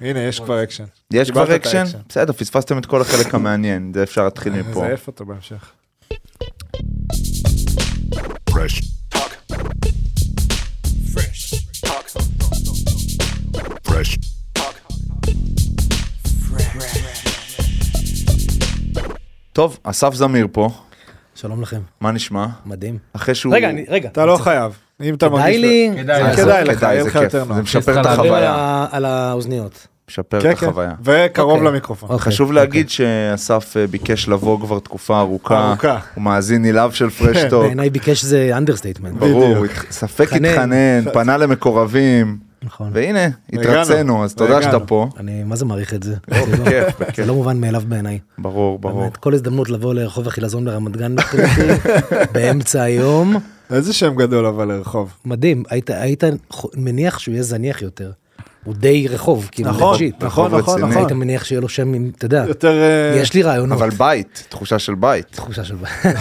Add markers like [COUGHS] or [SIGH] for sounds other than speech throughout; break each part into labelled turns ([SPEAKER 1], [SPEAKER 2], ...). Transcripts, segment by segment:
[SPEAKER 1] הנה, יש כבר אקשן.
[SPEAKER 2] יש
[SPEAKER 1] קיבלת
[SPEAKER 2] כבר
[SPEAKER 1] את
[SPEAKER 2] אקשן?
[SPEAKER 1] האקשן.
[SPEAKER 2] בסדר, פספסתם את כל החלק המעניין, זה אפשר להתחיל מפה.
[SPEAKER 1] נזייף אותו בהמשך.
[SPEAKER 2] טוב, אסף זמיר פה,
[SPEAKER 3] שלום לכם,
[SPEAKER 2] מה נשמע?
[SPEAKER 3] מדהים.
[SPEAKER 2] אחרי שהוא...
[SPEAKER 3] רגע, אני- רגע.
[SPEAKER 1] אתה לא חייב, אם אתה מרגיש...
[SPEAKER 3] כדאי לי...
[SPEAKER 4] כדאי
[SPEAKER 1] אה,
[SPEAKER 4] לעשות.
[SPEAKER 1] כדאי לך,
[SPEAKER 2] כדאי,
[SPEAKER 1] יהיה
[SPEAKER 2] זה
[SPEAKER 1] לך
[SPEAKER 2] כיף.
[SPEAKER 1] יותר נוח.
[SPEAKER 2] זה
[SPEAKER 4] צריך
[SPEAKER 2] משפר את
[SPEAKER 4] לדבר
[SPEAKER 3] דבר על
[SPEAKER 2] החוויה.
[SPEAKER 3] ה- על האוזניות.
[SPEAKER 2] משפר
[SPEAKER 1] כן,
[SPEAKER 2] את
[SPEAKER 1] כן,
[SPEAKER 2] החוויה.
[SPEAKER 1] וקרוב
[SPEAKER 3] אוקיי.
[SPEAKER 1] למיקרופון.
[SPEAKER 3] אוקיי,
[SPEAKER 2] אה, חשוב
[SPEAKER 3] אוקיי.
[SPEAKER 2] להגיד שאסף אה, ביקש לבוא כבר תקופה ארוכה,
[SPEAKER 1] ארוכה.
[SPEAKER 2] הוא מאזין נלהב של פרשטוק,
[SPEAKER 3] בעיניי ביקש זה אנדרסטייטמנט.
[SPEAKER 2] ברור, הוא
[SPEAKER 1] בדיוק.
[SPEAKER 2] הת- ספק
[SPEAKER 3] התחנן.
[SPEAKER 2] התחנן, פנה למקורבים,
[SPEAKER 3] נכון.
[SPEAKER 2] והנה,
[SPEAKER 1] והגענו,
[SPEAKER 2] התרצינו, אז תודה
[SPEAKER 1] והגענו.
[SPEAKER 2] שאתה פה.
[SPEAKER 3] אני מה זה מעריך את זה.
[SPEAKER 2] בכיף,
[SPEAKER 3] זה לא-
[SPEAKER 2] בכיף.
[SPEAKER 3] זה לא מובן מאליו בעיניי.
[SPEAKER 2] ברור, ברור.
[SPEAKER 3] באמת, כל הזדמנות לבוא לרחוב החילזון ברמת גן מבחינתי, [LAUGHS] באמצע היום.
[SPEAKER 1] איזה שם גדול אבל לרחוב.
[SPEAKER 3] מדהים, היית- היית חו- מניח שהוא יהיה זניח יותר. הוא די רחוב, כאילו,
[SPEAKER 1] נכון,
[SPEAKER 3] לג'יט.
[SPEAKER 1] נכון,
[SPEAKER 2] רחוב
[SPEAKER 1] נכון,
[SPEAKER 2] רציני.
[SPEAKER 1] נכון.
[SPEAKER 3] היית מניח שיהיה לו שם, עם- אתה יודע,
[SPEAKER 1] יותר... אה,
[SPEAKER 3] יש לי רעיונות.
[SPEAKER 2] אבל בית, תחושה של בית.
[SPEAKER 3] תחושה של בית.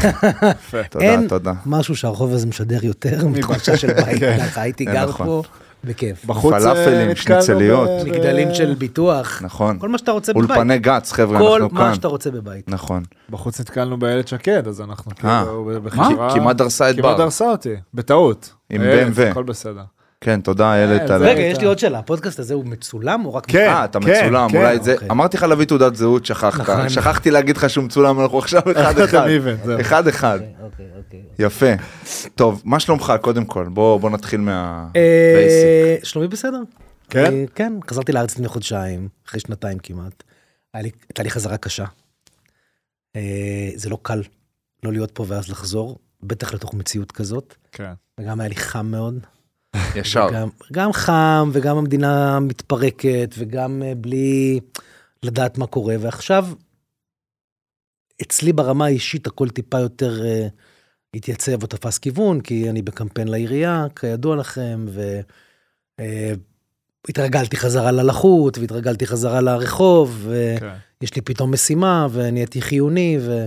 [SPEAKER 2] תודה,
[SPEAKER 3] אין
[SPEAKER 2] תודה.
[SPEAKER 3] משהו שהרחוב הזה משדר יותר מתחושה של בית,
[SPEAKER 1] כן.
[SPEAKER 3] ככה הייתי
[SPEAKER 2] זה
[SPEAKER 3] גר
[SPEAKER 2] נכון.
[SPEAKER 3] פה, בכיף.
[SPEAKER 1] בחוץ אה,
[SPEAKER 2] פלאפלים,
[SPEAKER 1] נתקענו
[SPEAKER 2] שניצליות.
[SPEAKER 1] ב- ב-
[SPEAKER 3] מגדלים של ביטוח,
[SPEAKER 2] נכון.
[SPEAKER 3] כל מה שאתה רוצה בבית.
[SPEAKER 2] אולפני גץ, חבר'ה,
[SPEAKER 3] כל
[SPEAKER 2] אנחנו
[SPEAKER 3] מה שאתה
[SPEAKER 2] כאן.
[SPEAKER 3] רוצה בבית.
[SPEAKER 2] נכון.
[SPEAKER 1] בחוץ נתקלנו באיילת שקד, אז אנחנו
[SPEAKER 2] אה.
[SPEAKER 1] כאילו ב- בחברה...
[SPEAKER 2] כמעט דרסה את
[SPEAKER 1] כמעט
[SPEAKER 2] בר.
[SPEAKER 1] דרסה אותי, בטעות.
[SPEAKER 2] עם
[SPEAKER 1] איילת,
[SPEAKER 2] BMW.
[SPEAKER 1] הכל בסדר.
[SPEAKER 2] כן, תודה איילת
[SPEAKER 1] אה,
[SPEAKER 2] על...
[SPEAKER 1] זה-
[SPEAKER 3] רגע, יש לי עוד שאלה, הפודקאסט הזה הוא מצולם או רק...
[SPEAKER 1] כן.
[SPEAKER 2] אה, אתה
[SPEAKER 1] כן,
[SPEAKER 2] מצולם,
[SPEAKER 1] כן,
[SPEAKER 2] אולי את זה...
[SPEAKER 3] אוקיי.
[SPEAKER 2] אמרתי לך להביא תעודת זהות, שכחת.
[SPEAKER 3] נכון.
[SPEAKER 2] שכחתי להגיד לך שהוא מצולם, אנחנו
[SPEAKER 1] [LAUGHS]
[SPEAKER 2] עכשיו
[SPEAKER 1] אתם
[SPEAKER 2] אחד-אחד.
[SPEAKER 1] even, זהו.
[SPEAKER 2] אחד-אחד.
[SPEAKER 3] אוקיי, אוקיי.
[SPEAKER 2] יפה. טוב, מה שלומך קודם כל? בוא בוא נתחיל מה...
[SPEAKER 3] אה,
[SPEAKER 2] basic.
[SPEAKER 3] שלומי בסדר?
[SPEAKER 1] כן?
[SPEAKER 3] אה, כן, חזרתי לארץ לפני חודשיים, אחרי שנתיים כמעט. היה לי- הייתה לי חזרה קשה. אה, זה לא קל לא להיות פה ואז לחזור, בטח לתוך מציאות כזאת,
[SPEAKER 1] כן.
[SPEAKER 3] וגם היה לי חם מאוד.
[SPEAKER 2] ישר.
[SPEAKER 3] גם, גם חם וגם המדינה מתפרקת וגם אה, בלי לדעת מה קורה ועכשיו אצלי ברמה האישית הכל טיפה יותר אה, התייצב או תפס כיוון כי אני בקמפיין לעירייה כידוע לכם והתרגלתי חזרה ללחות והתרגלתי חזרה לרחוב
[SPEAKER 1] כן.
[SPEAKER 3] ויש לי פתאום משימה ונהייתי חיוני ו...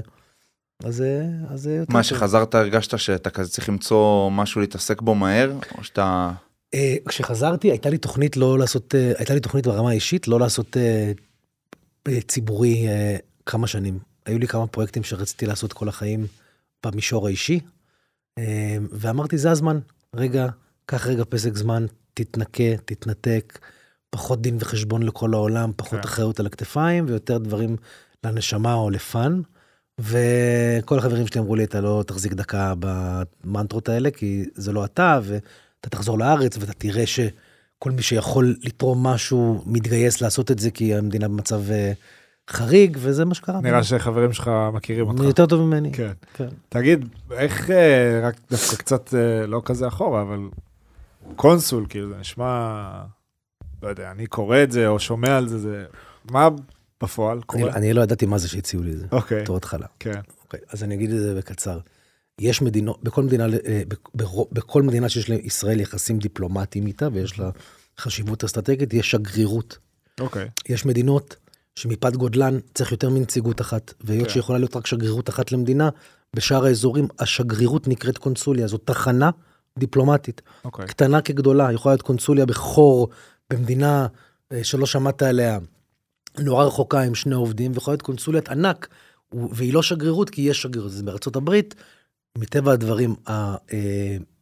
[SPEAKER 3] אז זה אז זה יותר
[SPEAKER 2] מה
[SPEAKER 3] טוב.
[SPEAKER 2] שחזרת הרגשת שאתה כזה צריך למצוא משהו להתעסק בו מהר או שאתה
[SPEAKER 3] אה, כשחזרתי הייתה לי תוכנית לא לעשות, אה, הייתה לי תוכנית ברמה האישית לא לעשות אה, אה, ציבורי אה, כמה שנים. היו לי כמה פרויקטים שרציתי לעשות כל החיים במישור האישי, אה, ואמרתי זה הזמן, רגע, קח רגע פסק זמן, תתנקה, תתנתק, פחות דין וחשבון לכל העולם, פחות
[SPEAKER 1] כן.
[SPEAKER 3] אחריות על הכתפיים ויותר דברים לנשמה או לפאן. וכל החברים שלי אמרו לי, אתה לא תחזיק דקה במנטרות האלה, כי זה לא אתה, ואתה תחזור לארץ ואתה תראה שכל מי שיכול לתרום משהו מתגייס לעשות את זה, כי המדינה במצב אה, חריג, וזה מה שקרה.
[SPEAKER 1] נראה שחברים שלך מכירים
[SPEAKER 3] הם
[SPEAKER 1] אותך.
[SPEAKER 3] יותר טוב ממני.
[SPEAKER 1] כן.
[SPEAKER 3] כן.
[SPEAKER 1] תגיד, איך, אה, רק דווקא קצת אה, לא כזה אחורה, אבל קונסול, כאילו, זה נשמע, לא יודע, אני קורא את זה או שומע על זה, זה, מה בפועל
[SPEAKER 3] אני, לא-
[SPEAKER 1] קורה?
[SPEAKER 3] אני לא ידעתי מה זה שהציעו לי את זה,
[SPEAKER 1] אוקיי,
[SPEAKER 3] בתור התחלה.
[SPEAKER 1] כן,
[SPEAKER 3] אוקיי, אז אני אגיד את זה בקצר. יש מדינות, בכל מדינה, אה, בכ- ברו- בכל מדינה שיש לישראל יחסים דיפלומטיים איתה, ויש לה חשיבות אסטרטגית, יש שגרירות.
[SPEAKER 1] אוקיי,
[SPEAKER 3] יש מדינות שמפאת גודלן צריך יותר מנציגות אחת, והיות
[SPEAKER 1] כן.
[SPEAKER 3] שיכולה להיות רק שגרירות אחת למדינה, בשאר האזורים השגרירות נקראת קונסוליה, זו תחנה דיפלומטית.
[SPEAKER 1] אוקיי.
[SPEAKER 3] קטנה כגדולה, יכולה להיות קונסוליה בחור במדינה אה, שלא שמעת עליה, נורא רחוקה עם שני עובדים, ויכולה להיות קונסוליית ענק, ו- והיא לא שגרירות כי יש שגרירות, זה בארצות הברית, מטבע הדברים,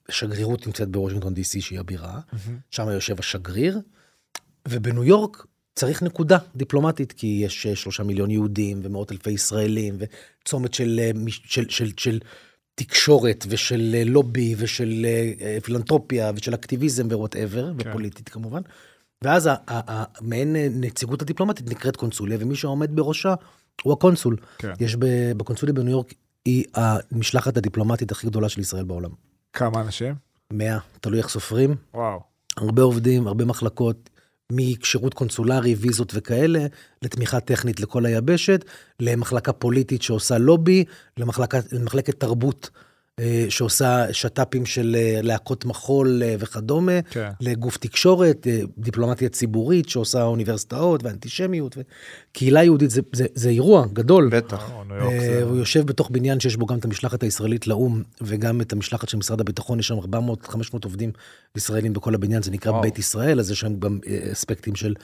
[SPEAKER 3] השגרירות נמצאת בוושינגטון די סי שהיא הבירה, שם יושב השגריר, ובניו יורק צריך נקודה דיפלומטית, כי יש אה, שלושה מיליון יהודים ומאות אלפי ישראלים, וצומת של, אה, מש- של, של, של תקשורת ושל אה, לובי ושל אה, אה, פילנטרופיה ושל אקטיביזם ווואטאבר,
[SPEAKER 1] כן.
[SPEAKER 3] ופוליטית כמובן. ואז ה- ה- ה- מעין אה, נציגות הדיפלומטית נקראת קונסוליה, ומי שעומד בראשה הוא הקונסול.
[SPEAKER 1] כן.
[SPEAKER 3] יש ב- בקונסוליה בניו יורק, היא המשלחת הדיפלומטית הכי גדולה של ישראל בעולם.
[SPEAKER 1] כמה אנשים?
[SPEAKER 3] 100, תלוי איך סופרים.
[SPEAKER 1] וואו,
[SPEAKER 3] הרבה עובדים, הרבה מחלקות, מכשירות קונסולרי, ויזות וכאלה, לתמיכה טכנית לכל היבשת, למחלקה פוליטית שעושה לובי, למחלקה, למחלקת תרבות אה, שעושה שת"פים של אה, להקות מחול אה, וכדומה,
[SPEAKER 1] כן.
[SPEAKER 3] לגוף תקשורת, אה, דיפלומטיה ציבורית שעושה אוניברסיטאות ואנטישמיות. ו- קהילה יהודית זה, זה, זה אירוע גדול.
[SPEAKER 2] בטח.
[SPEAKER 1] אה, ניו יורק
[SPEAKER 3] אה,
[SPEAKER 1] זה-
[SPEAKER 3] הוא יושב בתוך בניין שיש בו גם את המשלחת הישראלית לאו"ם וגם את המשלחת של משרד הביטחון, יש שם 400-500 עובדים ישראלים בכל הבניין, זה נקרא
[SPEAKER 2] וואו.
[SPEAKER 3] בית ישראל, אז יש שם גם אה, אספקטים של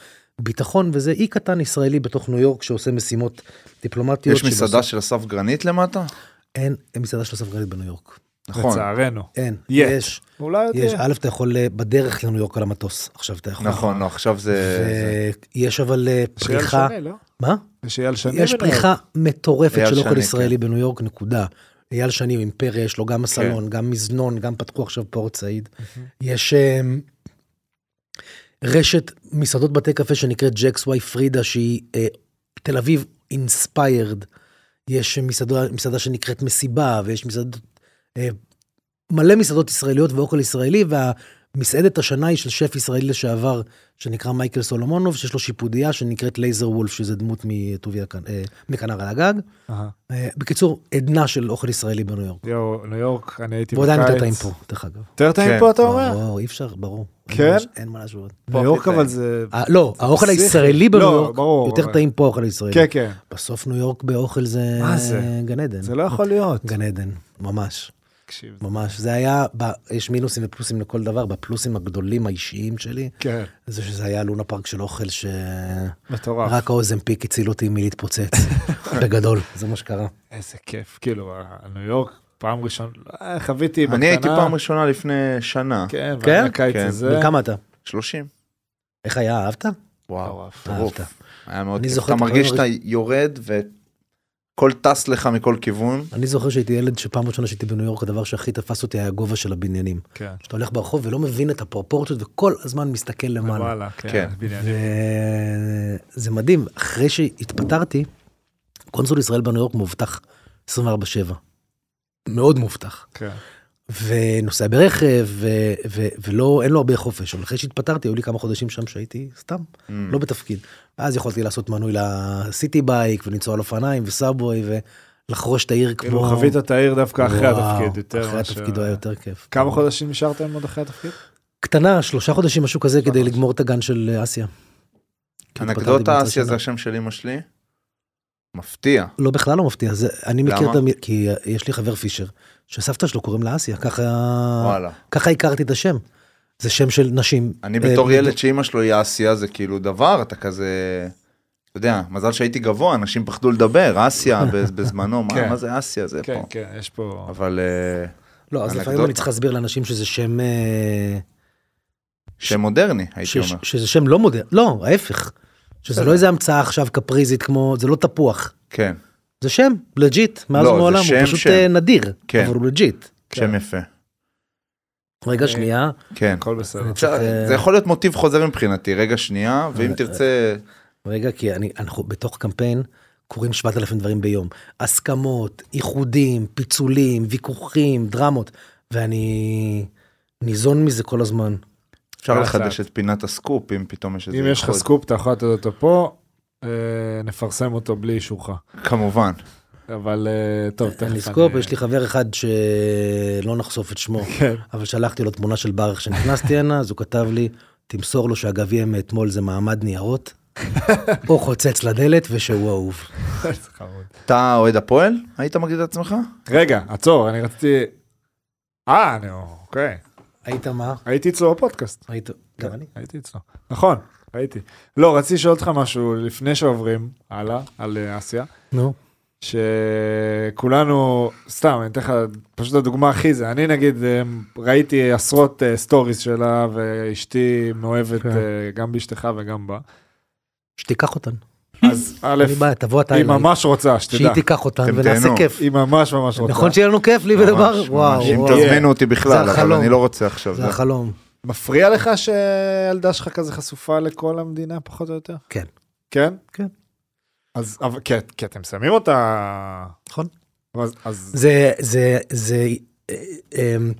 [SPEAKER 3] ביטחון, וזה אי קטן ישראלי בתוך ניו יורק שעושה משימות דיפלומטיות.
[SPEAKER 2] יש מסעדה של אסף גרנית למטה?
[SPEAKER 3] אין, אין מסעדה של אסף גרנית בניו יורק.
[SPEAKER 2] נכון.
[SPEAKER 1] לצערנו.
[SPEAKER 3] אין,
[SPEAKER 1] Yet.
[SPEAKER 3] יש.
[SPEAKER 1] אולי עוד
[SPEAKER 3] יש,
[SPEAKER 1] יהיה.
[SPEAKER 3] א', אתה יכול אה, בדרך לניו יורק על המטוס, עכשיו אתה יכול.
[SPEAKER 2] נכון, לא, עכשיו זה... זה-
[SPEAKER 3] יש אבל אה,
[SPEAKER 1] יש אייל
[SPEAKER 3] פריחה,
[SPEAKER 1] שני, לא?
[SPEAKER 3] מה?
[SPEAKER 1] יש אייל שני
[SPEAKER 3] יש
[SPEAKER 1] בניו יורק.
[SPEAKER 3] פריחה מטורפת
[SPEAKER 2] אייל
[SPEAKER 3] של אוכל
[SPEAKER 2] שני, כן.
[SPEAKER 3] ישראלי בניו יורק, נקודה. אייל שני הוא אימפריה, יש לו גם הסלון, גם מזנון, גם פתחו עכשיו פורט סעיד. יש אמ, רשת מסעדות בתי קפה שנקראת ג'קס וואי פרידה, שהיא אה, תל אביב אינספיירד. יש מסעדה, מסעדה שנקראת מסיבה, ויש מסעדות, אה, מלא מסעדות ישראליות ואוכל ישראלי, והמסעדת השנה היא של שף ישראלי לשעבר, שנקרא מייקל סולומונוב, שיש לו שיפודייה שנקראת לייזר וולף, שזה דמות מטוביה, כאן- אה, מכנר על הגג.
[SPEAKER 1] אהה.
[SPEAKER 3] אה, בקיצור, עדנה של אוכל ישראלי בניו יורק.
[SPEAKER 1] יואו, ניו יורק, אני הייתי
[SPEAKER 3] ועדיין
[SPEAKER 1] בקיץ.
[SPEAKER 3] יותר טעים פה, דרך אגב.
[SPEAKER 1] יותר טעים
[SPEAKER 2] כן.
[SPEAKER 1] פה, אתה לא אומר?
[SPEAKER 3] וואו, אי אפשר, ברור. אין
[SPEAKER 1] כן?
[SPEAKER 3] מה לש- אין מה להשוות.
[SPEAKER 1] ניו יורק אבל זה...
[SPEAKER 3] אה, לא, לא, האוכל
[SPEAKER 1] פסיכי.
[SPEAKER 3] הישראלי בניו
[SPEAKER 1] לא,
[SPEAKER 3] יורק,
[SPEAKER 1] ברור,
[SPEAKER 3] יותר
[SPEAKER 1] אבל-
[SPEAKER 3] טעים פה האוכל הישראלי.
[SPEAKER 1] כן, כן.
[SPEAKER 3] בסוף ניו יורק באוכל זה
[SPEAKER 1] מה זה?
[SPEAKER 3] גן עדן.
[SPEAKER 1] זה לא יכול להיות.
[SPEAKER 3] גן עדן, ממש.
[SPEAKER 1] תקשיב.
[SPEAKER 3] ממש, זה היה, ב... יש מינוסים ופלוסים לכל דבר, בפלוסים הגדולים האישיים שלי,
[SPEAKER 1] כן,
[SPEAKER 3] זה שזה היה לונה פארק של אוכל ש...
[SPEAKER 1] מטורף.
[SPEAKER 3] רק האוזן פיק הציל
[SPEAKER 1] [LAUGHS]
[SPEAKER 3] אותי מלהתפוצץ, בגדול, זה מה שקרה.
[SPEAKER 1] איזה כיף. כאילו, ה- ניו יורק, פעם ראשונה, אה, חוויתי בקטנה.
[SPEAKER 2] אני הייתי פעם ראשונה לפני שנה.
[SPEAKER 1] כן,
[SPEAKER 3] כן?
[SPEAKER 1] ועד הקיץ
[SPEAKER 2] כן.
[SPEAKER 1] הזה.
[SPEAKER 3] בן כמה אתה?
[SPEAKER 2] 30.
[SPEAKER 3] איך היה, אהבת?
[SPEAKER 2] וואו,
[SPEAKER 1] מטורף.
[SPEAKER 2] טירוף.
[SPEAKER 3] אהבת.
[SPEAKER 2] היה מאוד
[SPEAKER 3] אני
[SPEAKER 2] כיף.
[SPEAKER 3] זוכר
[SPEAKER 2] אתה
[SPEAKER 3] את
[SPEAKER 2] מרגיש
[SPEAKER 3] הדברים
[SPEAKER 2] שאתה יורד והכל טס לך מכל כיוון.
[SPEAKER 3] אני זוכר שהייתי ילד שפעם ראשונה שהייתי בניו יורק, הדבר שהכי תפס אותי היה הגובה של הבניינים.
[SPEAKER 1] כן.
[SPEAKER 3] שאתה הולך ברחוב ולא מבין את הפרופורציות וכל הזמן מסתכל למעלה.
[SPEAKER 1] וואלה, כן.
[SPEAKER 2] כן.
[SPEAKER 1] בניינים.
[SPEAKER 3] וזה מדהים, אחרי שהתפטרתי, קונסול ישראל בניו יורק מאובטח 24/7. מאוד מאובטח.
[SPEAKER 1] כן.
[SPEAKER 3] ונוסע ברכב, ו- ו- ולא, אין לו הרבה חופש. אבל אחרי שהתפטרתי, היו לי כמה חודשים שם שהייתי סתם,
[SPEAKER 1] Mm.
[SPEAKER 3] לא בתפקיד. ואז יכולתי לעשות מנוי לסיטי בייק, ולנסוע על אופניים, וסאבווי, ולחרוש את העיר כמו...
[SPEAKER 1] כאילו, חווית את העיר דווקא אחרי
[SPEAKER 3] וואו,
[SPEAKER 1] התפקיד, יותר
[SPEAKER 3] אחרי
[SPEAKER 1] מאשר-
[SPEAKER 3] התפקיד היה יותר כיף. כן.
[SPEAKER 1] כמה חודשים נשארתם עוד אחרי התפקיד?
[SPEAKER 3] קטנה, שלושה חודשים, משהו כזה, כדי לגמור את הגן של אה, אסיה. כי התפטרתי
[SPEAKER 2] אנקדוטה
[SPEAKER 3] באמצע
[SPEAKER 2] אסיה
[SPEAKER 3] השנה.
[SPEAKER 2] זה השם של אמא שלי. מפתיע.
[SPEAKER 3] לא, בכלל לא מפתיע. זה, אני מכיר
[SPEAKER 2] למה?
[SPEAKER 3] את המ... כי אה, יש לי חבר פישר, שסבתא שלו קוראים לה אסיה, ככה... אה,
[SPEAKER 2] וואלה.
[SPEAKER 3] ככה הכרתי את השם. זה שם של נשים.
[SPEAKER 2] אני
[SPEAKER 3] אה,
[SPEAKER 2] בתור
[SPEAKER 3] בדיוק.
[SPEAKER 2] ילד שאימא שלו היא אסיה זה כאילו דבר אתה כזה. אתה יודע מזל שהייתי גבוה אנשים פחדו לדבר
[SPEAKER 3] [LAUGHS]
[SPEAKER 2] אסיה בז- בזמנו
[SPEAKER 1] כן.
[SPEAKER 2] מה, מה זה אסיה זה
[SPEAKER 1] כן,
[SPEAKER 2] פה.
[SPEAKER 1] כן, יש פה...
[SPEAKER 2] אבל אה,
[SPEAKER 3] לא, אז לפעמים
[SPEAKER 2] אנקדוטה.
[SPEAKER 3] אני צריך להסביר לאנשים שזה שם... אה,
[SPEAKER 2] שם מודרני הייתי
[SPEAKER 3] ש-
[SPEAKER 2] אומר.
[SPEAKER 3] שזה שם לא מודרני. לא, ההפך. שזה לא איזה המצאה עכשיו קפריזית כמו... זה לא תפוח.
[SPEAKER 2] כן
[SPEAKER 3] זה שם, לג'יט, מאז
[SPEAKER 2] לא, זה
[SPEAKER 3] ומעולם, הוא
[SPEAKER 2] שם,
[SPEAKER 3] פשוט
[SPEAKER 2] שם.
[SPEAKER 3] אה, נדיר,
[SPEAKER 2] כן.
[SPEAKER 3] אבל הוא לג'יט.
[SPEAKER 2] שם יפה.
[SPEAKER 3] רגע,
[SPEAKER 1] אה,
[SPEAKER 3] שנייה,
[SPEAKER 2] כן.
[SPEAKER 1] הכל בסדר.
[SPEAKER 3] צריך, אה,
[SPEAKER 2] זה יכול להיות מוטיב חוזר מבחינתי רגע שנייה ואם תרצה
[SPEAKER 3] רגע, כי אני, אנחנו בתוך קמפיין קוראים 7,000 דברים ביום. הסכמות, איחודים, פיצולים, ויכוחים, דרמות, ואני ניזון מזה כל הזמן.
[SPEAKER 2] אפשר
[SPEAKER 3] אה,
[SPEAKER 1] לאט
[SPEAKER 2] לחדש את פינת הסקופ אם פתאום יש איזה.
[SPEAKER 1] אם יש לך
[SPEAKER 2] איחוד.
[SPEAKER 1] סקופ, אתה יכול לתת אותו פה, אה, נפרסם אותו בלי אישורך.
[SPEAKER 2] כמובן.
[SPEAKER 1] אבל אה, טוב, תכף
[SPEAKER 3] אני סקופ, יש לי חבר אחד שלא נחשוף את שמו,
[SPEAKER 1] כן. [LAUGHS]
[SPEAKER 3] אבל שלחתי לו תמונה של בר איך שנכנסתי הנה, אז הוא כתב לי, תמסור לו שהגביע מאתמול זה מעמד ניירות, או חוצץ לדלת ושהוא אהוב.
[SPEAKER 1] זה חמוד.
[SPEAKER 2] אתה אוהד הפועל היית מגדיר את עצמך?
[SPEAKER 1] רגע, עצור, אני רציתי... אה, נו, אוקיי.
[SPEAKER 3] היית מה?
[SPEAKER 1] הייתי אצלו בפודקאסט.
[SPEAKER 3] היית... גם אני.
[SPEAKER 1] כן, הייתי אצלו. נכון, הייתי. לא, רציתי לשאול אותך משהו לפני שעוברים הלאה, על אה, אסיה,
[SPEAKER 3] נו.
[SPEAKER 1] שכולנו, סתם, אני אתן לך פשוט הדוגמה הכי זה. אני נגיד אה, ראיתי עשרות אה, סטוריז שלה, ואשתי מאוהבת
[SPEAKER 3] כן.
[SPEAKER 1] אה, גם באשתך וגם בה.
[SPEAKER 3] שתיקח אותן. [COUGHS]
[SPEAKER 1] אז א',
[SPEAKER 3] אין לי בעיה, תבוא אתה
[SPEAKER 1] היא
[SPEAKER 3] אליי.
[SPEAKER 1] ממש רוצה,
[SPEAKER 3] שהיא
[SPEAKER 1] שתדע.
[SPEAKER 3] תיקח אותן
[SPEAKER 2] אתם
[SPEAKER 3] ונעשה
[SPEAKER 2] תהנו.
[SPEAKER 3] כיף.
[SPEAKER 1] היא ממש ממש רוצה.
[SPEAKER 3] נכון שיהיה לנו כיף לי ודבר?
[SPEAKER 2] ממש,
[SPEAKER 3] וואו,
[SPEAKER 2] ממש. אם
[SPEAKER 3] וואו.
[SPEAKER 2] תזמינו אותי בכלל אבל
[SPEAKER 3] החלום.
[SPEAKER 2] אני לא רוצה עכשיו.
[SPEAKER 3] זה
[SPEAKER 2] זה-
[SPEAKER 3] החלום.
[SPEAKER 1] מפריע לך שהילדה שלך כזה חשופה לכל המדינה, פחות או יותר?
[SPEAKER 3] כן.
[SPEAKER 1] כן?
[SPEAKER 3] כן.
[SPEAKER 1] אז, אבל, כי, כי אתם שמים אותה...
[SPEAKER 3] נכון.
[SPEAKER 1] אז, אז
[SPEAKER 3] זה, זה, זה, אה, אמ,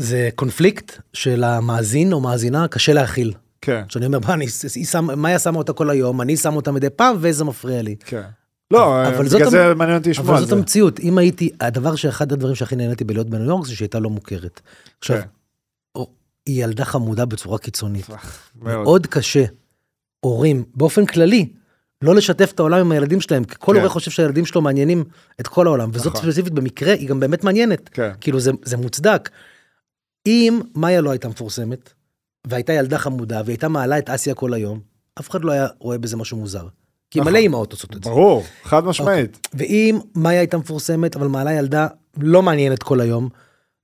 [SPEAKER 3] זה קונפליקט של המאזין או מאזינה קשה להכיל.
[SPEAKER 1] כן,
[SPEAKER 3] שאני אומר, מה, אני, היא שם, מאיה שמה אותה כל היום, אני שם אותה מדי פעם וזה מפריע לי.
[SPEAKER 1] כן. לא,
[SPEAKER 3] אבל זאת
[SPEAKER 1] בגלל
[SPEAKER 3] המ-
[SPEAKER 1] זה מעניין אותי לשמוע
[SPEAKER 3] אבל
[SPEAKER 1] על
[SPEAKER 3] זאת
[SPEAKER 1] זה.
[SPEAKER 3] המציאות. אם הייתי, הדבר שאחד הדברים שהכי נהניתי בלהיות בניו יורק זה שהייתה לא מוכרת. עכשיו,
[SPEAKER 1] כן.
[SPEAKER 3] או- היא ילדה חמודה בצורה קיצונית.
[SPEAKER 1] מאוד.
[SPEAKER 3] מאוד קשה, הורים, באופן כללי, לא לשתף את העולם עם הילדים שלהם, כי כל
[SPEAKER 1] כן.
[SPEAKER 3] הורה חושב שהילדים שלו מעניינים את כל העולם, וזאת
[SPEAKER 1] נכון.
[SPEAKER 3] ספציפית במקרה, היא גם באמת מעניינת.
[SPEAKER 1] כן.
[SPEAKER 3] כאילו זה, זה מוצדק. אם מאיה לא הייתה מפורסמת, והייתה ילדה חמודה, והייתה מעלה את אסיה כל היום, אף אחד לא היה רואה בזה משהו מוזר. כי
[SPEAKER 1] נכון.
[SPEAKER 3] מלא אימהות עושות את זה.
[SPEAKER 1] ברור, חד משמעית.
[SPEAKER 3] ואם מאיה הייתה מפורסמת, אבל מעלה ילדה לא מעניינת כל היום,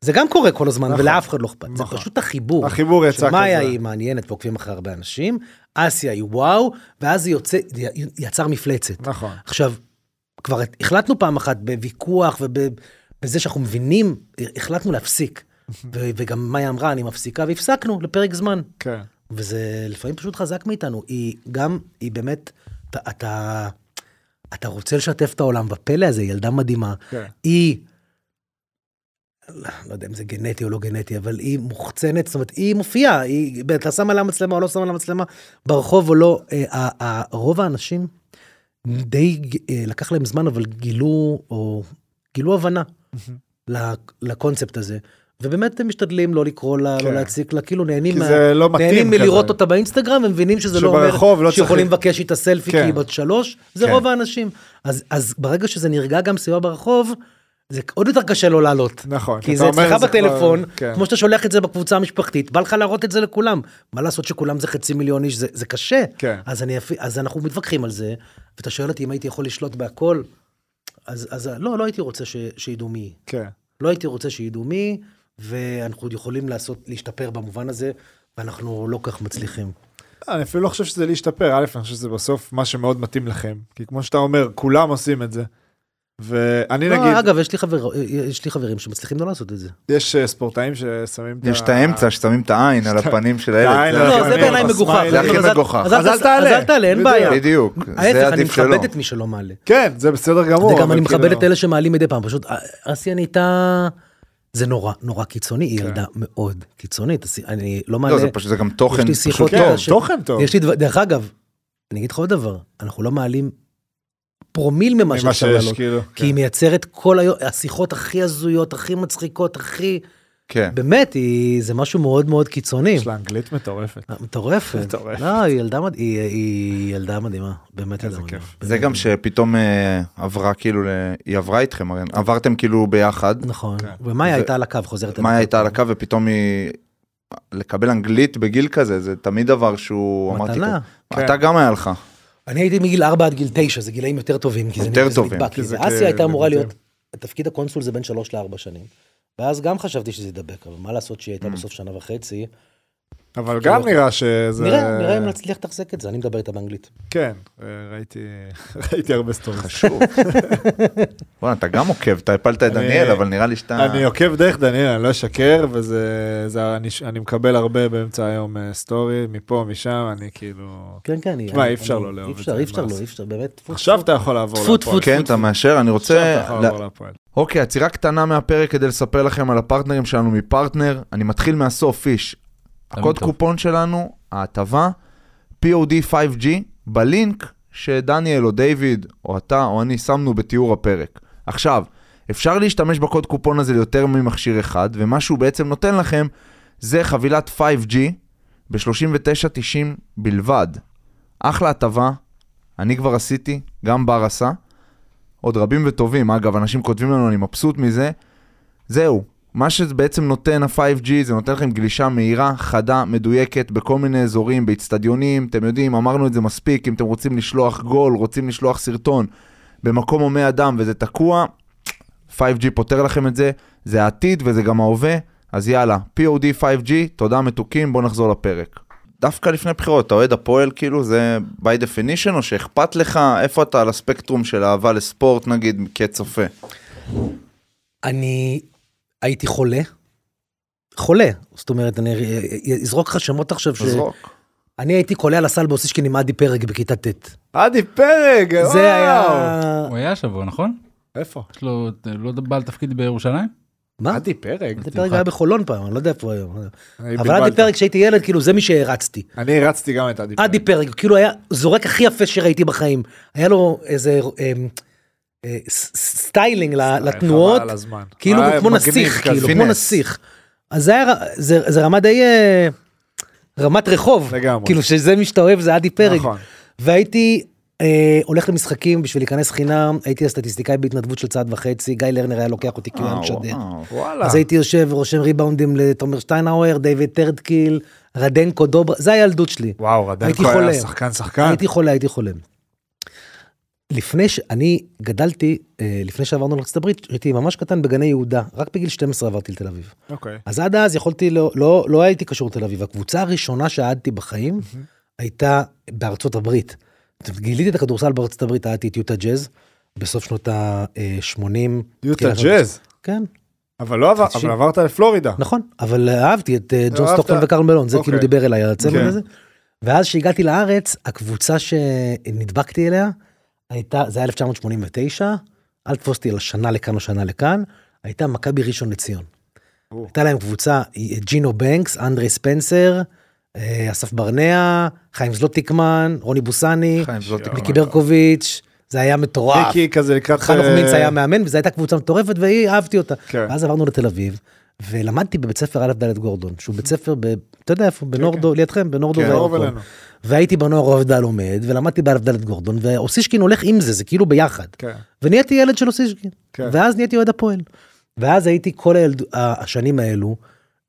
[SPEAKER 3] זה גם קורה כל הזמן,
[SPEAKER 1] נכון.
[SPEAKER 3] ולאף אחד לא אכפת. זה
[SPEAKER 1] נכון.
[SPEAKER 3] פשוט החיבור.
[SPEAKER 1] החיבור יצא
[SPEAKER 3] שמאיה
[SPEAKER 1] כזה.
[SPEAKER 3] היא מעניינת ועוקבים אחרי הרבה אנשים, אסיה היא וואו, ואז היא יוצא, היא יצר מפלצת.
[SPEAKER 1] נכון.
[SPEAKER 3] עכשיו, כבר החלטנו פעם אחת בוויכוח ובזה שאנחנו מבינים, החלטנו להפסיק. ו- וגם מאיה אמרה, אני מפסיקה, והפסקנו לפרק זמן.
[SPEAKER 1] כן.
[SPEAKER 3] וזה לפעמים פשוט חזק מאיתנו. היא גם, היא באמת, אתה, אתה, אתה רוצה לשתף את העולם בפלא הזה, היא ילדה מדהימה.
[SPEAKER 1] כן.
[SPEAKER 3] היא, לא יודע אם זה גנטי או לא גנטי, אבל היא מוחצנת, זאת אומרת, היא מופיעה, היא, אתה שם עליה מצלמה או לא שם עליה מצלמה, ברחוב או לא. אה, ה- ה- רוב האנשים, די, ג- אה, לקח להם זמן, אבל גילו, או גילו הבנה ל- לקונספט הזה. ובאמת הם משתדלים לא לקרוא לה,
[SPEAKER 1] כן.
[SPEAKER 3] לא להציק לה, כאילו נהנים
[SPEAKER 1] כי
[SPEAKER 3] מה-
[SPEAKER 1] זה לא מתאים.
[SPEAKER 3] נהנים מלראות
[SPEAKER 1] כזה.
[SPEAKER 3] אותה באינסטגרם ומבינים שזה לא
[SPEAKER 1] שברחוב
[SPEAKER 3] אומר
[SPEAKER 1] לא
[SPEAKER 3] שיכולים
[SPEAKER 1] צריך-
[SPEAKER 3] לבקש איתה סלפי כי
[SPEAKER 1] כן.
[SPEAKER 3] היא בת שלוש, זה
[SPEAKER 1] כן.
[SPEAKER 3] רוב האנשים. אז- אז ברגע שזה נרגע גם סביבה ברחוב, זה עוד יותר קשה לא לעלות.
[SPEAKER 1] נכון.
[SPEAKER 3] כי
[SPEAKER 1] אתה
[SPEAKER 3] זה
[SPEAKER 1] אומר,
[SPEAKER 3] אצלך
[SPEAKER 1] כבר-
[SPEAKER 3] בטלפון,
[SPEAKER 1] כן.
[SPEAKER 3] כמו שאתה שולח את זה בקבוצה המשפחתית, בא לך להראות את זה לכולם. מה לעשות שכולם זה חצי מיליון איש, זה זה קשה.
[SPEAKER 1] כן.
[SPEAKER 3] אז אני אפי- אז אנחנו מתווכחים על זה, ואתה שואל אותי אם הייתי יכול לשלוט בהכל, אז אז לא, לא הייתי רוצה ש- שידעו מי. היא.
[SPEAKER 1] כן.
[SPEAKER 3] לא הייתי רוצה שידעו מי, ואנחנו יכולים לעשות, להשתפר במובן הזה, ואנחנו לא כך מצליחים.
[SPEAKER 1] אני אפילו לא חושב שזה להשתפר, א', אני חושב שזה בסוף מה שמאוד מתאים לכם, כי כמו שאתה אומר, כולם עושים את זה. ואני
[SPEAKER 3] לא,
[SPEAKER 1] נגיד,
[SPEAKER 3] אגב, יש לי, חבר, יש לי חברים שמצליחים לא לעשות את זה.
[SPEAKER 1] יש אה, ספורטאים ששמים
[SPEAKER 2] יש את האמצע ששמים את העין על הפנים של
[SPEAKER 1] העין
[SPEAKER 2] הילד.
[SPEAKER 1] על
[SPEAKER 2] הכי
[SPEAKER 3] לא,
[SPEAKER 1] הפנים.
[SPEAKER 3] זה
[SPEAKER 2] מגוחך.
[SPEAKER 3] בעיניי מגוחך.
[SPEAKER 1] כן, זה הכי
[SPEAKER 3] אז אל-
[SPEAKER 2] מגוחך.
[SPEAKER 1] אז אל תעלה.
[SPEAKER 3] אז אל תעלה, אין
[SPEAKER 1] בדיוק.
[SPEAKER 3] בעיה.
[SPEAKER 2] בדיוק, זה
[SPEAKER 3] ההפך, אני
[SPEAKER 2] עדיף שלא.
[SPEAKER 3] מכבד את מי שלא מעלה.
[SPEAKER 1] כן, זה בסדר גמור.
[SPEAKER 3] וגם
[SPEAKER 1] אבל
[SPEAKER 3] אני מכבד
[SPEAKER 1] כאילו-
[SPEAKER 3] את אלה שמעלים מדי פעם, פשוט אה, אסיה נהייתה... זה נורא, נורא קיצוני, היא
[SPEAKER 1] כן.
[SPEAKER 3] ילדה מאוד קיצונית, אז אני לא מעלה...
[SPEAKER 2] לא, זה פשוט, זה גם
[SPEAKER 3] יש
[SPEAKER 2] תוכן
[SPEAKER 3] לי
[SPEAKER 2] פשוט
[SPEAKER 3] שיחות
[SPEAKER 1] כן,
[SPEAKER 2] טוב.
[SPEAKER 3] ש-
[SPEAKER 1] תוכן טוב.
[SPEAKER 3] יש לי דבר, דרך אגב, אני אגיד לך עוד דבר, אנחנו לא מעלים פרומיל ממה
[SPEAKER 1] ממה
[SPEAKER 3] שאפשר
[SPEAKER 1] שיש,
[SPEAKER 3] לעלות,
[SPEAKER 1] כאילו.
[SPEAKER 3] כי היא מייצרת כל היום, השיחות הכי הזויות, הכי מצחיקות, הכי,
[SPEAKER 2] כן.
[SPEAKER 3] באמת, היא, זה משהו מאוד מאוד קיצוני.
[SPEAKER 1] יש לה אנגלית מטורפת.
[SPEAKER 3] מטורפת.
[SPEAKER 1] מטורפת.
[SPEAKER 3] לא, היא ילדה, מד... היא, היא ילדה מדהימה, באמת
[SPEAKER 1] איזה
[SPEAKER 3] ילדה מדהימה.
[SPEAKER 1] כיף.
[SPEAKER 2] זה גם שפתאום אה, עברה כאילו, ל- היא עברה איתכם, הרי עברתם כאילו ביחד,
[SPEAKER 3] נכון,
[SPEAKER 1] כן.
[SPEAKER 3] ומאיה
[SPEAKER 2] ו-
[SPEAKER 3] הייתה על הקו, חוזרת.
[SPEAKER 2] מאיה הייתה על הקו ופתאום היא... לקבל אנגלית בגיל כזה, זה תמיד דבר שהוא, אמרתי,
[SPEAKER 3] מתנה.
[SPEAKER 2] "טוב,
[SPEAKER 1] כן.
[SPEAKER 2] אתה גם היה לך.
[SPEAKER 3] אני הייתי מגיל 4 עד גיל 9, זה גילאים יותר טובים, כי זה כן,
[SPEAKER 2] יותר
[SPEAKER 3] נדבק
[SPEAKER 2] טובים.
[SPEAKER 3] לי.
[SPEAKER 1] כי זה כ-
[SPEAKER 3] ואסיה הייתה אמורה
[SPEAKER 1] לבטל.
[SPEAKER 3] להיות, תפקיד הקונסול זה בין 3 ל-4 שנים. ואז גם חשבתי שזה ידבק, אבל מה לעשות שהיא הייתה בסוף שנה וחצי.
[SPEAKER 1] אבל גם נראה שזה...
[SPEAKER 3] נראה, נראה אם נצליח לתחזק את זה, אני מדבר איתה באנגלית.
[SPEAKER 1] כן, אה, ראיתי [LAUGHS] ראיתי הרבה סטוריס.
[SPEAKER 2] חשוב. וואלה, אתה גם עוקב, אתה הפלת את דניאל, אבל נראה לי שאתה...
[SPEAKER 1] [LAUGHS] אני עוקב דרך דניאל, אני לא אשקר, וזה... זה- אני ש- אני מקבל הרבה באמצע היום אה, סטורי, מפה, משם, אני כאילו...
[SPEAKER 3] כן, כן. אני-
[SPEAKER 1] תשמע,
[SPEAKER 3] אני-
[SPEAKER 1] אי אפשר
[SPEAKER 3] אני-
[SPEAKER 1] לא לאהוב
[SPEAKER 3] אי
[SPEAKER 1] את
[SPEAKER 3] אפשר,
[SPEAKER 1] זה,
[SPEAKER 3] אי
[SPEAKER 1] מה
[SPEAKER 3] אפשר לא,
[SPEAKER 1] לעשות?
[SPEAKER 3] אי אפשר, באמת. טפו,
[SPEAKER 1] עכשיו
[SPEAKER 3] טפו.
[SPEAKER 1] אתה יכול לעבור
[SPEAKER 3] טפו,
[SPEAKER 1] להפועל.
[SPEAKER 3] טפו,
[SPEAKER 2] כן, אתה מאשר, אני רוצה...
[SPEAKER 1] לא עכשיו אתה יכול לעבור להפועל.
[SPEAKER 2] אוקיי, עצירה קטנה מהפרק כדי לספר לכם על הפרטנרים שלנו מפרטנר. אני מתחיל מהסוף, איש. הקוד
[SPEAKER 4] טוב.
[SPEAKER 2] קופון שלנו, ההטבה, POD 5G, בלינק שדניאל או דיוויד או אתה או אני שמנו בתיאור הפרק. עכשיו, אפשר להשתמש בקוד קופון הזה ליותר ממכשיר אחד, ומה שהוא בעצם נותן לכם זה חבילת 5G ב-39.90 בלבד. אחלה הטבה, אני כבר עשיתי, גם בר עשה. עוד רבים וטובים, אגב, אנשים כותבים לנו, אני מבסוט מזה. זהו, מה שבעצם נותן ה-5G, זה נותן לכם גלישה מהירה, חדה, מדויקת, בכל מיני אזורים, באיצטדיונים, אתם יודעים, אמרנו את זה מספיק, אם אתם רוצים לשלוח גול, רוצים לשלוח סרטון, במקום הומה אדם וזה תקוע, 5G פותר לכם את זה, זה העתיד וזה גם ההווה, אז יאללה, POD 5G, תודה מתוקים, בואו נחזור לפרק. דווקא לפני בחירות, אתה אוהד הפועל כאילו, זה by definition, או שאכפת לך, איפה אתה על הספקטרום של אהבה לספורט נגיד, כצופה?
[SPEAKER 3] אני הייתי חולה. חולה, זאת אומרת, אני אה, אזרוק לך שמות עכשיו, ש-
[SPEAKER 2] תזרוק.
[SPEAKER 3] אני הייתי חולה על הסל באוסישקין עם עדי פרק בכיתה ט'.
[SPEAKER 1] עדי פרק, וואו.
[SPEAKER 3] זה היה...
[SPEAKER 4] הוא היה השבוע, נכון? אה,
[SPEAKER 1] איפה? כן,
[SPEAKER 4] יש לו, לא בא לתפקיד בירושלים?
[SPEAKER 3] מה?
[SPEAKER 1] עדי פרק?
[SPEAKER 3] עדי פרק היה בחולון פעם, אני לא יודע איפה הוא היום.
[SPEAKER 1] אני
[SPEAKER 3] אבל עדי
[SPEAKER 1] בלבלת. כן.
[SPEAKER 3] פרק כשהייתי ילד, כאילו זה מי שהערצתי.
[SPEAKER 1] אני הרצתי גם את עדי פרק.
[SPEAKER 3] עדי פרק, הוא כאילו היה זורק הכי יפה שראיתי בחיים. היה לו איזה אמ, אה, ס- ס- סטיילינג ל-
[SPEAKER 1] סטייל,
[SPEAKER 3] לתנועות,
[SPEAKER 1] אה, חבל על הזמן.
[SPEAKER 3] כאילו
[SPEAKER 1] היה
[SPEAKER 3] כמו
[SPEAKER 1] מגניב כן,
[SPEAKER 3] נסיך,
[SPEAKER 1] כזה.
[SPEAKER 3] כאילו כמו
[SPEAKER 2] פינס.
[SPEAKER 3] נסיך. אז זה היה ר- זה זה רמה די אה, רמת רחוב,
[SPEAKER 1] לגמרי.
[SPEAKER 3] כאילו שזה מי שאתה אוהב זה עדי פרק.
[SPEAKER 1] נכון.
[SPEAKER 3] והייתי אה, הולך למשחקים בשביל להיכנס חינם, הייתי הסטטיסטיקאי בהתנדבות של צעד וחצי, גיא לרנר היה לוקח אותי
[SPEAKER 2] אה,
[SPEAKER 3] כאילו היה משדר.
[SPEAKER 1] וואלה.
[SPEAKER 3] אז הייתי יושב ורושם ריבאונדים לתומר שטיינהאואר, דיוויד טרדקיל, רדנקו דוברה, זה הילדות שלי.
[SPEAKER 1] וואו, רדנקו
[SPEAKER 3] הייתי
[SPEAKER 1] היה
[SPEAKER 3] חולם.
[SPEAKER 1] שחקן שחקן.
[SPEAKER 3] הייתי חולה, הייתי חולם. לפני ש... אני גדלתי, אה, לפני שעברנו לארצות הברית, הייתי ממש קטן בגני יהודה, רק בגיל 12 עברתי לתל אביב.
[SPEAKER 1] אוקיי.
[SPEAKER 3] אז עד אז יכולתי, לא, לא, לא הייתי קשור לתל אביב. הקבוצה הראשונה שאהדתי בחיים הייתה בארצות הברית. גיליתי את הכדורסל בארצות הברית, אהדתי את יוטה ג'אז, בסוף שנות אה, ה-80.
[SPEAKER 1] יוטה ג'אז.
[SPEAKER 3] כן,
[SPEAKER 1] אבל לא עבר-
[SPEAKER 3] תקשיב.
[SPEAKER 1] אבל עברת לפלורידה.
[SPEAKER 3] נכון, אבל אהבתי את אה, ג'ון
[SPEAKER 1] אהבת?
[SPEAKER 3] סטוקטון וקרמלון, זה
[SPEAKER 1] אוקיי.
[SPEAKER 3] כאילו דיבר אליי, הצמד
[SPEAKER 1] כן.
[SPEAKER 3] הזה. ואז כשהגעתי לארץ, הקבוצה שנדבקתי אליה, הייתה, זה היה 1989, אל תפוס אותי על שנה לכאן או שנה לכאן, הייתה מכבי ראשון לציון.
[SPEAKER 1] או.
[SPEAKER 3] הייתה להם קבוצה, אה, ג'ינו בנקס, אנדרי ספנסר, אה, אסף ברנע, חיים זלוטיקמן, רוני בוסני,
[SPEAKER 2] חיים זולטיקמן.
[SPEAKER 3] מיקי ברקוביץ', זה היה מטורף.
[SPEAKER 1] מיקי כזה לקראת...
[SPEAKER 3] חנוך
[SPEAKER 1] אה,
[SPEAKER 3] מינץ היה מאמן, וזו הייתה קבוצה מטורפת, והיא, אהבתי אותה.
[SPEAKER 1] כן.
[SPEAKER 3] ואז עברנו לתל אביב, ולמדתי בבית ספר א' ד' גורדון, שהוא בית ספר, ב, אתה יודע איפה, בנורדו, לידכם, בנורדו
[SPEAKER 1] כן, קרוב
[SPEAKER 3] והירקון.
[SPEAKER 1] אלינו.
[SPEAKER 3] והייתי בנוער עובדה לומד, ולמדתי בא' ד' גורדון, ואוסישקין הולך עם זה, זה כאילו ביחד.
[SPEAKER 1] כן.
[SPEAKER 3] ונהייתי ילד של אוסישקין,
[SPEAKER 1] כן.
[SPEAKER 3] ואז נהייתי אוהד הפועל. ואז הייתי כל הילד, ה- השנים האלו,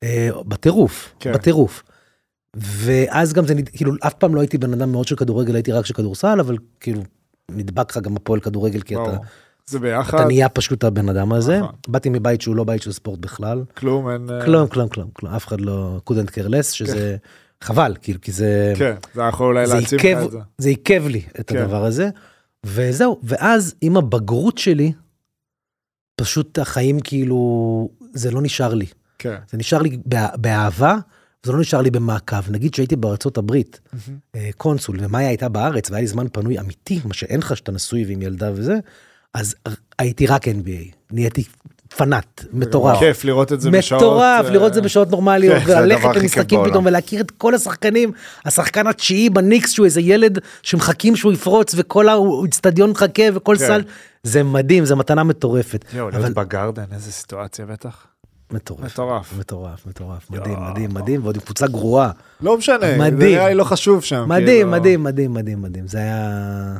[SPEAKER 3] אה, בטירוף,
[SPEAKER 1] כן.
[SPEAKER 3] בטירוף. ואז גם זה, נד- כאילו, אף פעם לא הייתי בן אדם מאוד של כדורגל, הייתי רק של כדורסל, אבל כאילו, נדבק לך גם הפועל כדורגל, כי אתה...
[SPEAKER 1] ברור. זה ביחד,
[SPEAKER 3] אתה נהיה פשוט הבן אדם הזה.
[SPEAKER 1] נכון.
[SPEAKER 3] באתי מבית שהוא לא בית של ספורט בכלל.
[SPEAKER 1] כלום, אין... אה,
[SPEAKER 3] כלום, כלום, כלום, כלום. אף אחד לא couldn't care less, שזה חבל, כאילו, כי זה...
[SPEAKER 1] כן, זה היה יכול אולי
[SPEAKER 3] זה
[SPEAKER 1] להעצים
[SPEAKER 3] עיכב-
[SPEAKER 1] לך את זה.
[SPEAKER 3] זה עיכב לי את
[SPEAKER 1] כן.
[SPEAKER 3] הדבר הזה. וזהו, ואז עם הבגרות שלי, פשוט החיים כאילו, זה לא נשאר לי.
[SPEAKER 1] כן.
[SPEAKER 3] זה נשאר לי בא- באהבה, זה לא נשאר לי במעקב. נגיד שהייתי בארצות הברית, אה, קונסול, ומאיה הייתה בארץ, והיה לי זמן פנוי אמיתי, מה שאין לך שאתה נשוי ועם ילדה וזה, אז ר- הייתי רק NBA, נהייתי פנאט, מטורף.
[SPEAKER 1] אה, כיף לראות את זה בשעות...
[SPEAKER 3] מטורף,
[SPEAKER 1] אה,
[SPEAKER 3] לראות את זה בשעות נורמליות,
[SPEAKER 2] כן, זה הדבר
[SPEAKER 3] וללכת
[SPEAKER 2] הכי כיף
[SPEAKER 3] למשחקים
[SPEAKER 2] בעולם.
[SPEAKER 3] פתאום,
[SPEAKER 1] לא.
[SPEAKER 3] ולהכיר את כל השחקנים, השחקן התשיעי בניקס, שהוא איזה ילד שמחכים שהוא יפרוץ, וכל האיצטדיון מחכה, וכל
[SPEAKER 1] כן.
[SPEAKER 3] סל, זה מדהים, זה מתנה מטורפת.
[SPEAKER 1] יואו,
[SPEAKER 3] אבל-
[SPEAKER 1] להיות בגרדן, איזה סיטואציה בטח.
[SPEAKER 3] מטורף.
[SPEAKER 1] מטורף.
[SPEAKER 3] מטורף, מטורף, מדהים, מדהים, מדהים, ועוד עם קבוצה גרועה.
[SPEAKER 1] לא משנה, זה
[SPEAKER 3] מדהים.
[SPEAKER 1] נראה לי לא חשוב שם.
[SPEAKER 3] מדהים,
[SPEAKER 1] כאילו.
[SPEAKER 3] מדהים, מדהים, מדהים, מדהים, זה היה...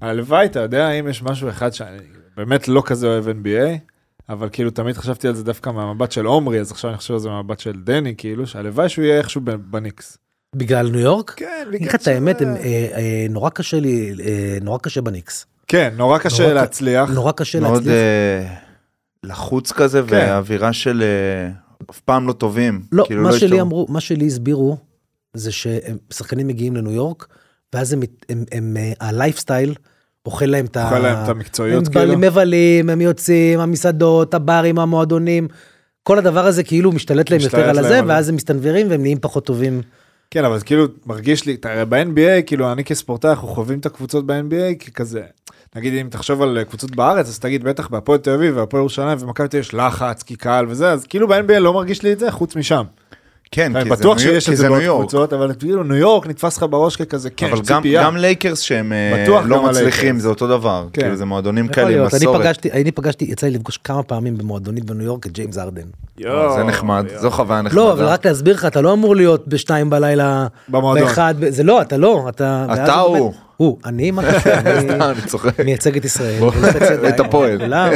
[SPEAKER 1] הלוואי, אתה יודע, אם יש משהו אחד שאני באמת לא כזה אוהב NBA, אבל כאילו תמיד חשבתי על זה דווקא מהמבט של עומרי, אז עכשיו אני חושב על זה מהמבט של דני, כאילו, שהלוואי שהוא יהיה איכשהו ב- בניקס.
[SPEAKER 3] בגלל ניו יורק?
[SPEAKER 1] כן,
[SPEAKER 3] אני אגיד לך את האמת, הם, אה, אה, נורא קשה לי, אה, נורא קשה בניקס.
[SPEAKER 1] כן, נורא קשה
[SPEAKER 3] נורא ק-
[SPEAKER 1] להצליח.
[SPEAKER 3] נורא קשה
[SPEAKER 2] מאוד
[SPEAKER 3] להצליח.
[SPEAKER 2] אה, לחוץ כזה, ואווירה של אה, אף פעם לא טובים.
[SPEAKER 3] כן. לא,
[SPEAKER 2] כאילו
[SPEAKER 3] מה שלי
[SPEAKER 2] השתלמו.
[SPEAKER 3] אמרו, מה שלי הסבירו, זה ששחקנים מגיעים לניו יורק, ואז הם, מת- הם, הם, אה, הלייפסטייל אוכל להם את ה...
[SPEAKER 1] אוכל להם את המקצועיות,
[SPEAKER 3] הם
[SPEAKER 1] כאילו.
[SPEAKER 3] כאילו. מבלים, הם יוצאים, המסעדות, הברים, המועדונים, כל הדבר הזה כאילו משתלט להם
[SPEAKER 1] משתלט
[SPEAKER 3] יותר על
[SPEAKER 1] להם
[SPEAKER 3] הזה,
[SPEAKER 1] על זה.
[SPEAKER 3] ואז הם מסתנוורים והם נהיים פחות טובים.
[SPEAKER 1] כן, אבל כאילו, מרגיש לי, תראה, ב-NBA, כאילו, אני כספורטאי, אנחנו חווים את הקבוצות ב-NBA ככזה. נגיד, אם תחשוב על אה, קבוצות בארץ, אז תגיד, בטח בהפועל תל אביב, והפועל ירושלים, ומכבי תל אביב יש לחץ, כי קהל וזה, אז כאילו ב-NBA לא מרגיש לי את זה, חוץ משם.
[SPEAKER 2] כן,
[SPEAKER 1] אני
[SPEAKER 2] כי זה
[SPEAKER 1] בטוח
[SPEAKER 2] ניו יורק-
[SPEAKER 1] שיש
[SPEAKER 2] כי
[SPEAKER 1] את זה
[SPEAKER 2] זה ניו
[SPEAKER 1] בעוד
[SPEAKER 2] יורק.
[SPEAKER 1] קבוצות, אבל כאילו, ניו יורק נתפס לך בראש ככזה, כן,
[SPEAKER 2] אבל
[SPEAKER 1] יש
[SPEAKER 2] גם,
[SPEAKER 1] ציפייה.
[SPEAKER 2] גם לייקרס שהם אה,
[SPEAKER 1] בטוח
[SPEAKER 2] לא
[SPEAKER 1] גם
[SPEAKER 2] מצליחים
[SPEAKER 1] הלייקרס.
[SPEAKER 2] זה אותו דבר,
[SPEAKER 1] כן.
[SPEAKER 2] כאילו זה מועדונים
[SPEAKER 3] יכול
[SPEAKER 2] כאלה עם
[SPEAKER 3] להיות, אני
[SPEAKER 2] מסורת,
[SPEAKER 3] פגשתי, אני פגשתי, יצא לי לפגוש כמה פעמים במועדונית בניו יורק את ג'יימס ארדן.
[SPEAKER 1] יואו,
[SPEAKER 2] אה, זה נחמד,
[SPEAKER 1] יואו.
[SPEAKER 2] זו חוויה נחמדה.
[SPEAKER 3] לא, אבל רק להסביר לך, אתה לא אמור להיות בשתיים בלילה,
[SPEAKER 1] במועדון.
[SPEAKER 3] באחד, ב- זה לא, אתה לא, אתה... ואז
[SPEAKER 2] אתה
[SPEAKER 3] באמת-
[SPEAKER 2] הוא.
[SPEAKER 3] הוא,
[SPEAKER 2] [LAUGHS]
[SPEAKER 3] אני, מה אתה
[SPEAKER 2] סתם, אני צוחק.
[SPEAKER 3] מייצג את ישראל,
[SPEAKER 2] בוא,
[SPEAKER 3] ולוחץ
[SPEAKER 2] [LAUGHS]
[SPEAKER 3] ידיים
[SPEAKER 2] את הפועל.
[SPEAKER 3] לכולם.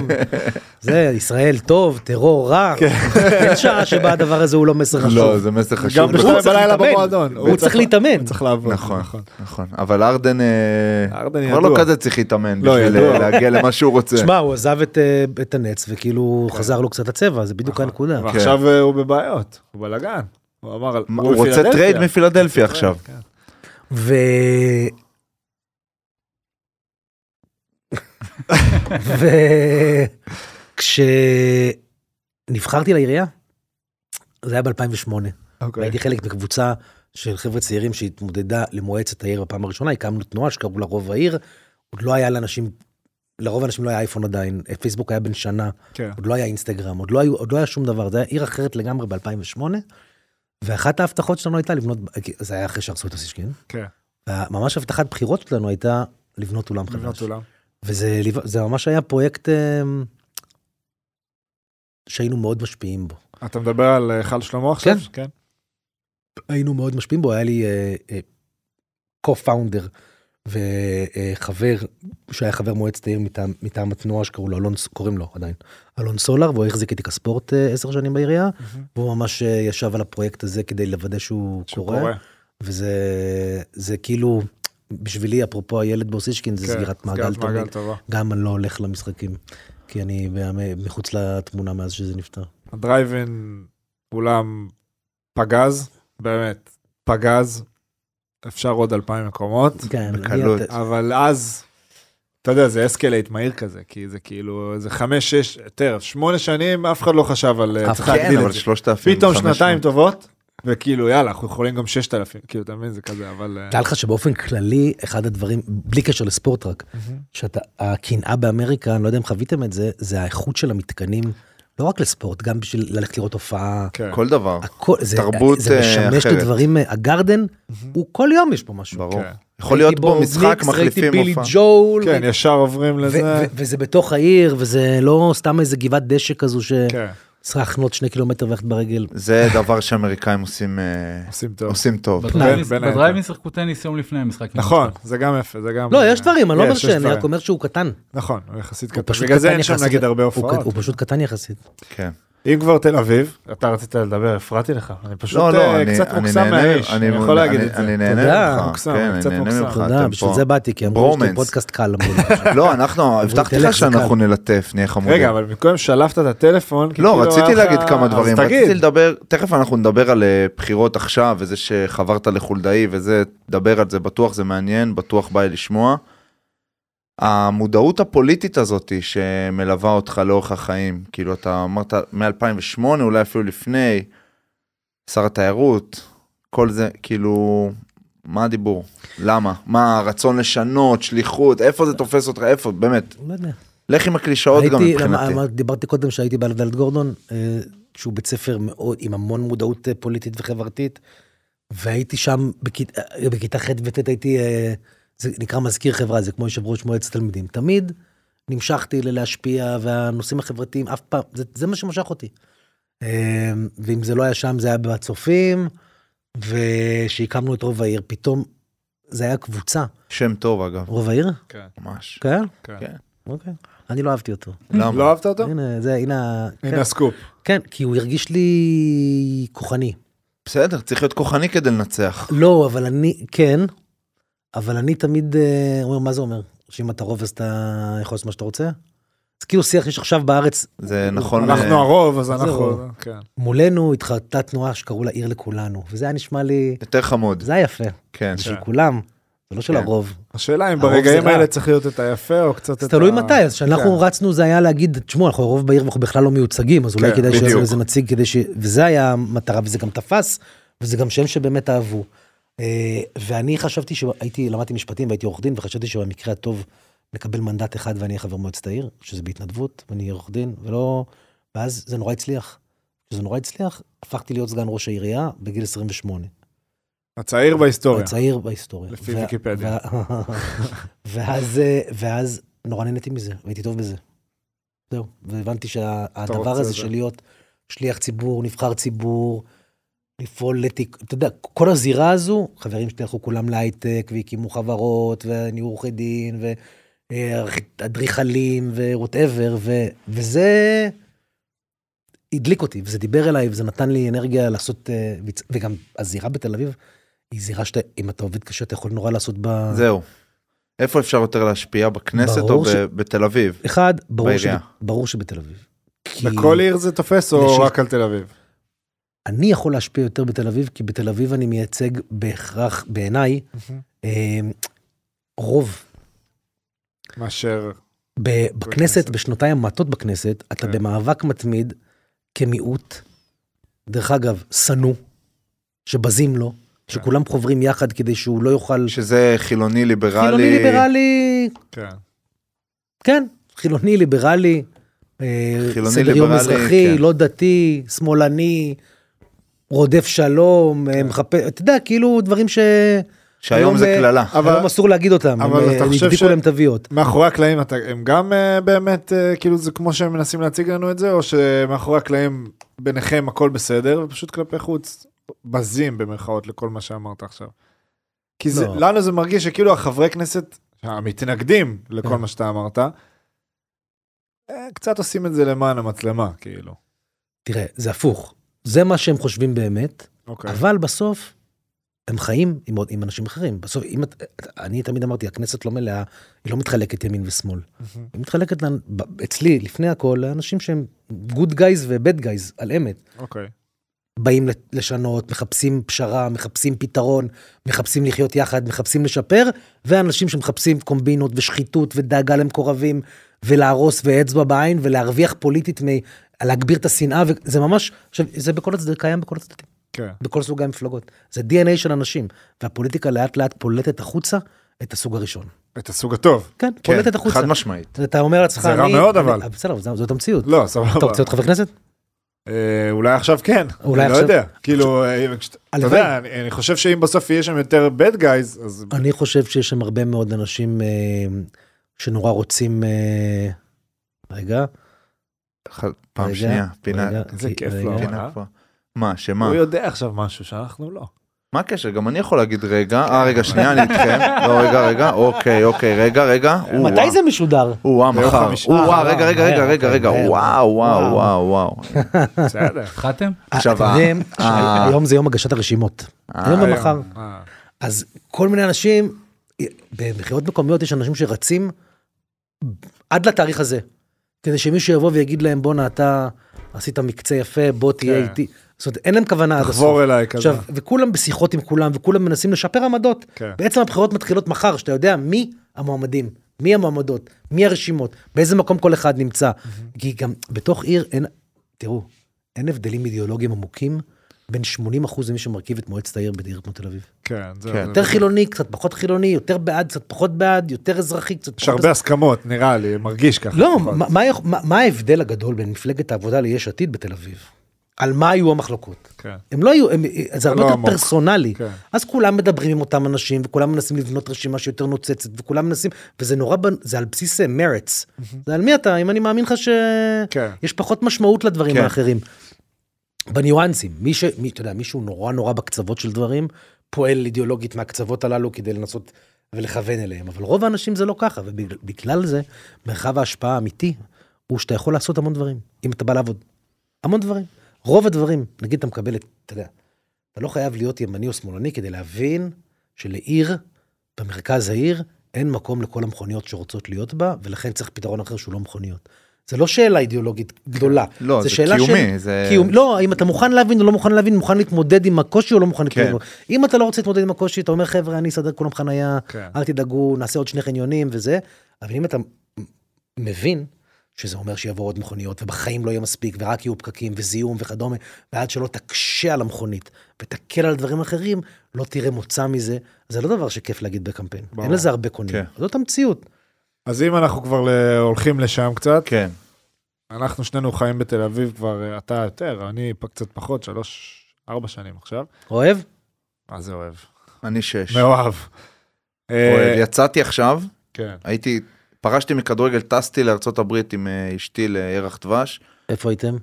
[SPEAKER 3] זה ישראל טוב, טרור
[SPEAKER 2] [LAUGHS]
[SPEAKER 3] רע, אין שעה שבה הדבר הזה הוא לא מסר חשוב.
[SPEAKER 2] כן. לא, זה מסר
[SPEAKER 1] גם
[SPEAKER 2] חשוב.
[SPEAKER 3] בכלל-
[SPEAKER 1] בשתיים
[SPEAKER 3] צריך
[SPEAKER 1] בלילה
[SPEAKER 3] להתאמן.
[SPEAKER 1] במועדון.
[SPEAKER 3] הוא צריך להתאמן.
[SPEAKER 1] הוא צריך לעבוד.
[SPEAKER 2] נכון, נכון. אבל ארדן אה,
[SPEAKER 1] ארדן
[SPEAKER 2] כבר לא
[SPEAKER 1] ידוע.
[SPEAKER 2] כזה צריך להתאמן
[SPEAKER 1] לא,
[SPEAKER 2] בשביל
[SPEAKER 1] ידוע.
[SPEAKER 2] אה, להגיע למה שהוא רוצה.
[SPEAKER 3] תשמע, הוא עזב את, אה, את הנץ, וכאילו
[SPEAKER 2] כן.
[SPEAKER 3] חזר לו קצת הצבע, זה
[SPEAKER 2] נכון.
[SPEAKER 3] בדיוק הנקודה.
[SPEAKER 1] ועכשיו אה, הוא בבעיות, הוא בלאגן. הוא אמר, על-
[SPEAKER 2] מה, הוא רוצה טרייד
[SPEAKER 1] בפילדלפיה.
[SPEAKER 2] מפילדלפיה עכשיו.
[SPEAKER 1] כן.
[SPEAKER 3] ו... ו... כשנבחרתי לעירייה, זה היה ב-2008,
[SPEAKER 1] אוקיי.
[SPEAKER 3] והייתי חלק מקבוצה של חבר'ה צעירים שהתמודדה למועצת העיר בפעם הראשונה, הקמנו תנועה שקראו לה רוב העיר, עוד לא היה לאנשים לרוב האנשים לא היה אייפון עדיין, פייסבוק היה בן שנה,
[SPEAKER 1] כן.
[SPEAKER 3] עוד לא היה אינסטגרם, עוד לא, היו, עוד לא היה שום דבר, זה היה עיר אחרת לגמרי ב-2008, ואחת ההבטחות שלנו הייתה לבנות, כי זה היה אחרי שהרסו את הסישקין,
[SPEAKER 1] כן.
[SPEAKER 3] ממש הבטחת בחירות שלנו הייתה לבנות אולם
[SPEAKER 1] לבנות
[SPEAKER 3] חדש.
[SPEAKER 1] אולם.
[SPEAKER 3] וזה ליו- זה ממש היה פרויקט אמ, שהיינו מאוד משפיעים בו.
[SPEAKER 1] אתה מדבר על אה, חל שלמה עכשיו?
[SPEAKER 3] כן.
[SPEAKER 1] כן.
[SPEAKER 3] היינו מאוד משפיעים בו, היה לי אה, אה, co-founder וחבר שהיה חבר מועצת העיר מטעם, מטעם התנועה שקראו לו אלון, ס- קוראים לו עדיין, אלון סולר, והוא החזיק איתי כספורט אה, עשר שנים בעירייה,
[SPEAKER 1] Mhm.
[SPEAKER 3] והוא ממש אה, ישב על הפרויקט הזה כדי לוודא שהוא,
[SPEAKER 1] שהוא
[SPEAKER 3] קורה,
[SPEAKER 1] קורא.
[SPEAKER 3] וזה זה כאילו, בשבילי, אפרופו הילד באוסישקין, זה
[SPEAKER 1] כן,
[SPEAKER 3] סגירת מעגל
[SPEAKER 1] סגירת
[SPEAKER 3] תמיד,
[SPEAKER 1] מעגל טובה.
[SPEAKER 3] גם אני לא הולך למשחקים, כי אני מה- מחוץ לתמונה מאז שזה נפתר.
[SPEAKER 1] הדרייבין אולם פגז, באמת, פגז, אפשר עוד אלפיים מקומות,
[SPEAKER 3] כן, אני-
[SPEAKER 2] בקלות.
[SPEAKER 3] אתה-
[SPEAKER 1] אבל אז, אתה יודע, זה אסקלייט מהיר כזה, כי זה כאילו, זה חמש, שש, יותר, שמונה שנים, אף אחד לא חשב על, אה,
[SPEAKER 3] אף
[SPEAKER 1] צריך
[SPEAKER 3] אחד,
[SPEAKER 2] כן,
[SPEAKER 1] להגדיל
[SPEAKER 2] אבל
[SPEAKER 1] את זה.
[SPEAKER 2] 3,000.
[SPEAKER 1] פתאום
[SPEAKER 2] 500.
[SPEAKER 1] שנתיים טובות, וכאילו, יאללה, אנחנו יכולים גם ששת אלפים, כאילו, אתה מבין, זה כזה, אבל... אה,
[SPEAKER 3] תאר לך שבאופן כללי, אחד הדברים, בלי קשר לספורט רק,
[SPEAKER 1] מהמם.
[SPEAKER 3] שאתה, הקנאה באמריקה, אני לא יודע אם חוויתם את זה, זה האיכות של המתקנים, לא רק לספורט, גם בשביל ללכת לראות הופעה.
[SPEAKER 1] כן.
[SPEAKER 2] כל דבר,
[SPEAKER 3] הכל, זה,
[SPEAKER 2] תרבות,
[SPEAKER 3] זה
[SPEAKER 2] אה,
[SPEAKER 3] משמש את
[SPEAKER 2] אחרת.
[SPEAKER 3] הדברים, אה, הגרדן, הוא כל יום יש פה משהו.
[SPEAKER 2] ברור.
[SPEAKER 1] כן.
[SPEAKER 2] יכול להיות
[SPEAKER 3] ראיתי
[SPEAKER 2] בו
[SPEAKER 3] בוב
[SPEAKER 2] משחק,
[SPEAKER 3] ניקס,
[SPEAKER 2] מחליפים
[SPEAKER 3] ראיתי בילי
[SPEAKER 2] מופע.
[SPEAKER 3] ג'ול,
[SPEAKER 1] כן,
[SPEAKER 3] ו-
[SPEAKER 1] ישר עוברים
[SPEAKER 3] ו-
[SPEAKER 1] לזה.
[SPEAKER 3] ו- וזה בתוך העיר, וזה לא סתם איזה גבעת דשא כזו שצריך
[SPEAKER 1] כן,
[SPEAKER 3] לחנות שני קילומטר וללכת ברגל.
[SPEAKER 2] זה דבר שאמריקאים עושים,
[SPEAKER 3] [LAUGHS]
[SPEAKER 2] אה,
[SPEAKER 1] עושים טוב.
[SPEAKER 2] עושים טוב.
[SPEAKER 1] בין-
[SPEAKER 4] בדרייבין
[SPEAKER 1] בין היתר.
[SPEAKER 4] בדרייבין שיחקו טניס יום לפני המשחק.
[SPEAKER 1] נכון, זה גם יפה, זה גם... אה,
[SPEAKER 3] לא, יש דברים, אני לא
[SPEAKER 1] יש,
[SPEAKER 3] אומר
[SPEAKER 1] יש
[SPEAKER 3] שאין, אני
[SPEAKER 1] דברים.
[SPEAKER 3] רק אומר שהוא קטן.
[SPEAKER 1] נכון, הוא יחסית
[SPEAKER 3] הוא
[SPEAKER 1] קטן.
[SPEAKER 3] פשוט
[SPEAKER 1] בגלל זה
[SPEAKER 3] קטן
[SPEAKER 1] אין שם
[SPEAKER 3] יחסית.
[SPEAKER 1] נגיד הרבה
[SPEAKER 3] הוא ק-
[SPEAKER 1] הופעות. אה,
[SPEAKER 3] הוא פשוט קטן יחסית.
[SPEAKER 2] כן.
[SPEAKER 1] אם כבר תל אביב, אתה רצית לדבר, הפרעתי לך. אני פשוט
[SPEAKER 2] לא, לא,
[SPEAKER 1] אה,
[SPEAKER 2] אני
[SPEAKER 1] קצת
[SPEAKER 2] אני
[SPEAKER 1] מוקסם
[SPEAKER 2] נהנה,
[SPEAKER 1] מהאיש, אני יכול להגיד את
[SPEAKER 2] אני
[SPEAKER 1] זה.
[SPEAKER 2] נהנה
[SPEAKER 3] תודה,
[SPEAKER 2] ממך,
[SPEAKER 1] מוקסם,
[SPEAKER 2] כן,
[SPEAKER 1] קצת
[SPEAKER 2] אני נהנה
[SPEAKER 1] מוקסם.
[SPEAKER 2] ממך,
[SPEAKER 3] תודה,
[SPEAKER 2] אתם
[SPEAKER 3] בשביל
[SPEAKER 2] פה.
[SPEAKER 3] זה באתי, כי אמרו שאתם
[SPEAKER 2] ברומנס.
[SPEAKER 3] פודקאסט קל. אמרו לי.
[SPEAKER 1] [LAUGHS]
[SPEAKER 2] לא, אנחנו, הבטחתי
[SPEAKER 3] תלך,
[SPEAKER 2] לך
[SPEAKER 3] זה
[SPEAKER 2] שאנחנו
[SPEAKER 3] קל.
[SPEAKER 2] נלטף, נהיה חמודים.
[SPEAKER 1] רגע, אבל במקום שלפת את הטלפון, כי
[SPEAKER 2] לא,
[SPEAKER 1] כאילו
[SPEAKER 2] רציתי
[SPEAKER 1] היה לך-
[SPEAKER 2] להגיד כמה דברים,
[SPEAKER 1] אז
[SPEAKER 2] רציתי
[SPEAKER 1] תגיד.
[SPEAKER 2] לדבר, תכף אנחנו נדבר על אה, בחירות עכשיו, וזה שחברת לחולדאי וזה, דבר על זה, בטוח זה מעניין, בטוח בא לי לשמוע. המודעות הפוליטית הזאת שמלווה אותך לאורך החיים, כאילו אתה אמרת מ-2008, אולי אפילו לפני, שר התיירות, כל זה, כאילו, מה הדיבור? למה? מה הרצון לשנות, שליחות, איפה זה תופס אותך, איפה, באמת,
[SPEAKER 3] לא יודע.
[SPEAKER 2] לך עם הקלישאות גם
[SPEAKER 3] הייתי-
[SPEAKER 2] מבחינתי.
[SPEAKER 3] אמר- דיברתי קודם שהייתי בעל דלת גורדון, אה, שהוא בית ספר מאוד, עם המון מודעות אה, פוליטית וחברתית, והייתי שם בכית- אה, בכיתה ח' וט' הייתי, אה, זה נקרא מזכיר חברה, זה כמו יושב ראש מועצת תלמידים. תמיד נמשכתי ללהשפיע, והנושאים החברתיים אף פעם, זה- זה מה שמשך אותי. אה, ואם זה לא היה שם, זה היה בצופים, וכשהקמנו את רוב העיר, פתאום זה היה קבוצה.
[SPEAKER 2] שם טוב אגב,
[SPEAKER 3] רוב העיר?
[SPEAKER 2] ממש.
[SPEAKER 3] כן?
[SPEAKER 1] כן.
[SPEAKER 2] כן.
[SPEAKER 3] אוקיי. אני לא אהבתי אותו.
[SPEAKER 2] למה?
[SPEAKER 1] לא אהבת אותו?
[SPEAKER 3] הנה, זה, הנה, ה- כן,
[SPEAKER 1] הנה הסקופ.
[SPEAKER 3] כן, כי הוא הרגיש לי כוחני.
[SPEAKER 2] בסדר, צריך להיות כוחני כדי לנצח.
[SPEAKER 3] לא, אבל אני, כן, אבל אני תמיד אה, אומר, מה זה אומר? שאם אתה רוב אז אתה יכול לעשות מה שאתה רוצה? זה כאילו שיח יש עכשיו בארץ,
[SPEAKER 2] זה נכון.
[SPEAKER 1] אנחנו
[SPEAKER 2] אה,
[SPEAKER 1] הרוב, אז אנחנו...
[SPEAKER 3] הרוב.
[SPEAKER 1] כן.
[SPEAKER 3] מולנו התחרטה תנועה שקראו לה עיר לכולנו, וזה היה נשמע לי,
[SPEAKER 2] יותר חמוד,
[SPEAKER 3] זה היה יפה,
[SPEAKER 2] כן.
[SPEAKER 3] זה של כולם, זה לא של
[SPEAKER 2] כן.
[SPEAKER 3] הרוב.
[SPEAKER 1] השאלה אם
[SPEAKER 3] הרוב
[SPEAKER 1] ברגעים
[SPEAKER 3] זה רע.
[SPEAKER 1] האלה צריך להיות את היפה או קצת את ה...
[SPEAKER 3] אז תלוי מתי, אז כשאנחנו
[SPEAKER 1] כן.
[SPEAKER 3] רצנו זה היה להגיד, תשמעו, אנחנו הרוב בעיר ואנחנו בכלל לא מיוצגים, אז אולי
[SPEAKER 1] כן,
[SPEAKER 3] כדאי שיעשו
[SPEAKER 2] בדיוק.
[SPEAKER 3] איזה נציג כדי ש... וזה היה המטרה, וזה גם תפס, וזה גם שם שבאמת אהבו. אה, ואני חשבתי שהייתי, למדתי משפטים והייתי עורך דין, וחשבתי שבמקרה הטוב נקבל מנדט אחד ואני אהיה חבר מועצת העיר, שזה בהתנדבות, ואני אהיה עורך דין, ולא... ואז זה נורא הצליח. כשזה נורא הצליח, הפכתי להיות סגן ראש העירייה בגיל 28.
[SPEAKER 1] הצעיר בהיסטוריה.
[SPEAKER 3] הצעיר בהיסטוריה.
[SPEAKER 1] לפי
[SPEAKER 3] ו-
[SPEAKER 1] ויקיפדיה.
[SPEAKER 3] ו- [LAUGHS] ואז, אה, ואז נורא נהניתי מזה, והייתי טוב בזה. זהו, והבנתי שהדבר
[SPEAKER 1] רוצה את
[SPEAKER 3] הזה
[SPEAKER 1] זה.
[SPEAKER 3] של להיות שליח ציבור, נבחר ציבור, לפעול לתיק, אתה יודע, כל הזירה הזו, חברים שלי הלכו כולם להייטק, והקימו חברות, ונהיו עורכי דין, ואדריכלים, אה, ווואטאבר, וזה... הדליק אותי, וזה דיבר אליי, וזה נתן לי אנרגיה לעשות, אה, ויצ- וגם הזירה בתל אביב, היא זירה שאתה, אם אתה עובד קשה, אתה יכול נורא לעשות בה...
[SPEAKER 2] זהו. איפה אפשר יותר להשפיע, בכנסת או
[SPEAKER 3] ברור
[SPEAKER 2] ב-
[SPEAKER 3] ש-
[SPEAKER 2] בתל אביב?
[SPEAKER 3] אחד, ברור, שב,
[SPEAKER 2] בעירייה.
[SPEAKER 3] ברור שבתל אביב. כי
[SPEAKER 1] בכל עיר זה תופס או
[SPEAKER 3] לשיר-
[SPEAKER 1] רק על תל אביב?
[SPEAKER 3] אני יכול להשפיע יותר בתל אביב, כי בתל אביב אני מייצג בהכרח, בעיניי, אה, רוב.
[SPEAKER 1] מאשר...
[SPEAKER 3] ב-
[SPEAKER 1] בכנסת.
[SPEAKER 3] בכנסת, בשנותיי המעטות בכנסת, אתה
[SPEAKER 1] כן.
[SPEAKER 3] במאבק מתמיד כמיעוט, דרך אגב, שנוא, שבזים לו,
[SPEAKER 1] כן.
[SPEAKER 3] שכולם חוברים יחד כדי שהוא לא יוכל...
[SPEAKER 2] שזה חילוני ליברלי.
[SPEAKER 3] חילוני ליברלי,
[SPEAKER 1] כן.
[SPEAKER 3] כן, חילוני, ליברלי, אה,
[SPEAKER 2] חילוני,
[SPEAKER 3] סדר יום
[SPEAKER 2] ליברלי,
[SPEAKER 3] מזרחי,
[SPEAKER 2] כן.
[SPEAKER 3] לא דתי, שמאלני, רודף שלום,
[SPEAKER 1] כן.
[SPEAKER 3] אה, מחפש, אתה יודע, כאילו דברים ש...
[SPEAKER 2] שהיום זה
[SPEAKER 3] היום,
[SPEAKER 2] קללה.
[SPEAKER 3] אה, היום
[SPEAKER 1] אבל-
[SPEAKER 3] אסור להגיד אותם,
[SPEAKER 1] אבל
[SPEAKER 3] הם,
[SPEAKER 1] אתה
[SPEAKER 3] אה,
[SPEAKER 1] חושב ש-
[SPEAKER 3] הדביקו להם תוויות.
[SPEAKER 1] מאחורי הקלעים אתה, הם גם אה, באמת אה, כאילו זה כמו שהם מנסים להציג לנו את זה או שמאחורי הקלעים ביניכם הכל בסדר ופשוט כלפי חוץ בזים במרכאות לכל מה שאמרת עכשיו. כי זה,
[SPEAKER 3] לא.
[SPEAKER 1] לנו זה מרגיש שכאילו החברי כנסת המתנגדים לכל
[SPEAKER 3] כן.
[SPEAKER 1] מה שאתה אמרת. אה, קצת עושים את זה למען המצלמה כאילו.
[SPEAKER 3] תראה, זה הפוך. זה מה שהם חושבים באמת,
[SPEAKER 1] אוקיי.
[SPEAKER 3] אבל בסוף, הם חיים עם, עוד- עם אנשים אחרים. בסוף, אם את... את- אני תמיד אמרתי, הכנסת לא מלאה, היא לא מתחלקת ימין ושמאל.
[SPEAKER 1] מהמם.
[SPEAKER 3] היא מתחלקת, לאנ- ב- אצלי, לפני הכל, לאנשים שהם גוד גייז ובד גייז, על אמת.
[SPEAKER 1] אוקיי.
[SPEAKER 3] באים לשנות, מחפשים פשרה, מחפשים פתרון, מחפשים לחיות יחד, מחפשים לשפר, ואנשים שמחפשים קומבינות ושחיתות ודאגה למקורבים, ולהרוס ואצבע בעין, ולהרוויח פוליטית, מ... להגביר את השנאה, וזה ממש, עכשיו, זה בכל הצדדים, קיים בכל הצדדים.
[SPEAKER 1] כן.
[SPEAKER 3] בכל סוגי המפלגות. זה DNA של אנשים, והפוליטיקה לאט לאט פולטת החוצה את הסוג הראשון.
[SPEAKER 1] את הסוג הטוב.
[SPEAKER 3] כן,
[SPEAKER 2] כן,
[SPEAKER 3] פולטת החוצה.
[SPEAKER 2] חד משמעית.
[SPEAKER 3] אתה אומר לעצמך,
[SPEAKER 1] זה רע
[SPEAKER 3] אני-
[SPEAKER 1] מאוד,
[SPEAKER 3] אני- אה,
[SPEAKER 1] אבל.
[SPEAKER 3] בסדר, אבל זו- זאת המציאות.
[SPEAKER 1] לא סבבה.
[SPEAKER 3] אתה רוצה להיות חבר כנסת?
[SPEAKER 1] אה, אולי עכשיו כן,
[SPEAKER 3] אולי
[SPEAKER 1] אני לא
[SPEAKER 3] עכשיו-
[SPEAKER 1] יודע, כאילו, אה, כשאתה- אתה
[SPEAKER 3] הלוואי.
[SPEAKER 1] יודע, אני אני חושב שאם בסוף יהיה שם יותר bad guys, אז
[SPEAKER 3] אני חושב שיש שם הרבה מאוד אנשים אה, שנורא רוצים... אה, רגע,
[SPEAKER 2] ח- פעם
[SPEAKER 3] רגע,
[SPEAKER 2] שנייה, פינה.
[SPEAKER 3] רגע,
[SPEAKER 1] איזה
[SPEAKER 3] כי-
[SPEAKER 1] כיף
[SPEAKER 3] רגע.
[SPEAKER 1] לו.
[SPEAKER 2] פינה
[SPEAKER 1] אה?
[SPEAKER 2] כבר. מה, שמה?
[SPEAKER 1] הוא יודע עכשיו משהו שאנחנו
[SPEAKER 3] [LAUGHS]
[SPEAKER 1] לא.
[SPEAKER 2] מה הקשר? גם אני יכול להגיד רגע, אה רגע שנייה אני איתכם, לא רגע רגע, אוקיי אוקיי רגע רגע,
[SPEAKER 1] לא.
[SPEAKER 2] או-אה.
[SPEAKER 3] מתי זה משודר?
[SPEAKER 2] או-אה
[SPEAKER 1] ביום
[SPEAKER 2] מחר,
[SPEAKER 1] חמישי.
[SPEAKER 2] או-אה
[SPEAKER 3] אה,
[SPEAKER 2] רגע רגע רגע
[SPEAKER 3] מהר,
[SPEAKER 2] רגע רגע,
[SPEAKER 3] מהר.
[SPEAKER 2] וואו וואו
[SPEAKER 3] וואו.
[SPEAKER 2] וואו וואו,
[SPEAKER 1] בסדר.
[SPEAKER 4] התחלתם?
[SPEAKER 2] עכשיו,
[SPEAKER 3] אתם
[SPEAKER 2] אה,
[SPEAKER 3] יודעים
[SPEAKER 2] אה.
[SPEAKER 3] שהיום זה יום הגשת הרשימות. היום ומחר.
[SPEAKER 1] אה,
[SPEAKER 3] אז כל מיני אנשים, במכירות מקומיות יש אנשים שרצים עד לתאריך הזה, כדי שמישהו יבוא ויגיד להם, בואנה, אתה עשית מקצה יפה, בוא תהיה
[SPEAKER 1] כן.
[SPEAKER 3] איתי. זאת אומרת, אין להם כוונה עד הסוף.
[SPEAKER 1] תחבור אליי כזה.
[SPEAKER 3] עכשיו, וכולם בשיחות עם כולם, וכולם מנסים לשפר עמדות.
[SPEAKER 1] כן.
[SPEAKER 3] בעצם הבחירות מתחילות מחר, שאתה יודע מי המועמדים, מי המועמדות, מי הרשימות, באיזה מקום כל אחד נמצא. כי גם בתוך עיר אין, תראו, אין הבדלים אידיאולוגיים עמוקים בין 80% למי שמרכיב את מועצת העיר בעיר כמו תל אביב.
[SPEAKER 1] כן, זה...
[SPEAKER 2] כן.
[SPEAKER 1] זה-
[SPEAKER 3] יותר חילוני, קצת פחות חילוני, יותר בעד, קצת פחות בעד, יותר אזרחי, קצת
[SPEAKER 1] יש
[SPEAKER 3] פחות...
[SPEAKER 1] הרבה נכון. הסכמות, נראה לי, מרגיש ככה.
[SPEAKER 3] לא,
[SPEAKER 1] לפחות.
[SPEAKER 3] מה- מה יכול- מה מה ההבדל הגדול בין מפלגת העבודה ליש עתיד בתל אביב? על מה היו המחלוקות?
[SPEAKER 1] כן.
[SPEAKER 3] הם לא היו, הם, זה הרבה
[SPEAKER 1] לא
[SPEAKER 3] יותר
[SPEAKER 1] עמוק.
[SPEAKER 3] פרסונלי.
[SPEAKER 1] כן.
[SPEAKER 3] אז כולם מדברים עם אותם אנשים, וכולם מנסים לבנות רשימה שיותר נוצצת, וכולם מנסים, וזה נורא, בנ- זה על בסיס מרץ. זה על מי אתה, אם אני מאמין לך
[SPEAKER 1] כן.
[SPEAKER 3] שיש פחות משמעות לדברים
[SPEAKER 2] כן.
[SPEAKER 3] האחרים. בניואנסים, מי ש... מי, אתה יודע, מישהו נורא נורא בקצוות של דברים, פועל אידיאולוגית מהקצוות הללו כדי לנסות ולכוון אליהם, אבל רוב האנשים זה לא ככה, ובגלל זה, מרחב ההשפעה האמיתי הוא שאתה יכול לעשות המון דברים, אם אתה בא לעבוד. המון דברים. רוב הדברים, נגיד אתה מקבל את, אתה יודע, אתה לא חייב להיות ימני או שמאלני כדי להבין שלעיר, במרכז העיר, אין מקום לכל המכוניות שרוצות להיות בה, ולכן צריך פתרון אחר שהוא לא מכוניות. זה לא שאלה אידיאולוגית גדולה.
[SPEAKER 2] לא,
[SPEAKER 3] זו
[SPEAKER 2] זה
[SPEAKER 3] שאלה
[SPEAKER 2] קיומי, זה-
[SPEAKER 3] קיומי, לא, אם אתה מוכן להבין או לא מוכן להבין, מוכן להתמודד עם הקושי או לא מוכן להתמודד.
[SPEAKER 2] כן.
[SPEAKER 3] עם הקושי. אם אתה לא רוצה להתמודד עם הקושי, אתה אומר, חבר'ה, אני אסדר כולם חנייה,
[SPEAKER 1] כן.
[SPEAKER 3] אל תדאגו, נעשה עוד שני חניונים וזה, אבל אם אתה מבין שזה אומר שיבואו עוד מכוניות, ובחיים לא יהיה מספיק, ורק יהיו פקקים וזיהום וכדומה, ועד שלא תקשה על המכונית ותקל על דברים אחרים, לא תראה מוצא מזה. זה לא דבר שכיף להגיד בקמפיין.
[SPEAKER 1] ברור.
[SPEAKER 3] אין לזה הרבה קונים.
[SPEAKER 2] כן.
[SPEAKER 3] זאת המציאות.
[SPEAKER 1] אז אם אנחנו כבר ל- הולכים לשם קצת,
[SPEAKER 2] כן,
[SPEAKER 1] אנחנו שנינו חיים בתל אביב כבר, אה, אתה יותר, אני פ- קצת פחות, שלוש, ארבע שנים עכשיו.
[SPEAKER 3] אוהב?
[SPEAKER 1] מה זה אוהב?
[SPEAKER 2] אני שש,
[SPEAKER 1] מאוהב. אה,
[SPEAKER 2] אוהב. יצאתי עכשיו,
[SPEAKER 1] כן.
[SPEAKER 2] הייתי, פרשתי מכדורגל, טסתי לארצות הברית עם אה, אשתי לירח דבש,
[SPEAKER 3] איפה הייתם?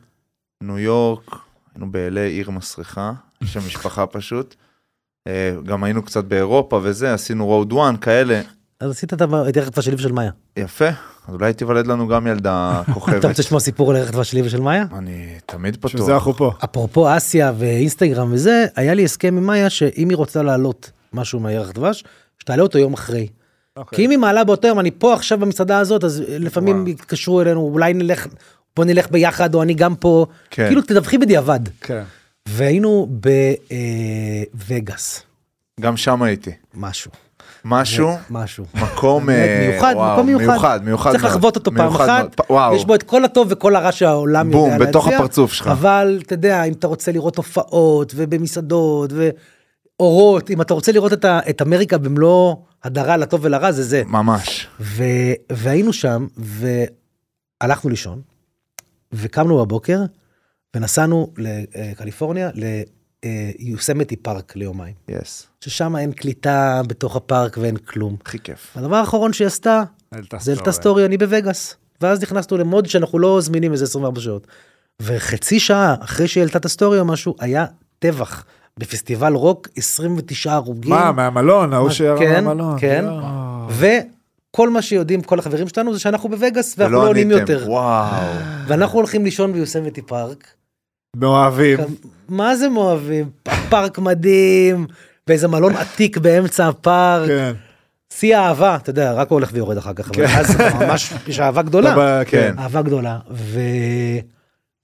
[SPEAKER 2] ניו יורק, היינו ב-LA עיר מסריחה, שם משפחה [LAUGHS] פשוט, אה, גם היינו קצת באירופה וזה, עשינו רוד וואן כאלה,
[SPEAKER 3] אז עשית את ה- את הירח שלי ושל מאיה.
[SPEAKER 2] יפה, אז אולי תיוולד לנו גם ילדה
[SPEAKER 3] [LAUGHS] אתה רוצה
[SPEAKER 2] כוכבת.
[SPEAKER 3] לשמוע סיפור על הירח שלי ושל מאיה?
[SPEAKER 2] אני תמיד
[SPEAKER 1] בשביל זה
[SPEAKER 2] פתוח.
[SPEAKER 1] אנחנו פה.
[SPEAKER 3] אפרופו אסיה ואינסטגרם וזה, היה לי הסכם עם מאיה שאם היא רוצה להעלות משהו מהירח דבש, שתעלה אותו יום אחרי.
[SPEAKER 2] כן.
[SPEAKER 1] אוקיי.
[SPEAKER 3] כי אם היא מעלה באותו יום, אני פה עכשיו במסעדה הזאת, אז לפעמים
[SPEAKER 1] וואו.
[SPEAKER 3] יתקשרו אלינו, אולי נלך, בוא נלך ביחד, או אני גם פה.
[SPEAKER 2] כן.
[SPEAKER 3] כאילו, תדווחי בדיעבד.
[SPEAKER 1] כן.
[SPEAKER 3] והיינו בווגאס,
[SPEAKER 2] גם שם הייתי.
[SPEAKER 3] משהו.
[SPEAKER 2] משהו,
[SPEAKER 3] משהו.
[SPEAKER 2] מקום
[SPEAKER 3] באמת
[SPEAKER 2] אה,
[SPEAKER 3] מיוחד,
[SPEAKER 2] וואו,
[SPEAKER 3] מקום מיוחד.
[SPEAKER 2] מיוחד, מיוחד
[SPEAKER 3] צריך
[SPEAKER 2] מאוד.
[SPEAKER 3] לחוות אותו פעם
[SPEAKER 2] מיוחד מאוד.
[SPEAKER 3] אחת,
[SPEAKER 2] פ- וואו,
[SPEAKER 3] יש בו את כל הטוב וכל הרע שהעולם
[SPEAKER 2] בום,
[SPEAKER 3] יודע
[SPEAKER 2] בתוך
[SPEAKER 3] להציע,
[SPEAKER 2] הפרצוף שלך.
[SPEAKER 3] אבל אתה יודע, אם אתה רוצה לראות הופעות ובמסעדות ואורות, אם אתה רוצה לראות את, ה- את אמריקה במלוא הדרה לטוב ולרע, זה זה.
[SPEAKER 2] ממש.
[SPEAKER 3] ו, והיינו שם, והלכנו לישון, וקמנו בבוקר, ונסענו לקליפורניה, ליוסמתי פארק ליומיים,
[SPEAKER 2] יס.
[SPEAKER 3] ששם אין קליטה בתוך הפארק ואין כלום.
[SPEAKER 2] הכי כיף.
[SPEAKER 3] הדבר האחרון שהיא עשתה,
[SPEAKER 1] העלתה
[SPEAKER 3] זה העלתה
[SPEAKER 1] סטורי.
[SPEAKER 3] סטורי, אני בווגאס. ואז נכנסנו למוד שאנחנו לא זמינים איזה 24 שעות. וחצי שעה אחרי שהיא העלתה את הסטורי או משהו, היה טבח. בפסטיבל רוק 29 הרוגים.
[SPEAKER 1] מה, מהמלון, ההוא
[SPEAKER 3] מה-
[SPEAKER 1] שירה
[SPEAKER 3] כן,
[SPEAKER 1] מהמלון.
[SPEAKER 3] כן.
[SPEAKER 1] יואו.
[SPEAKER 3] וכל מה שיודעים כל החברים שלנו זה שאנחנו בווגאס ואנחנו לא
[SPEAKER 2] ולא
[SPEAKER 3] עונים
[SPEAKER 2] עניתם.
[SPEAKER 3] יותר.
[SPEAKER 2] וואו.
[SPEAKER 3] ואנחנו הולכים לישון ביוסמתי פארק.
[SPEAKER 1] מאוהבים.
[SPEAKER 3] מה זה מאוהבים? פארק מדהים, באיזה מלון עתיק באמצע הפארק.
[SPEAKER 1] כן.
[SPEAKER 3] שיא האהבה, אתה יודע, רק הוא הולך ויורד אחר כך, אבל אז ממש יש אהבה גדולה.
[SPEAKER 1] אתה בא- כן.
[SPEAKER 2] כן.
[SPEAKER 3] אהבה גדולה, ו...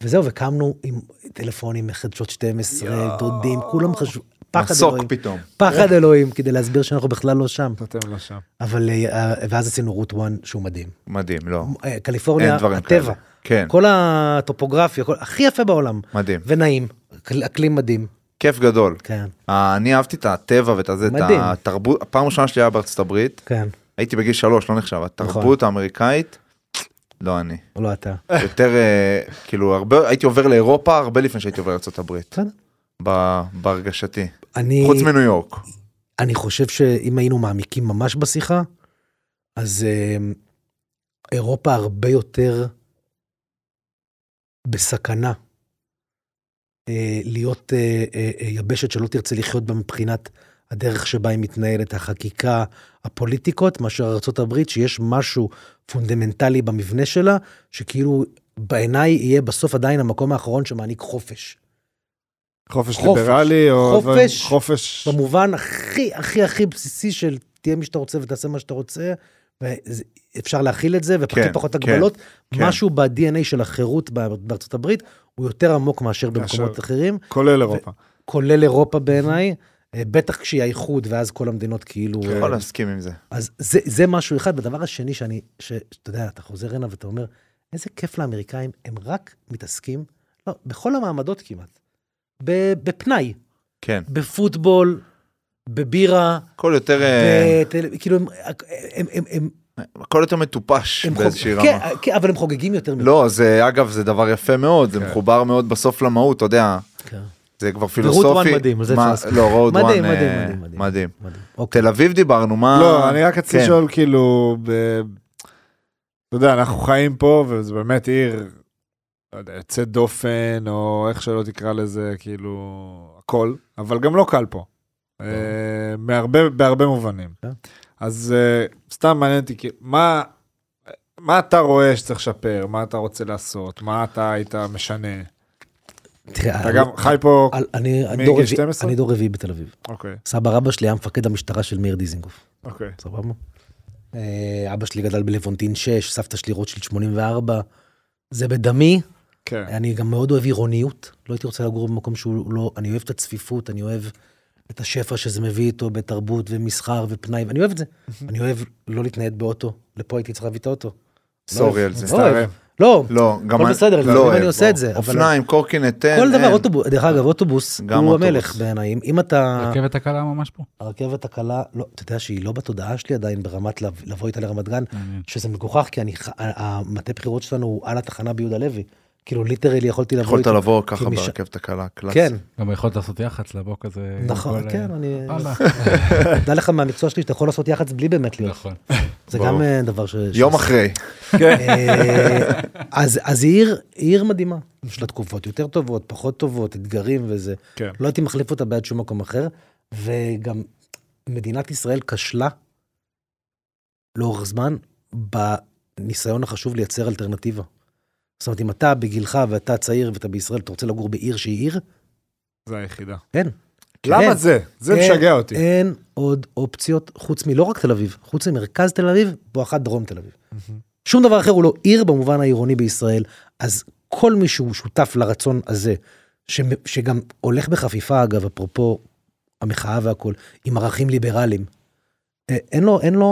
[SPEAKER 3] וזהו, וקמנו עם טלפונים מחדשות 12, דודים, כולם חשבו, פחד
[SPEAKER 2] מסוק
[SPEAKER 3] אלוהים,
[SPEAKER 2] פתאום.
[SPEAKER 3] פחד אלוהים, כדי להסביר שאנחנו בכלל לא שם.
[SPEAKER 1] אתם לא שם.
[SPEAKER 3] אבל, אה, ואז עשינו רוט 1 שהוא מדהים.
[SPEAKER 2] מדהים, לא.
[SPEAKER 3] אה,
[SPEAKER 2] אין
[SPEAKER 3] קליפורניה,
[SPEAKER 2] דברים
[SPEAKER 3] הטבע,
[SPEAKER 2] כאלה. כן,
[SPEAKER 3] כל הטופוגרפיה, כל- הכי יפה בעולם,
[SPEAKER 2] מדהים.
[SPEAKER 3] ונעים, אקל- אקלים מדהים,
[SPEAKER 2] כיף גדול.
[SPEAKER 3] כן,
[SPEAKER 2] אה, אני אהבתי את הטבע ואת הזה, את
[SPEAKER 3] מדהים.
[SPEAKER 2] התרבות, הפעם הראשונה שלי היה בארצות הברית,
[SPEAKER 3] כן,
[SPEAKER 2] הייתי בגיל שלוש, לא
[SPEAKER 3] נכון.
[SPEAKER 2] נחשב, התרבות האמריקאית, לא אני.
[SPEAKER 3] לא אתה.
[SPEAKER 2] יותר, אה, כאילו, הרבה, הייתי עובר לאירופה הרבה לפני שהייתי עובר לארצות הברית.
[SPEAKER 3] בסדר. אה,
[SPEAKER 2] ב- בהרגשתי.
[SPEAKER 3] אני...
[SPEAKER 2] חוץ מניו יורק.
[SPEAKER 3] כן. אני חושב שאם היינו מעמיקים ממש בשיחה, אז אה, אירופה הרבה יותר בסכנה אה, להיות אה, אה, אה, יבשת שלא תרצה לחיות בה מבחינת הדרך שבה היא מתנהלת, החקיקה, הפוליטיקות, מאשר ארה"ב, שיש משהו פונדמנטלי במבנה שלה, שכאילו בעיניי יהיה בסוף עדיין המקום האחרון שמעניק חופש.
[SPEAKER 1] חופש
[SPEAKER 3] חופש.
[SPEAKER 1] ליברלי או...
[SPEAKER 3] חופש.
[SPEAKER 1] דברים- חופש.
[SPEAKER 3] במובן הכי הכי הכי בסיסי של תהיה מי שאתה רוצה ותעשה מה שאתה רוצה, ואפשר להכיל את זה, והכי
[SPEAKER 2] כן,
[SPEAKER 3] פחות
[SPEAKER 2] כן,
[SPEAKER 3] הגבלות.
[SPEAKER 2] כן.
[SPEAKER 3] משהו ב-DNA של החירות בא- בארצות הברית הוא יותר עמוק מאשר במקומות
[SPEAKER 1] מאשר-
[SPEAKER 3] אחרים,
[SPEAKER 1] כולל אירופה.
[SPEAKER 3] כולל אירופה בעיניי. אה, בטח כשהיא האיחוד, ואז כל המדינות כאילו...
[SPEAKER 2] כן. יכול
[SPEAKER 3] אה,
[SPEAKER 2] להסכים עם זה.
[SPEAKER 3] אז זה, זה משהו אחד. והדבר השני שאני, ש- שאתה יודע, אתה חוזר הנה ואתה אומר, איזה כיף לאמריקאים, הם רק מתעסקים, לא, בכל המעמדות כמעט, ב- בפנאי,
[SPEAKER 2] כן.
[SPEAKER 3] בפוטבול, בבירה,
[SPEAKER 2] הכל יותר, אה,
[SPEAKER 3] בטל- כאילו הם, הם, הם, הם,
[SPEAKER 2] הכל יותר מטופש
[SPEAKER 3] הם,
[SPEAKER 2] באיזושהי
[SPEAKER 3] כן,
[SPEAKER 2] רמה.
[SPEAKER 3] כן, אבל הם חוגגים יותר מדי.
[SPEAKER 2] לא, זה, אגב, זה דבר יפה מאוד, זה מחובר מאוד בסוף למהות, אתה יודע,
[SPEAKER 3] כן.
[SPEAKER 2] זה כבר
[SPEAKER 3] ורות
[SPEAKER 2] פילוסופי.
[SPEAKER 3] וואן מדהים, על זה
[SPEAKER 2] מה-
[SPEAKER 3] אפשר להסכים.
[SPEAKER 2] לא, רוד וואן,
[SPEAKER 3] מדהים, מדהים,
[SPEAKER 2] אה,
[SPEAKER 3] מדהים, מדהים.
[SPEAKER 2] מדהים.
[SPEAKER 3] מדהים. אוקיי.
[SPEAKER 2] תל אביב דיברנו, מה...
[SPEAKER 1] לא, אני רק רציתי
[SPEAKER 2] כן.
[SPEAKER 1] לשאול, כאילו, ב- אתה יודע, אנחנו חיים פה, וזו באמת עיר, לא יודע, יוצאת דופן, או איך שלא תקרא לזה, כאילו, הכל, אבל גם לא קל פה. אה, מהרבה, בהרבה מובנים.
[SPEAKER 3] כן.
[SPEAKER 1] אז אה, סתם מעניין אותי, כאילו, מה... מה אתה רואה שצריך לשפר? מה אתה רוצה לעשות? מה אתה היית משנה?
[SPEAKER 3] תראה,
[SPEAKER 1] אתה
[SPEAKER 3] אני-
[SPEAKER 1] גם חי פה...
[SPEAKER 3] על- אני- אני
[SPEAKER 1] מגיל
[SPEAKER 3] דור רביעי-
[SPEAKER 1] 12?
[SPEAKER 3] אני דור רביעי בתל אביב.
[SPEAKER 1] אוקיי,
[SPEAKER 3] סבא רבא שלי היה מפקד המשטרה של מאיר דיזינגוף.
[SPEAKER 1] אוקיי.
[SPEAKER 3] סבבה? אה, אבא שלי גדל בלוונטין 6, סבתא שלי רוטשילד 84. זה בדמי,
[SPEAKER 1] כן.
[SPEAKER 3] אני גם מאוד אוהב עירוניות, לא הייתי רוצה לגור במקום שהוא לא, אני אוהב את הצפיפות, אני אוהב את השפע שזה מביא איתו בתרבות ומסחר ופנאי, אני אוהב את זה. אני אוהב לא להתנייד באוטו, לפה הייתי צריך להביא את האוטו.
[SPEAKER 2] סורי על זה.
[SPEAKER 3] לא אוהב. לא,
[SPEAKER 2] לא, גם
[SPEAKER 3] הכל
[SPEAKER 2] אני-
[SPEAKER 3] בסדר,
[SPEAKER 2] לא
[SPEAKER 3] לפעמים
[SPEAKER 2] אוהב.
[SPEAKER 3] אני עושה את זה, אבל-
[SPEAKER 2] אופניים, קורקינט, אה, אין,
[SPEAKER 3] כל דבר,
[SPEAKER 2] אין.
[SPEAKER 3] אוטובוס, דרך אגב, אוטובוס
[SPEAKER 2] גם
[SPEAKER 3] הוא
[SPEAKER 2] אוטובוס.
[SPEAKER 3] המלך בעיניי, אם- אם אתה,
[SPEAKER 4] הרכבת הקלה ממש פה.
[SPEAKER 3] הרכבת הקלה, לא, אתה יודע שהיא לא בתודעה שלי עדיין ברמת, לב- לבוא איתה לרמת גן,
[SPEAKER 4] מעניין.
[SPEAKER 3] שזה מגוחך, כי אני, ח- המטה בחירות שלנו הוא על התחנה ביהודה לוי. כאילו ליטרלי יכולתי לבוא
[SPEAKER 2] יכולת
[SPEAKER 3] איתו.
[SPEAKER 2] לבוא ככה
[SPEAKER 3] כי מש-
[SPEAKER 2] ברכבת הקלה, קלאסי.
[SPEAKER 3] כן,
[SPEAKER 4] גם יכולת לעשות יח"צ, לבוא כזה... עם
[SPEAKER 3] נכון,
[SPEAKER 4] כל,
[SPEAKER 3] כן,
[SPEAKER 4] אה,
[SPEAKER 3] אני...
[SPEAKER 4] וואלה.
[SPEAKER 3] דע לך מהמקצוע שלי שאתה יכול לעשות יח"צ בלי באמת להיות.
[SPEAKER 4] נכון.
[SPEAKER 3] זה
[SPEAKER 2] ברור.
[SPEAKER 3] גם אה, דבר ש...
[SPEAKER 2] יום
[SPEAKER 3] ש-
[SPEAKER 2] אחרי.
[SPEAKER 3] אה, אז אז היא עיר- היא עיר מדהימה. יש לה תקופות יותר טובות, פחות טובות, אתגרים וזה.
[SPEAKER 1] כן.
[SPEAKER 3] לא הייתי מחליף אותה בעד שום מקום אחר. וגם מדינת ישראל כשלה לאורך זמן בניסיון החשוב לייצר אלטרנטיבה. זאת אומרת, אם אתה בגילך ואתה צעיר ואתה בישראל, אתה רוצה לגור בעיר שהיא עיר, כן.
[SPEAKER 1] זה היחידה.
[SPEAKER 3] אין.
[SPEAKER 1] למה
[SPEAKER 3] אין.
[SPEAKER 1] זה? זה
[SPEAKER 3] אין,
[SPEAKER 1] משגע אותי.
[SPEAKER 3] אין עוד אופציות חוץ מלא רק תל אביב, חוץ ממרכז תל אביב, בואכה דרום תל אביב. שום דבר אחר הוא לא עיר במובן העירוני בישראל, אז כל מי שהוא שותף לרצון הזה, ש... שגם הולך בחפיפה אגב, אפרופו המחאה והכול, עם ערכים ליברליים, אה, אין לו, אין לו,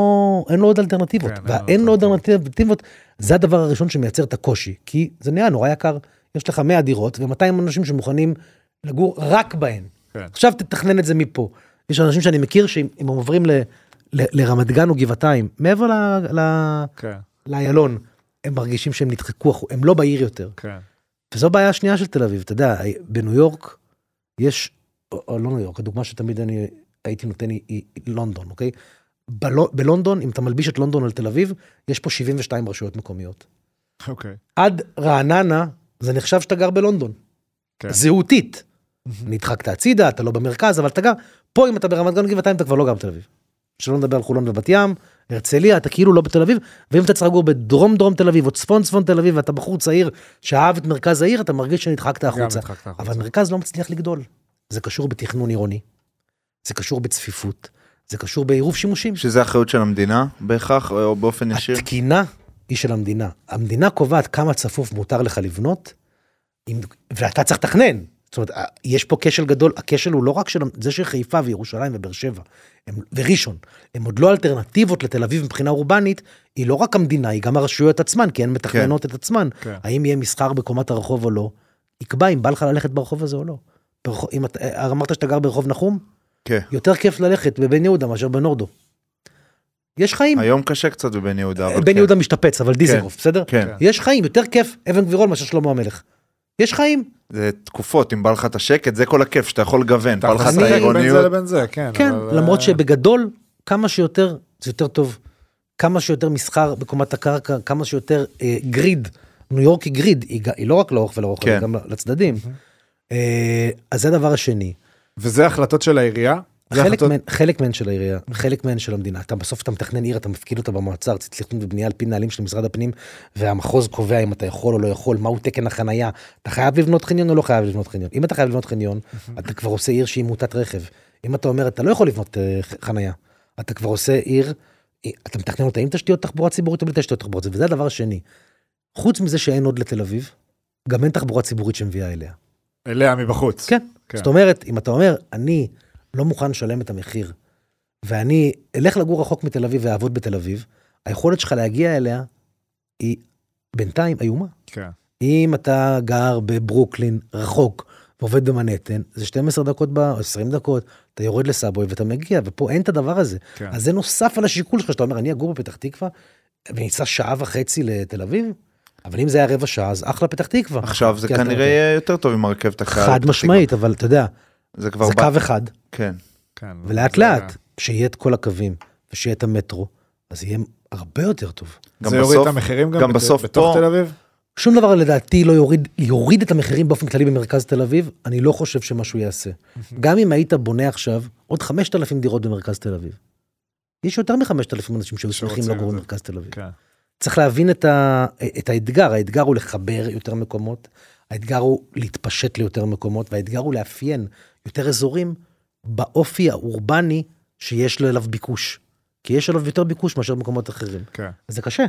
[SPEAKER 3] אין לו עוד אלטרנטיבות,
[SPEAKER 1] כן,
[SPEAKER 3] כן,
[SPEAKER 1] אין לו
[SPEAKER 3] והאין לו עוד אלטרנטיבות, זה הדבר הראשון שמייצר את הקושי, כי זה נראה נורא יקר, יש לך 100 דירות ו-200 אנשים שמוכנים לגור רק בהן.
[SPEAKER 1] כן.
[SPEAKER 3] עכשיו תתכנן את זה מפה. יש אנשים שאני מכיר שאם הם עוברים ל... ל- לרמת גן או גבעתיים, מעבר ל- ל-
[SPEAKER 1] כן,
[SPEAKER 3] לאיילון, הם מרגישים שהם נדחקו, אחו- הם לא בעיר יותר.
[SPEAKER 1] כן.
[SPEAKER 3] וזו הבעיה השנייה של תל אביב, אתה יודע, בניו יורק יש, או, או לא ניו יורק, הדוגמה שתמיד אני הייתי נותן היא, היא לונדון, אוקיי? בלו, בלונדון, אם אתה מלביש את לונדון על תל אביב, יש פה 72 רשויות מקומיות.
[SPEAKER 1] אוקיי.
[SPEAKER 3] עד רעננה, זה נחשב שאתה גר בלונדון.
[SPEAKER 1] כן.
[SPEAKER 3] זהותית. נדחקת הצידה, אתה לא במרכז, אבל אתה גר, פה אם אתה ברמת גן גבעתיים, אתה כבר לא גר בתל אביב. שלא נדבר על חולון ובת ים, הרצליה, אתה כאילו לא בתל אביב, ואם אתה צריך לגור בדרום דרום תל אביב או צפון צפון תל אביב, ואתה בחור צעיר שאהב את מרכז העיר, אתה מרגיש שנדחקת החוצה.
[SPEAKER 1] נדחקת החוצה.
[SPEAKER 3] אבל מרכז לא מצליח לגדול. זה קשור בתכנון עירוני, זה קשור בצפיפות, זה קשור בעירוב שימושים.
[SPEAKER 2] שזה אחריות של המדינה בהכרח, או באופן ישיר?
[SPEAKER 3] התקינה היא של המדינה. המדינה קובעת כמה צפוף מותר לך לבנות, אם- ואתה צריך לתכנן. זאת אומרת, ה- יש פה כשל גדול, הכשל הוא לא רק של זה שחיפה וירושלים ובאר שבע הם, וראשון, הם עוד לא אלטרנטיבות לתל אביב מבחינה אורבנית, היא לא רק המדינה, היא גם הרשויות עצמן, כי הן מתכננות את עצמן.
[SPEAKER 1] כן.
[SPEAKER 3] האם יהיה מסחר בקומת הרחוב או לא, יקבע אם בא לך ללכת ברחוב הזה או לא. ברחוב, אם אתה, אה, אמרת שאתה גר ברחוב נחום,
[SPEAKER 2] כן.
[SPEAKER 3] יותר כיף ללכת בבן יהודה מאשר בנורדו. יש חיים.
[SPEAKER 2] היום קשה קצת בבן יהודה, אבל
[SPEAKER 3] בן
[SPEAKER 2] כן.
[SPEAKER 3] יהודה משתפץ, אבל דיזנגוף, בסדר?
[SPEAKER 2] כן,
[SPEAKER 3] יש חיים, יותר כיף אבן גבירול מאשר שלמה המלך. יש חיים,
[SPEAKER 2] זה תקופות, אם בא לך את השקט, זה כל הכיף, שאתה יכול לגוון,
[SPEAKER 1] אתה
[SPEAKER 2] בא לך את
[SPEAKER 1] משחק בין זה
[SPEAKER 2] העירוניות.
[SPEAKER 1] לבין זה, כן.
[SPEAKER 3] כן,
[SPEAKER 1] אבל,
[SPEAKER 3] למרות
[SPEAKER 1] אה,
[SPEAKER 3] שבגדול, כמה שיותר, זה יותר טוב. כמה שיותר מסחר בקומת הקרקע, כמה שיותר אה, גריד. ניו יורק היא גריד, היא ג- היא לא רק לאורך ולרוחב,
[SPEAKER 2] כן.
[SPEAKER 3] היא גם לצדדים. אה, אז זה הדבר השני.
[SPEAKER 1] וזה החלטות של העירייה? זה
[SPEAKER 3] חלק,
[SPEAKER 1] החלטות-
[SPEAKER 3] מהן, חלק מהן של העירייה, חלק מהן של המדינה. אתה בסוף אתה מתכנן עיר, אתה מפקיד אותה במועצה הארצית לתכנון ובנייה על פי נהלים של משרד הפנים, והמחוז קובע אם אתה יכול או לא יכול, מהו תקן החנייה. אתה חייב לבנות חניון או לא חייב לבנות חניון? אם אתה חייב לבנות חניון, אתה כבר עושה עיר שהיא מוטת רכב. אם אתה אומר, אתה לא יכול לבנות אה, ח- חנייה, אתה כבר עושה עיר, אה, אתה מתכנן אותה עם תשתיות תחבורה ציבורית או בלי תשתיות תחבורה ציבורית, וזה הדבר השני. חוץ מזה שאין עוד לתל אביב, גם אין תחבורה ציבורית שמביאה אליה.
[SPEAKER 1] אליה מבחוץ.
[SPEAKER 3] כן.
[SPEAKER 1] כן.
[SPEAKER 3] זאת אומרת, אם אתה אומר, אני לא מוכן לשלם את המחיר, ואני אלך לגור רחוק מתל אביב ואעבוד בתל אביב, היכולת שלך להגיע אליה היא בינתיים איומה.
[SPEAKER 1] כן.
[SPEAKER 3] אם אתה גר בברוקלין רחוק ועובד במנהטן, זה 12 דקות בה, או 20 דקות, אתה יורד לסאבווי ואתה מגיע, ופה אין את הדבר הזה.
[SPEAKER 1] כן.
[SPEAKER 3] אז זה נוסף על השיקול שלך, שאתה אומר, אני אגור בפתח תקווה, וניסע שעה וחצי לתל אביב, אבל אם זה היה רבע שעה, אז אחלה פתח תקווה.
[SPEAKER 2] עכשיו זה
[SPEAKER 3] כי אתה-
[SPEAKER 2] כנראה יהיה יותר טוב עם הרכבת הקהל.
[SPEAKER 3] כן, חד משמעית, אבל אתה יודע,
[SPEAKER 2] זה כבר
[SPEAKER 3] זה
[SPEAKER 2] בא,
[SPEAKER 3] קו אחד.
[SPEAKER 2] כן.
[SPEAKER 1] כן.
[SPEAKER 3] ולאט
[SPEAKER 1] זה-
[SPEAKER 3] לאט, כשיהיה את כל הקווים, ושיהיה את המטרו, אז יהיה הרבה יותר טוב.
[SPEAKER 2] גם
[SPEAKER 1] זה יוריד את
[SPEAKER 2] בסוף,
[SPEAKER 1] המחירים
[SPEAKER 2] גם
[SPEAKER 1] בת-
[SPEAKER 2] בסוף
[SPEAKER 1] בתוך
[SPEAKER 2] פה-
[SPEAKER 1] תל אביב?
[SPEAKER 3] שום דבר לדעתי לא יוריד, יוריד את המחירים באופן כללי במרכז תל אביב, אני לא חושב שמשהו יעשה. גם אם היית בונה עכשיו עוד 5,000 דירות במרכז תל אביב. יש יותר מ-5,000 אנשים שהיו שמחים
[SPEAKER 1] שרוצים את
[SPEAKER 3] לגור
[SPEAKER 1] זה.
[SPEAKER 3] במרכז תל אביב.
[SPEAKER 1] כן.
[SPEAKER 3] צריך להבין את, ה, את האתגר, האתגר הוא לחבר יותר מקומות, האתגר הוא להתפשט ליותר מקומות, והאתגר הוא לאפיין יותר אזורים באופי האורבני שיש לו אליו ביקוש. כי יש אליו יותר ביקוש מאשר במקומות אחרים.
[SPEAKER 1] כן.
[SPEAKER 3] אז זה קשה.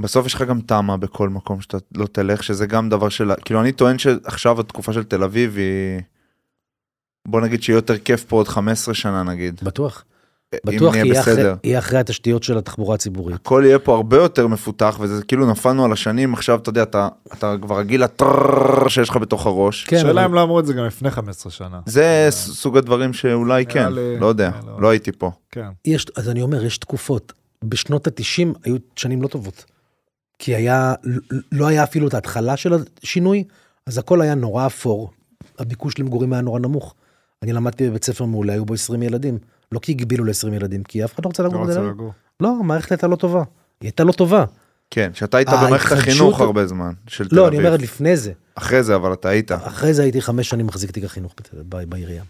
[SPEAKER 2] בסוף יש לך גם תמה בכל מקום שאתה לא תלך, שזה גם דבר של... כאילו, אני טוען שעכשיו התקופה של תל אביב היא... בוא נגיד שיהיה יותר כיף פה עוד 15 שנה נגיד.
[SPEAKER 3] בטוח.
[SPEAKER 2] אם
[SPEAKER 3] בטוח
[SPEAKER 2] נהיה
[SPEAKER 3] יהיה אחרי,
[SPEAKER 2] בסדר.
[SPEAKER 3] יהיה אחרי התשתיות של התחבורה הציבורית.
[SPEAKER 2] הכל יהיה פה הרבה יותר מפותח, וזה כאילו נפלנו על השנים, עכשיו אתה יודע, אתה, אתה כבר רגיל לטרררר שיש לך בתוך הראש.
[SPEAKER 3] כן, אבל-
[SPEAKER 1] שאלה אם לא אמרו את זה גם לפני 15 שנה.
[SPEAKER 2] זה סוג הדברים שאולי
[SPEAKER 1] נראה
[SPEAKER 2] כן,
[SPEAKER 1] לי-
[SPEAKER 2] לא יודע,
[SPEAKER 1] לא.
[SPEAKER 2] לא הייתי פה.
[SPEAKER 1] כן.
[SPEAKER 3] יש, אז אני אומר, יש תקופות. בשנות ה-90 היו שנים לא טובות. כי היה, לא היה אפילו את ההתחלה של השינוי, אז הכל היה נורא אפור. הביקוש למגורים היה נורא נמוך. אני למדתי בבית ספר מעולה, היו בו 20 ילדים. לא כי הגבילו ל-20 ילדים, כי אף אחד לא רוצה
[SPEAKER 1] לא
[SPEAKER 3] לגור
[SPEAKER 1] רוצה
[SPEAKER 3] בזה.
[SPEAKER 1] לגור.
[SPEAKER 3] לא, המערכת הייתה לא טובה. היא הייתה לא טובה.
[SPEAKER 2] כן, שאתה היית במערכת
[SPEAKER 3] ההתחדשות-
[SPEAKER 2] החינוך הרבה זמן, של תל
[SPEAKER 3] אה, לא, אני אומר
[SPEAKER 2] אביב.
[SPEAKER 3] עוד לפני זה.
[SPEAKER 2] אחרי זה, אבל אתה היית.
[SPEAKER 3] אחרי זה הייתי חמש שנים מחזיק תיק החינוך בת- ב- בעירייה.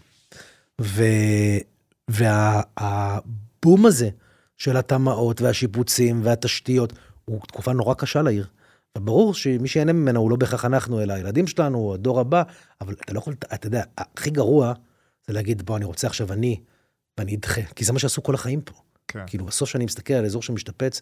[SPEAKER 3] והבום הזה של התמ"אות והשיפוצים והתשתיות הוא תקופה נורא קשה לעיר. ברור שמי שיהנה ממנה הוא לא בהכרח אנחנו, אלא הילדים שלנו, או הדור הבא, אבל אתה לא יכול, אתה יודע, הכי גרוע זה להגיד, בוא, אני רוצה עכשיו אני, ואני אדחה, כי זה מה שעשו כל החיים פה.
[SPEAKER 1] כן.
[SPEAKER 3] כאילו בסוף שאני מסתכל על אזור שמשתפץ,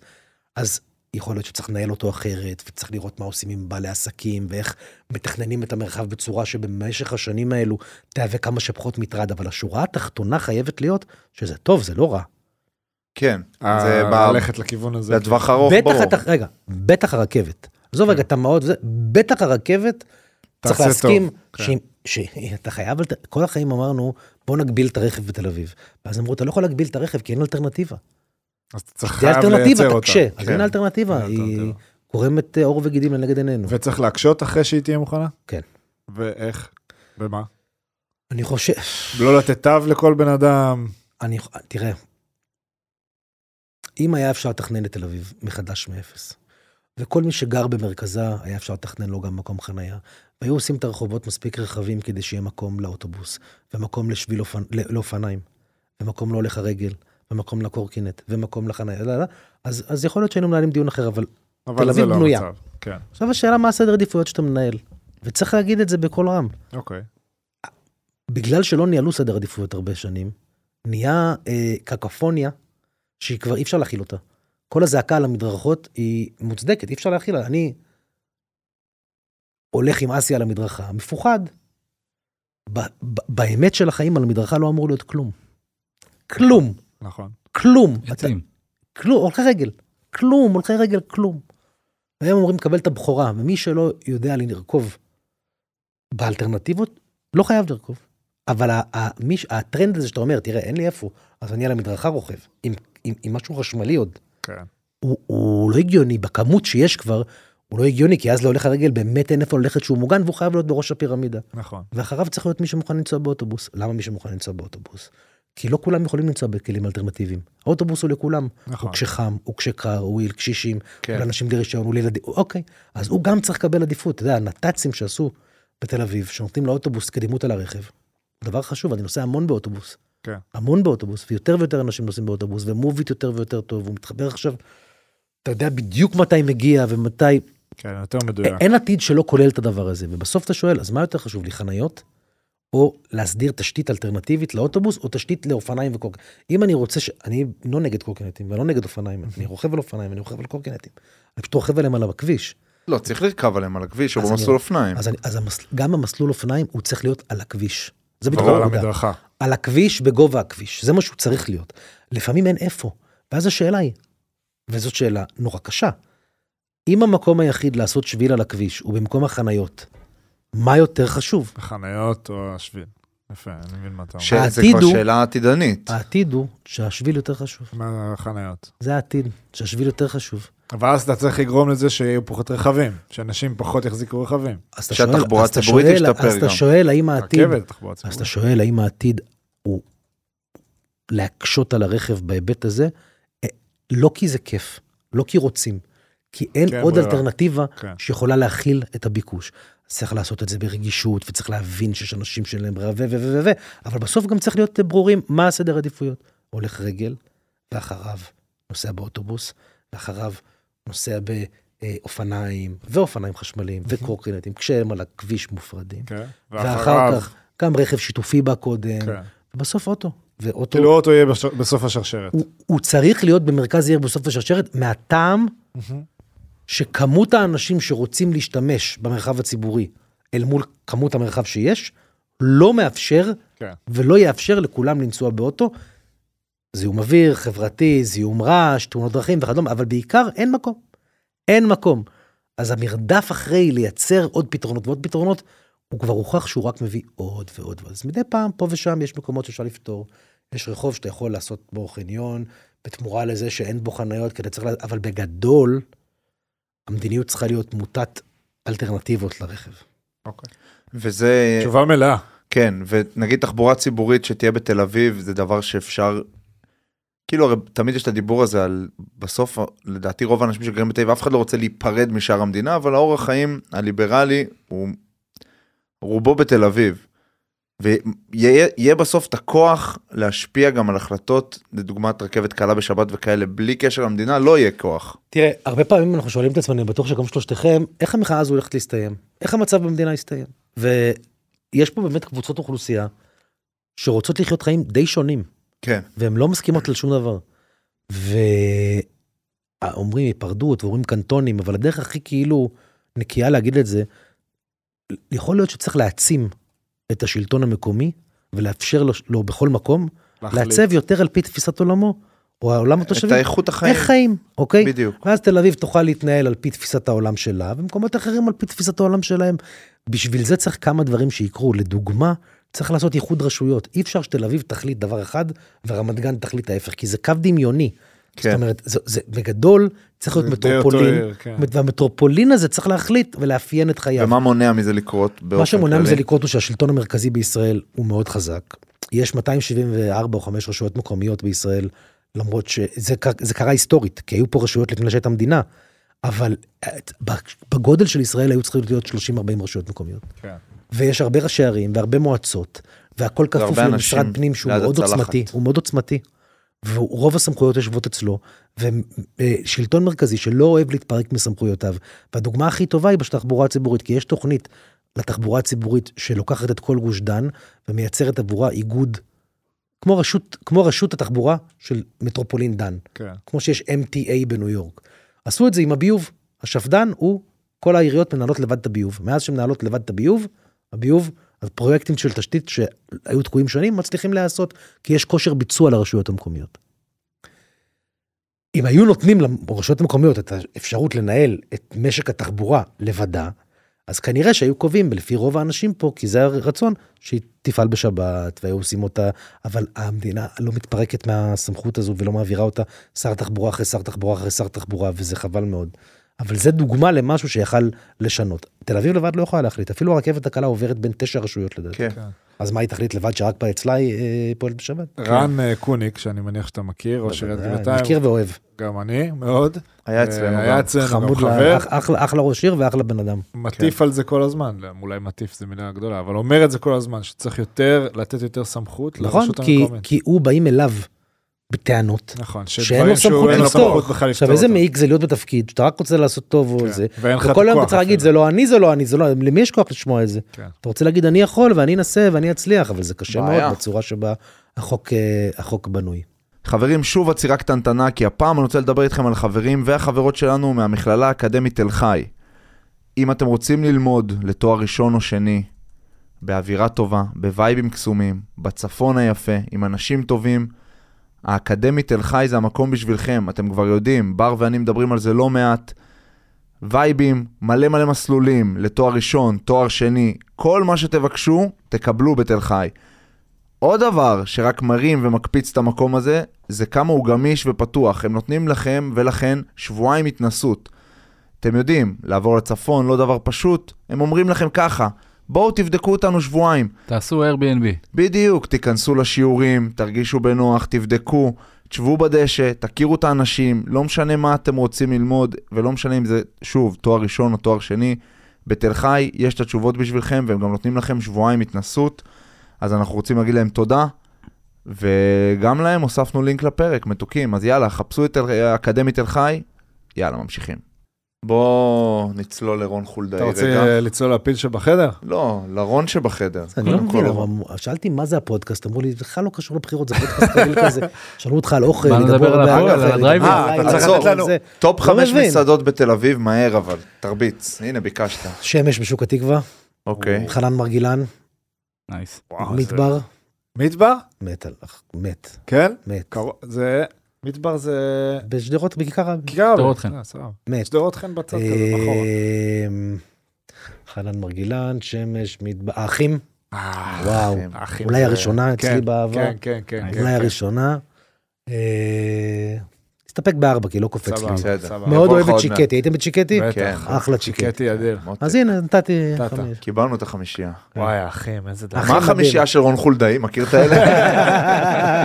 [SPEAKER 3] אז יכול להיות שצריך לנהל אותו אחרת, וצריך לראות מה עושים עם בעלי עסקים, ואיך מתכננים את המרחב בצורה שבמשך השנים האלו תהווה כמה שפחות מטרד, אבל השורה התחתונה חייבת להיות שזה טוב, זה לא רע.
[SPEAKER 2] כן, זה
[SPEAKER 1] אה,
[SPEAKER 2] בא
[SPEAKER 1] ללכת לכיוון הזה.
[SPEAKER 2] לטווח ארוך,
[SPEAKER 3] בטח,
[SPEAKER 2] ברור.
[SPEAKER 3] התח... רגע, בטח הרכבת. עזוב רגע תמ"אות וזה, בטח הרכבת, צריך
[SPEAKER 1] כן. תעשה
[SPEAKER 3] להסכים
[SPEAKER 1] טוב, כן.
[SPEAKER 3] שאם- שאתה חייב, אבל ת- כל החיים אמרנו, בוא נגביל את הרכב בתל אביב. ואז אמרו, אתה לא יכול להגביל את הרכב כי אין אלטרנטיבה.
[SPEAKER 1] אז אתה צריך
[SPEAKER 3] זה
[SPEAKER 1] חייב
[SPEAKER 3] אלטרנטיבה,
[SPEAKER 1] לייצר אותה.
[SPEAKER 3] תקשה. אז
[SPEAKER 1] כן.
[SPEAKER 3] אין אלטרנטיבה,
[SPEAKER 1] אין
[SPEAKER 3] היא
[SPEAKER 1] אלטרנטיבה.
[SPEAKER 3] קורמת אה, עור וגידים לנגד עינינו.
[SPEAKER 1] וצריך להקשות אחרי שהיא תהיה מוכנה?
[SPEAKER 3] כן.
[SPEAKER 1] ואיך? ומה?
[SPEAKER 3] אני חושב,
[SPEAKER 1] ולא לתת תו לכל בן אדם?
[SPEAKER 3] אני, תראה, אם היה אפשר לתכנן את תל אביב מחדש מאפס, וכל מי שגר במרכזה, היה אפשר לתכנן לו גם מקום חנייה, והיו עושים את הרחובות מספיק רחבים כדי שיהיה מקום לאוטובוס, ומקום לשביל אופנ... לא- לאופניים, ומקום להולך הרגל, ומקום לקורקינט, ומקום לחנייה, לא, לא, אז, אז יכול להיות שהיינו מנהלים דיון אחר, אבל
[SPEAKER 1] אבל זה
[SPEAKER 3] תל אביב
[SPEAKER 1] לא
[SPEAKER 3] בנויה.
[SPEAKER 1] המצב. כן,
[SPEAKER 3] עכשיו השאלה מה הסדר עדיפויות שאתה מנהל, וצריך להגיד את זה בקול רם.
[SPEAKER 1] אוקיי.
[SPEAKER 3] בגלל שלא ניהלו סדר עדיפויות הרבה שנים, נהיה אה, קקופוניה שהיא כבר אי אפשר להכיל אותה. כל הזעקה על המדרכות היא מוצדקת, אי אפשר להכיל אותה. אני הולך עם אסיה על המדרכה, מפוחד. ב- ב- באמת של החיים על המדרכה לא אמור להיות כלום. כלום,
[SPEAKER 1] נכון.
[SPEAKER 3] כלום. אתה-
[SPEAKER 4] עצים.
[SPEAKER 3] כלום, הולכי רגל, כלום, הולכי רגל, כלום. והם אומרים, קבל את הבכורה, ומי שלא יודע לי לרכוב באלטרנטיבות, לא חייב לרכוב. אבל ה- ה- מי ש- הטרנד הזה שאתה אומר, תראה, אין לי איפה, אז אני על המדרכה רוכב, עם, עם, עם משהו חשמלי עוד.
[SPEAKER 1] כן.
[SPEAKER 3] הוא, הוא לא הגיוני, בכמות שיש כבר, הוא לא הגיוני, כי אז להולך הרגל באמת אין איפה ללכת שהוא מוגן, והוא חייב להיות בראש הפירמידה.
[SPEAKER 1] נכון.
[SPEAKER 3] ואחריו צריך להיות מי שמוכן לנסוע באוטובוס. למה מי שמוכן לנסוע באוטובוס? כי לא כולם יכולים לנסוע בכלים אלטרנטיביים. האוטובוס הוא לכולם.
[SPEAKER 1] נכון.
[SPEAKER 3] הוא כשחם, הוא כשקר, הוא לקשישים,
[SPEAKER 2] כן.
[SPEAKER 3] הוא לאנשים בלי רישיון, הוא לילדים, אוקיי. אז הוא גם צריך לקבל עדיפות. אתה יודע, הנת"צים שעשו בתל אביב, שנותנים לאוטובוס קדימות על הרכב, דבר חשוב, אני נוסע המון באוטובוס.
[SPEAKER 1] כן.
[SPEAKER 3] המון באוטובוס, ויותר ויותר אנשים נוסעים באוטובוס, ומוביט יותר ויותר טוב, הוא מתחבר עכשיו, אתה יודע בדיוק מתי מגיע ומתי...
[SPEAKER 1] כן, יותר
[SPEAKER 3] אין-
[SPEAKER 1] מדויק.
[SPEAKER 3] אין עתיד שלא כולל את הדבר הזה, ובסוף אתה שואל, אז מה יותר חשוב לי, חניות? או להסדיר תשתית אלטרנטיבית לאוטובוס, או תשתית לאופניים וקורקינטים. אם אני רוצה ש... אני לא נגד קורקינטים, ולא נגד אופניים, אני רוכב על אופניים, אני רוכב על קורקינטים. אני פשוט רוכב עליהם על הכביש.
[SPEAKER 2] לא, צריך לרכב עליהם על הכביש או
[SPEAKER 3] אז אני-
[SPEAKER 2] במסלול
[SPEAKER 1] כן.
[SPEAKER 2] אופניים.
[SPEAKER 3] אז, אני, אז המסל, גם המסלול אופניים, הוא צריך להיות על הכביש. זה בדיוק
[SPEAKER 1] אבל לא, על
[SPEAKER 3] העבודה.
[SPEAKER 1] המדרכה.
[SPEAKER 3] על הכביש, בגובה הכביש. זה מה שהוא צריך להיות. לפעמים אין איפה. ואז השאלה היא, וזאת שאלה נורא קשה, אם המקום היחיד לעשות שביל על הכביש הוא במקום החניות, מה יותר חשוב?
[SPEAKER 1] החניות או השביל. יפה, אני מבין מה אתה אומר.
[SPEAKER 2] שזה
[SPEAKER 3] העתיד
[SPEAKER 2] כבר
[SPEAKER 3] הוא- אה,
[SPEAKER 2] שאלה עתידנית.
[SPEAKER 3] העתיד הוא שהשביל יותר חשוב.
[SPEAKER 1] מה החניות.
[SPEAKER 3] זה העתיד, שהשביל יותר חשוב.
[SPEAKER 1] אבל אז אתה צריך לגרום לזה שיהיו פחות רכבים, שאנשים פחות יחזיקו רכבים.
[SPEAKER 3] אז אתה
[SPEAKER 2] שהתחבורה
[SPEAKER 3] שואל- אז אתה
[SPEAKER 2] הציבורית
[SPEAKER 3] שואל-
[SPEAKER 2] תשתפר
[SPEAKER 3] אז אתה
[SPEAKER 2] גם.
[SPEAKER 3] שואל האם העתיד...
[SPEAKER 1] רכבת, תחבורה
[SPEAKER 3] אז אתה
[SPEAKER 1] ציבורית.
[SPEAKER 3] שואל האם העתיד הוא להקשות על הרכב בהיבט הזה? אה, לא כי זה כיף, לא כי רוצים, כי אין
[SPEAKER 1] כן,
[SPEAKER 3] עוד
[SPEAKER 1] ברירה.
[SPEAKER 3] אלטרנטיבה
[SPEAKER 1] כן.
[SPEAKER 3] שיכולה להכיל את הביקוש. אז צריך לעשות את זה ברגישות, וצריך להבין שיש אנשים שאין להם ברירה, ו... ו... ו... ו... ו... אבל בסוף גם צריך להיות ברורים מה הסדר עדיפויות. הולך רגל, ואחריו נוסע באוטובוס, ואחריו נוסע באופניים, ואופניים חשמליים, וקורקינטים, כשהם על הכביש מופרדים.
[SPEAKER 1] כן.
[SPEAKER 3] ואחר
[SPEAKER 1] ואחריו,
[SPEAKER 3] כך גם רכב שיתופי בא קודם,
[SPEAKER 1] כן.
[SPEAKER 3] בסוף אוטו. ואוטו,
[SPEAKER 1] כאילו אוטו יהיה בש- בסוף השרשרת.
[SPEAKER 3] הוא, הוא צריך להיות במרכז העיר בסוף השרשרת, מהטעם שכמות האנשים שרוצים להשתמש במרחב הציבורי אל מול כמות המרחב שיש, לא מאפשר
[SPEAKER 1] כן.
[SPEAKER 3] ולא יאפשר לכולם לנסוע באוטו. זיהום אוויר, חברתי, זיהום רעש, תאונות דרכים וכדומה, אבל בעיקר אין מקום. אין מקום. אז המרדף אחרי לייצר עוד פתרונות ועוד פתרונות, הוא כבר הוכח שהוא רק מביא עוד ועוד ועוד. אז מדי פעם, פה ושם, יש מקומות שאפשר לפתור. יש רחוב שאתה יכול לעשות בו חניון, בתמורה לזה שאין בו חניות, כי אתה צריך... לה- אבל בגדול, המדיניות צריכה להיות מוטת אלטרנטיבות לרכב.
[SPEAKER 1] אוקיי.
[SPEAKER 3] אה,
[SPEAKER 2] וזה,
[SPEAKER 1] תשובה מלאה.
[SPEAKER 2] כן, ונגיד תחבורה ציבורית שתהיה בתל אביב, זה דבר שאפשר, כאילו הרי תמיד יש את הדיבור הזה על, בסוף לדעתי רוב האנשים שגרים בתל אביב, אף אחד לא רוצה להיפרד משאר המדינה, אבל האורח חיים הליברלי הוא רובו בתל אביב. ויהיה יהיה בסוף את הכוח להשפיע גם על החלטות, לדוגמת רכבת קלה בשבת וכאלה, בלי קשר למדינה, לא יהיה כוח.
[SPEAKER 3] תראה, הרבה פעמים אנחנו שואלים את עצמנו, אני בטוח שגם שלושתכם, איך המחאה הזו הולכת להסתיים? איך המצב במדינה יסתיים? ויש פה באמת קבוצות אוכלוסייה שרוצות לחיות חיים די שונים,
[SPEAKER 2] כן.
[SPEAKER 3] והן לא מסכימות על שום דבר. ואומרים היפרדות, ואומרים קנטונים, אבל הדרך הכי כאילו נקייה להגיד את זה, יכול להיות שצריך להעצים את השלטון המקומי, ולאפשר לו, לו בכל מקום,
[SPEAKER 1] להחליט.
[SPEAKER 3] לעצב יותר על פי תפיסת עולמו, או העולם
[SPEAKER 2] את
[SPEAKER 3] התושבים.
[SPEAKER 2] האיכות החיים,
[SPEAKER 3] איך חיים, אוקיי?
[SPEAKER 2] בדיוק.
[SPEAKER 3] ואז תל אביב תוכל להתנהל על פי תפיסת העולם שלה, ומקומות אחרים על פי תפיסת העולם שלהם. בשביל זה צריך כמה דברים שיקרו. לדוגמה, צריך לעשות איחוד רשויות. אי אפשר שתל אביב תחליט דבר אחד, ורמת גן תחליט ההפך, כי זה קו דמיוני.
[SPEAKER 2] כן.
[SPEAKER 3] זאת אומרת, זה, זה בגדול צריך להיות
[SPEAKER 1] זה די אותו
[SPEAKER 3] מטרופולין,
[SPEAKER 1] עיר, כן.
[SPEAKER 3] והמטרופולין הזה צריך להחליט ולאפיין את חייו.
[SPEAKER 2] ומה מונע מזה לקרות באופן
[SPEAKER 3] מה שמונע מזה לקרות הוא שהשלטון המרכזי בישראל הוא מאוד חזק. יש 274 או 5 רשויות מקומיות בישראל, למרות שזה ק- זה קרה היסטורית, כי היו פה רשויות לפני שהייתה מדינה, אבל את- בגודל של ישראל היו צריכים להיות 30-40 רשויות מקומיות.
[SPEAKER 1] כן.
[SPEAKER 3] ויש הרבה ראשי ערים והרבה מועצות, והכל כפוף
[SPEAKER 2] והרבה
[SPEAKER 3] למשרד
[SPEAKER 2] אנשים
[SPEAKER 3] פנים שהוא
[SPEAKER 2] ליד
[SPEAKER 3] מאוד
[SPEAKER 2] הצלחת.
[SPEAKER 3] עוצמתי, הוא מאוד עוצמתי. ורוב הסמכויות יושבות אצלו, ושלטון מרכזי שלא אוהב להתפרק מסמכויותיו. והדוגמה הכי טובה היא בתחבורה הציבורית, כי יש תוכנית לתחבורה הציבורית שלוקחת את כל גוש דן ומייצרת עבורה איגוד, כמו רשות, כמו רשות התחבורה של מטרופולין דן.
[SPEAKER 1] כן.
[SPEAKER 3] כמו שיש MTA בניו יורק. עשו את זה עם הביוב. השפד"ן הוא, כל העיריות מנהלות לבד את הביוב. מאז שמנהלות לבד את הביוב, הביוב, אז פרויקטים של תשתית שהיו תקועים שנים, מצליחים להיעשות, כי יש כושר ביצוע לרשויות המקומיות. אם היו נותנים לרשויות המקומיות את האפשרות לנהל את משק התחבורה לבדה, אז כנראה שהיו קובעים, לפי רוב האנשים פה, כי זה הרצון, שהיא תפעל בשבת, והיו עושים אותה, אבל המדינה לא מתפרקת מהסמכות הזו ולא מעבירה אותה שר תחבורה אחרי שר תחבורה אחרי שר תחבורה, וזה חבל מאוד. אבל זה דוגמה למשהו שיכל לשנות. תל אביב לבד לא יכולה להחליט, אפילו הרכבת הקלה עוברת בין תשע רשויות לדעתי.
[SPEAKER 2] כן.
[SPEAKER 3] אז מה היא תחליט לבד שרק פה אצלה היא אה, פועלת בשבת?
[SPEAKER 1] רן אה, קוניק, שאני מניח שאתה מכיר, ראש עיריית
[SPEAKER 3] בוודאי,
[SPEAKER 1] גבעתיים,
[SPEAKER 3] מכיר ואוהב.
[SPEAKER 1] גם אני, מאוד.
[SPEAKER 2] היה אצלנו
[SPEAKER 1] אה, היה
[SPEAKER 2] גם.
[SPEAKER 1] אצלנו גם
[SPEAKER 3] חמוד,
[SPEAKER 1] חבר,
[SPEAKER 3] לה- אח- אחלה אחלה ראש עיר ואחלה בן אדם. כן.
[SPEAKER 1] מטיף על זה כל הזמן, לא, אולי מטיף זו מילה גדולה, אבל אומר את זה כל הזמן, שצריך יותר, לתת יותר סמכות
[SPEAKER 3] נכון?
[SPEAKER 1] לרשות
[SPEAKER 3] כי-
[SPEAKER 1] המקומית.
[SPEAKER 3] כי הוא באים אליו בטענות.
[SPEAKER 1] נכון,
[SPEAKER 3] שאין
[SPEAKER 1] שדברים
[SPEAKER 3] לו סמכות
[SPEAKER 1] שהוא אין לו
[SPEAKER 3] לפתור.
[SPEAKER 1] סמכות בכלל לפתור
[SPEAKER 3] עכשיו איזה מעיק זה להיות בתפקיד, שאתה רק רוצה לעשות טוב או
[SPEAKER 1] כן,
[SPEAKER 3] זה,
[SPEAKER 1] ואין לך את
[SPEAKER 3] וכל היום
[SPEAKER 1] הכוח
[SPEAKER 3] אתה צריך להגיד
[SPEAKER 1] אפילו.
[SPEAKER 3] זה לא אני, זה לא אני, זה לא, למי יש כוח לשמוע את זה?
[SPEAKER 1] כן.
[SPEAKER 3] אתה רוצה להגיד אני יכול ואני אנסה ואני אצליח, אבל זה קשה
[SPEAKER 2] בעיה.
[SPEAKER 3] מאוד בצורה שבה החוק, אה, החוק בנוי.
[SPEAKER 2] חברים, שוב עצירה קטנטנה, כי הפעם אני רוצה לדבר איתכם על חברים והחברות שלנו מהמכללה האקדמית תל חי. אם אתם רוצים ללמוד לתואר ראשון או שני, באווירה טובה, בווייבים קסומים, בצפון היפה, עם אנשים טובים, האקדמית תל חי זה המקום בשבילכם, אתם כבר יודעים, בר ואני מדברים על זה לא מעט. וייבים, מלא מלא מסלולים, לתואר ראשון, תואר שני, כל מה שתבקשו, תקבלו בתל חי. עוד דבר שרק מרים ומקפיץ את המקום הזה, זה כמה הוא גמיש ופתוח. הם נותנים לכם ולכן שבועיים התנסות. אתם יודעים, לעבור לצפון לא דבר פשוט, הם אומרים לכם ככה, בואו תבדקו אותנו שבועיים.
[SPEAKER 4] תעשו Airbnb.
[SPEAKER 2] בדיוק, תיכנסו לשיעורים, תרגישו בנוח, תבדקו, תשבו בדשא, תכירו את האנשים, לא משנה מה אתם רוצים ללמוד, ולא משנה אם זה, שוב, תואר ראשון או תואר שני, בתל חי יש את התשובות בשבילכם, והם גם נותנים לכם שבועיים התנסות, אז אנחנו רוצים להגיד להם תודה, וגם להם הוספנו לינק לפרק, מתוקים, אז יאללה, חפשו את תל- האקדמית תל חי, יאללה, ממשיכים. בואו נצלול לרון חולדאי
[SPEAKER 1] אתה
[SPEAKER 2] רגע.
[SPEAKER 1] רוצה אה, לצלול לפיל שבחדר?
[SPEAKER 2] לא, לרון שבחדר.
[SPEAKER 3] אני לא
[SPEAKER 2] קודם כל,
[SPEAKER 3] מבין,
[SPEAKER 2] לרון.
[SPEAKER 3] אבל שאלתי מה זה הפודקאסט, אמרו לי, זה בכלל לא קשור לבחירות, זה פודקאסט [LAUGHS] רגיל כזה. שאלו אותך על אוכל,
[SPEAKER 4] באנו
[SPEAKER 3] ידברו
[SPEAKER 4] לדבר על
[SPEAKER 3] הרבה
[SPEAKER 4] הפועל,
[SPEAKER 3] אוכל,
[SPEAKER 4] על
[SPEAKER 3] ידברו
[SPEAKER 4] הדרייבין.
[SPEAKER 3] על
[SPEAKER 2] אה,
[SPEAKER 3] לילה,
[SPEAKER 2] אתה
[SPEAKER 3] ידברו
[SPEAKER 2] צריך
[SPEAKER 3] על
[SPEAKER 2] לתת
[SPEAKER 3] זה.
[SPEAKER 2] טופ
[SPEAKER 3] לא
[SPEAKER 2] חמש
[SPEAKER 3] מבין.
[SPEAKER 2] מסעדות בתל אביב, מהר אבל, תרביץ. הנה, ביקשת.
[SPEAKER 3] שמש בשוק התקווה,
[SPEAKER 2] אוקיי. אה,
[SPEAKER 3] חנן מרגילן,
[SPEAKER 4] נייס.
[SPEAKER 1] וואו, זה-
[SPEAKER 3] מדבר,
[SPEAKER 1] מדבר?
[SPEAKER 3] מת עליך, מת,
[SPEAKER 1] כן?
[SPEAKER 3] מת.
[SPEAKER 1] קרוב- זה... מדבר זה...
[SPEAKER 3] בשדרות, בכיכר רבין,
[SPEAKER 1] כיכר
[SPEAKER 4] שדרות חן.
[SPEAKER 1] אה, סבבה.
[SPEAKER 3] מת.
[SPEAKER 1] שדרות חן בצד
[SPEAKER 3] אה,
[SPEAKER 1] כזה, מאחורה.
[SPEAKER 3] אמ, חנן מרגילן, שמש, מדבר, האחים,
[SPEAKER 1] אה,
[SPEAKER 3] וואו,
[SPEAKER 2] האחים.
[SPEAKER 1] האחים
[SPEAKER 3] אולי
[SPEAKER 1] זה-
[SPEAKER 3] הראשונה אצלי
[SPEAKER 1] כן,
[SPEAKER 3] בעבר,
[SPEAKER 1] כן, כן, כן. כן,
[SPEAKER 3] אולי
[SPEAKER 1] כן.
[SPEAKER 3] הראשונה. אה, נסתפק בארבע, כי לא קופץ לי.
[SPEAKER 1] סבבה,
[SPEAKER 2] בסדר.
[SPEAKER 1] סבבה.
[SPEAKER 2] יבוא
[SPEAKER 3] מאוד
[SPEAKER 2] לך
[SPEAKER 3] אוהב את
[SPEAKER 2] עוד מעט.
[SPEAKER 3] שיקטי, הייתם בצ'יקטי?
[SPEAKER 2] כן.
[SPEAKER 1] בטח.
[SPEAKER 3] אחלה צ'יקטי. כן.
[SPEAKER 1] שיקטי אדיר.
[SPEAKER 2] מותק,
[SPEAKER 3] אז הנה, נתתי
[SPEAKER 1] נתת.
[SPEAKER 3] חמש.
[SPEAKER 2] קיבלנו את החמישייה.
[SPEAKER 1] וואי, אחים, איזה דבר.
[SPEAKER 3] אחי
[SPEAKER 2] מה
[SPEAKER 3] מדהים.
[SPEAKER 2] החמישייה של רון חולדאי? מכיר את
[SPEAKER 3] [LAUGHS]
[SPEAKER 2] האלה?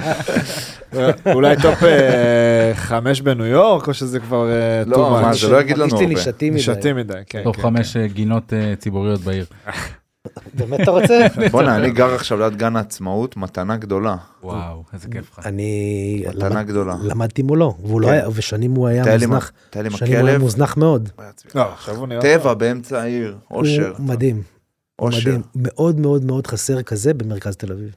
[SPEAKER 1] [LAUGHS] אולי טופ אה, חמש בניו יורק, או שזה כבר אה, too
[SPEAKER 2] לא, מה,
[SPEAKER 1] much?
[SPEAKER 2] זה לא יגיד לנו
[SPEAKER 3] מרגיש לי
[SPEAKER 2] הרבה.
[SPEAKER 3] נשתי אוקיי. מדי.
[SPEAKER 1] נשתים מדי, כן.
[SPEAKER 4] טוב
[SPEAKER 1] כן,
[SPEAKER 4] חמש אה, גינות אה, ציבוריות בעיר.
[SPEAKER 3] באמת אתה
[SPEAKER 2] [LAUGHS]
[SPEAKER 3] רוצה?
[SPEAKER 2] בואנה, אני גר עכשיו ליד גן העצמאות, מתנה גדולה.
[SPEAKER 4] וואו, איזה כיף לך.
[SPEAKER 3] אני
[SPEAKER 2] מתנה
[SPEAKER 3] למד-
[SPEAKER 2] גדולה.
[SPEAKER 3] למדתי מולו, והוא לא
[SPEAKER 2] כן.
[SPEAKER 3] היה, ושנים הוא היה
[SPEAKER 2] טייל עם
[SPEAKER 3] מוזנח.
[SPEAKER 2] טייל עם
[SPEAKER 3] שנים הוא היה
[SPEAKER 2] הכלב,
[SPEAKER 3] מוזנח מאוד.
[SPEAKER 1] כן. לא, עכשיו הוא נראה...
[SPEAKER 2] טבע באמצע העיר, אושר,
[SPEAKER 3] הוא מדהים, הוא
[SPEAKER 2] אושר.
[SPEAKER 3] מדהים. מאוד מאוד מאוד חסר כזה במרכז תל אביב.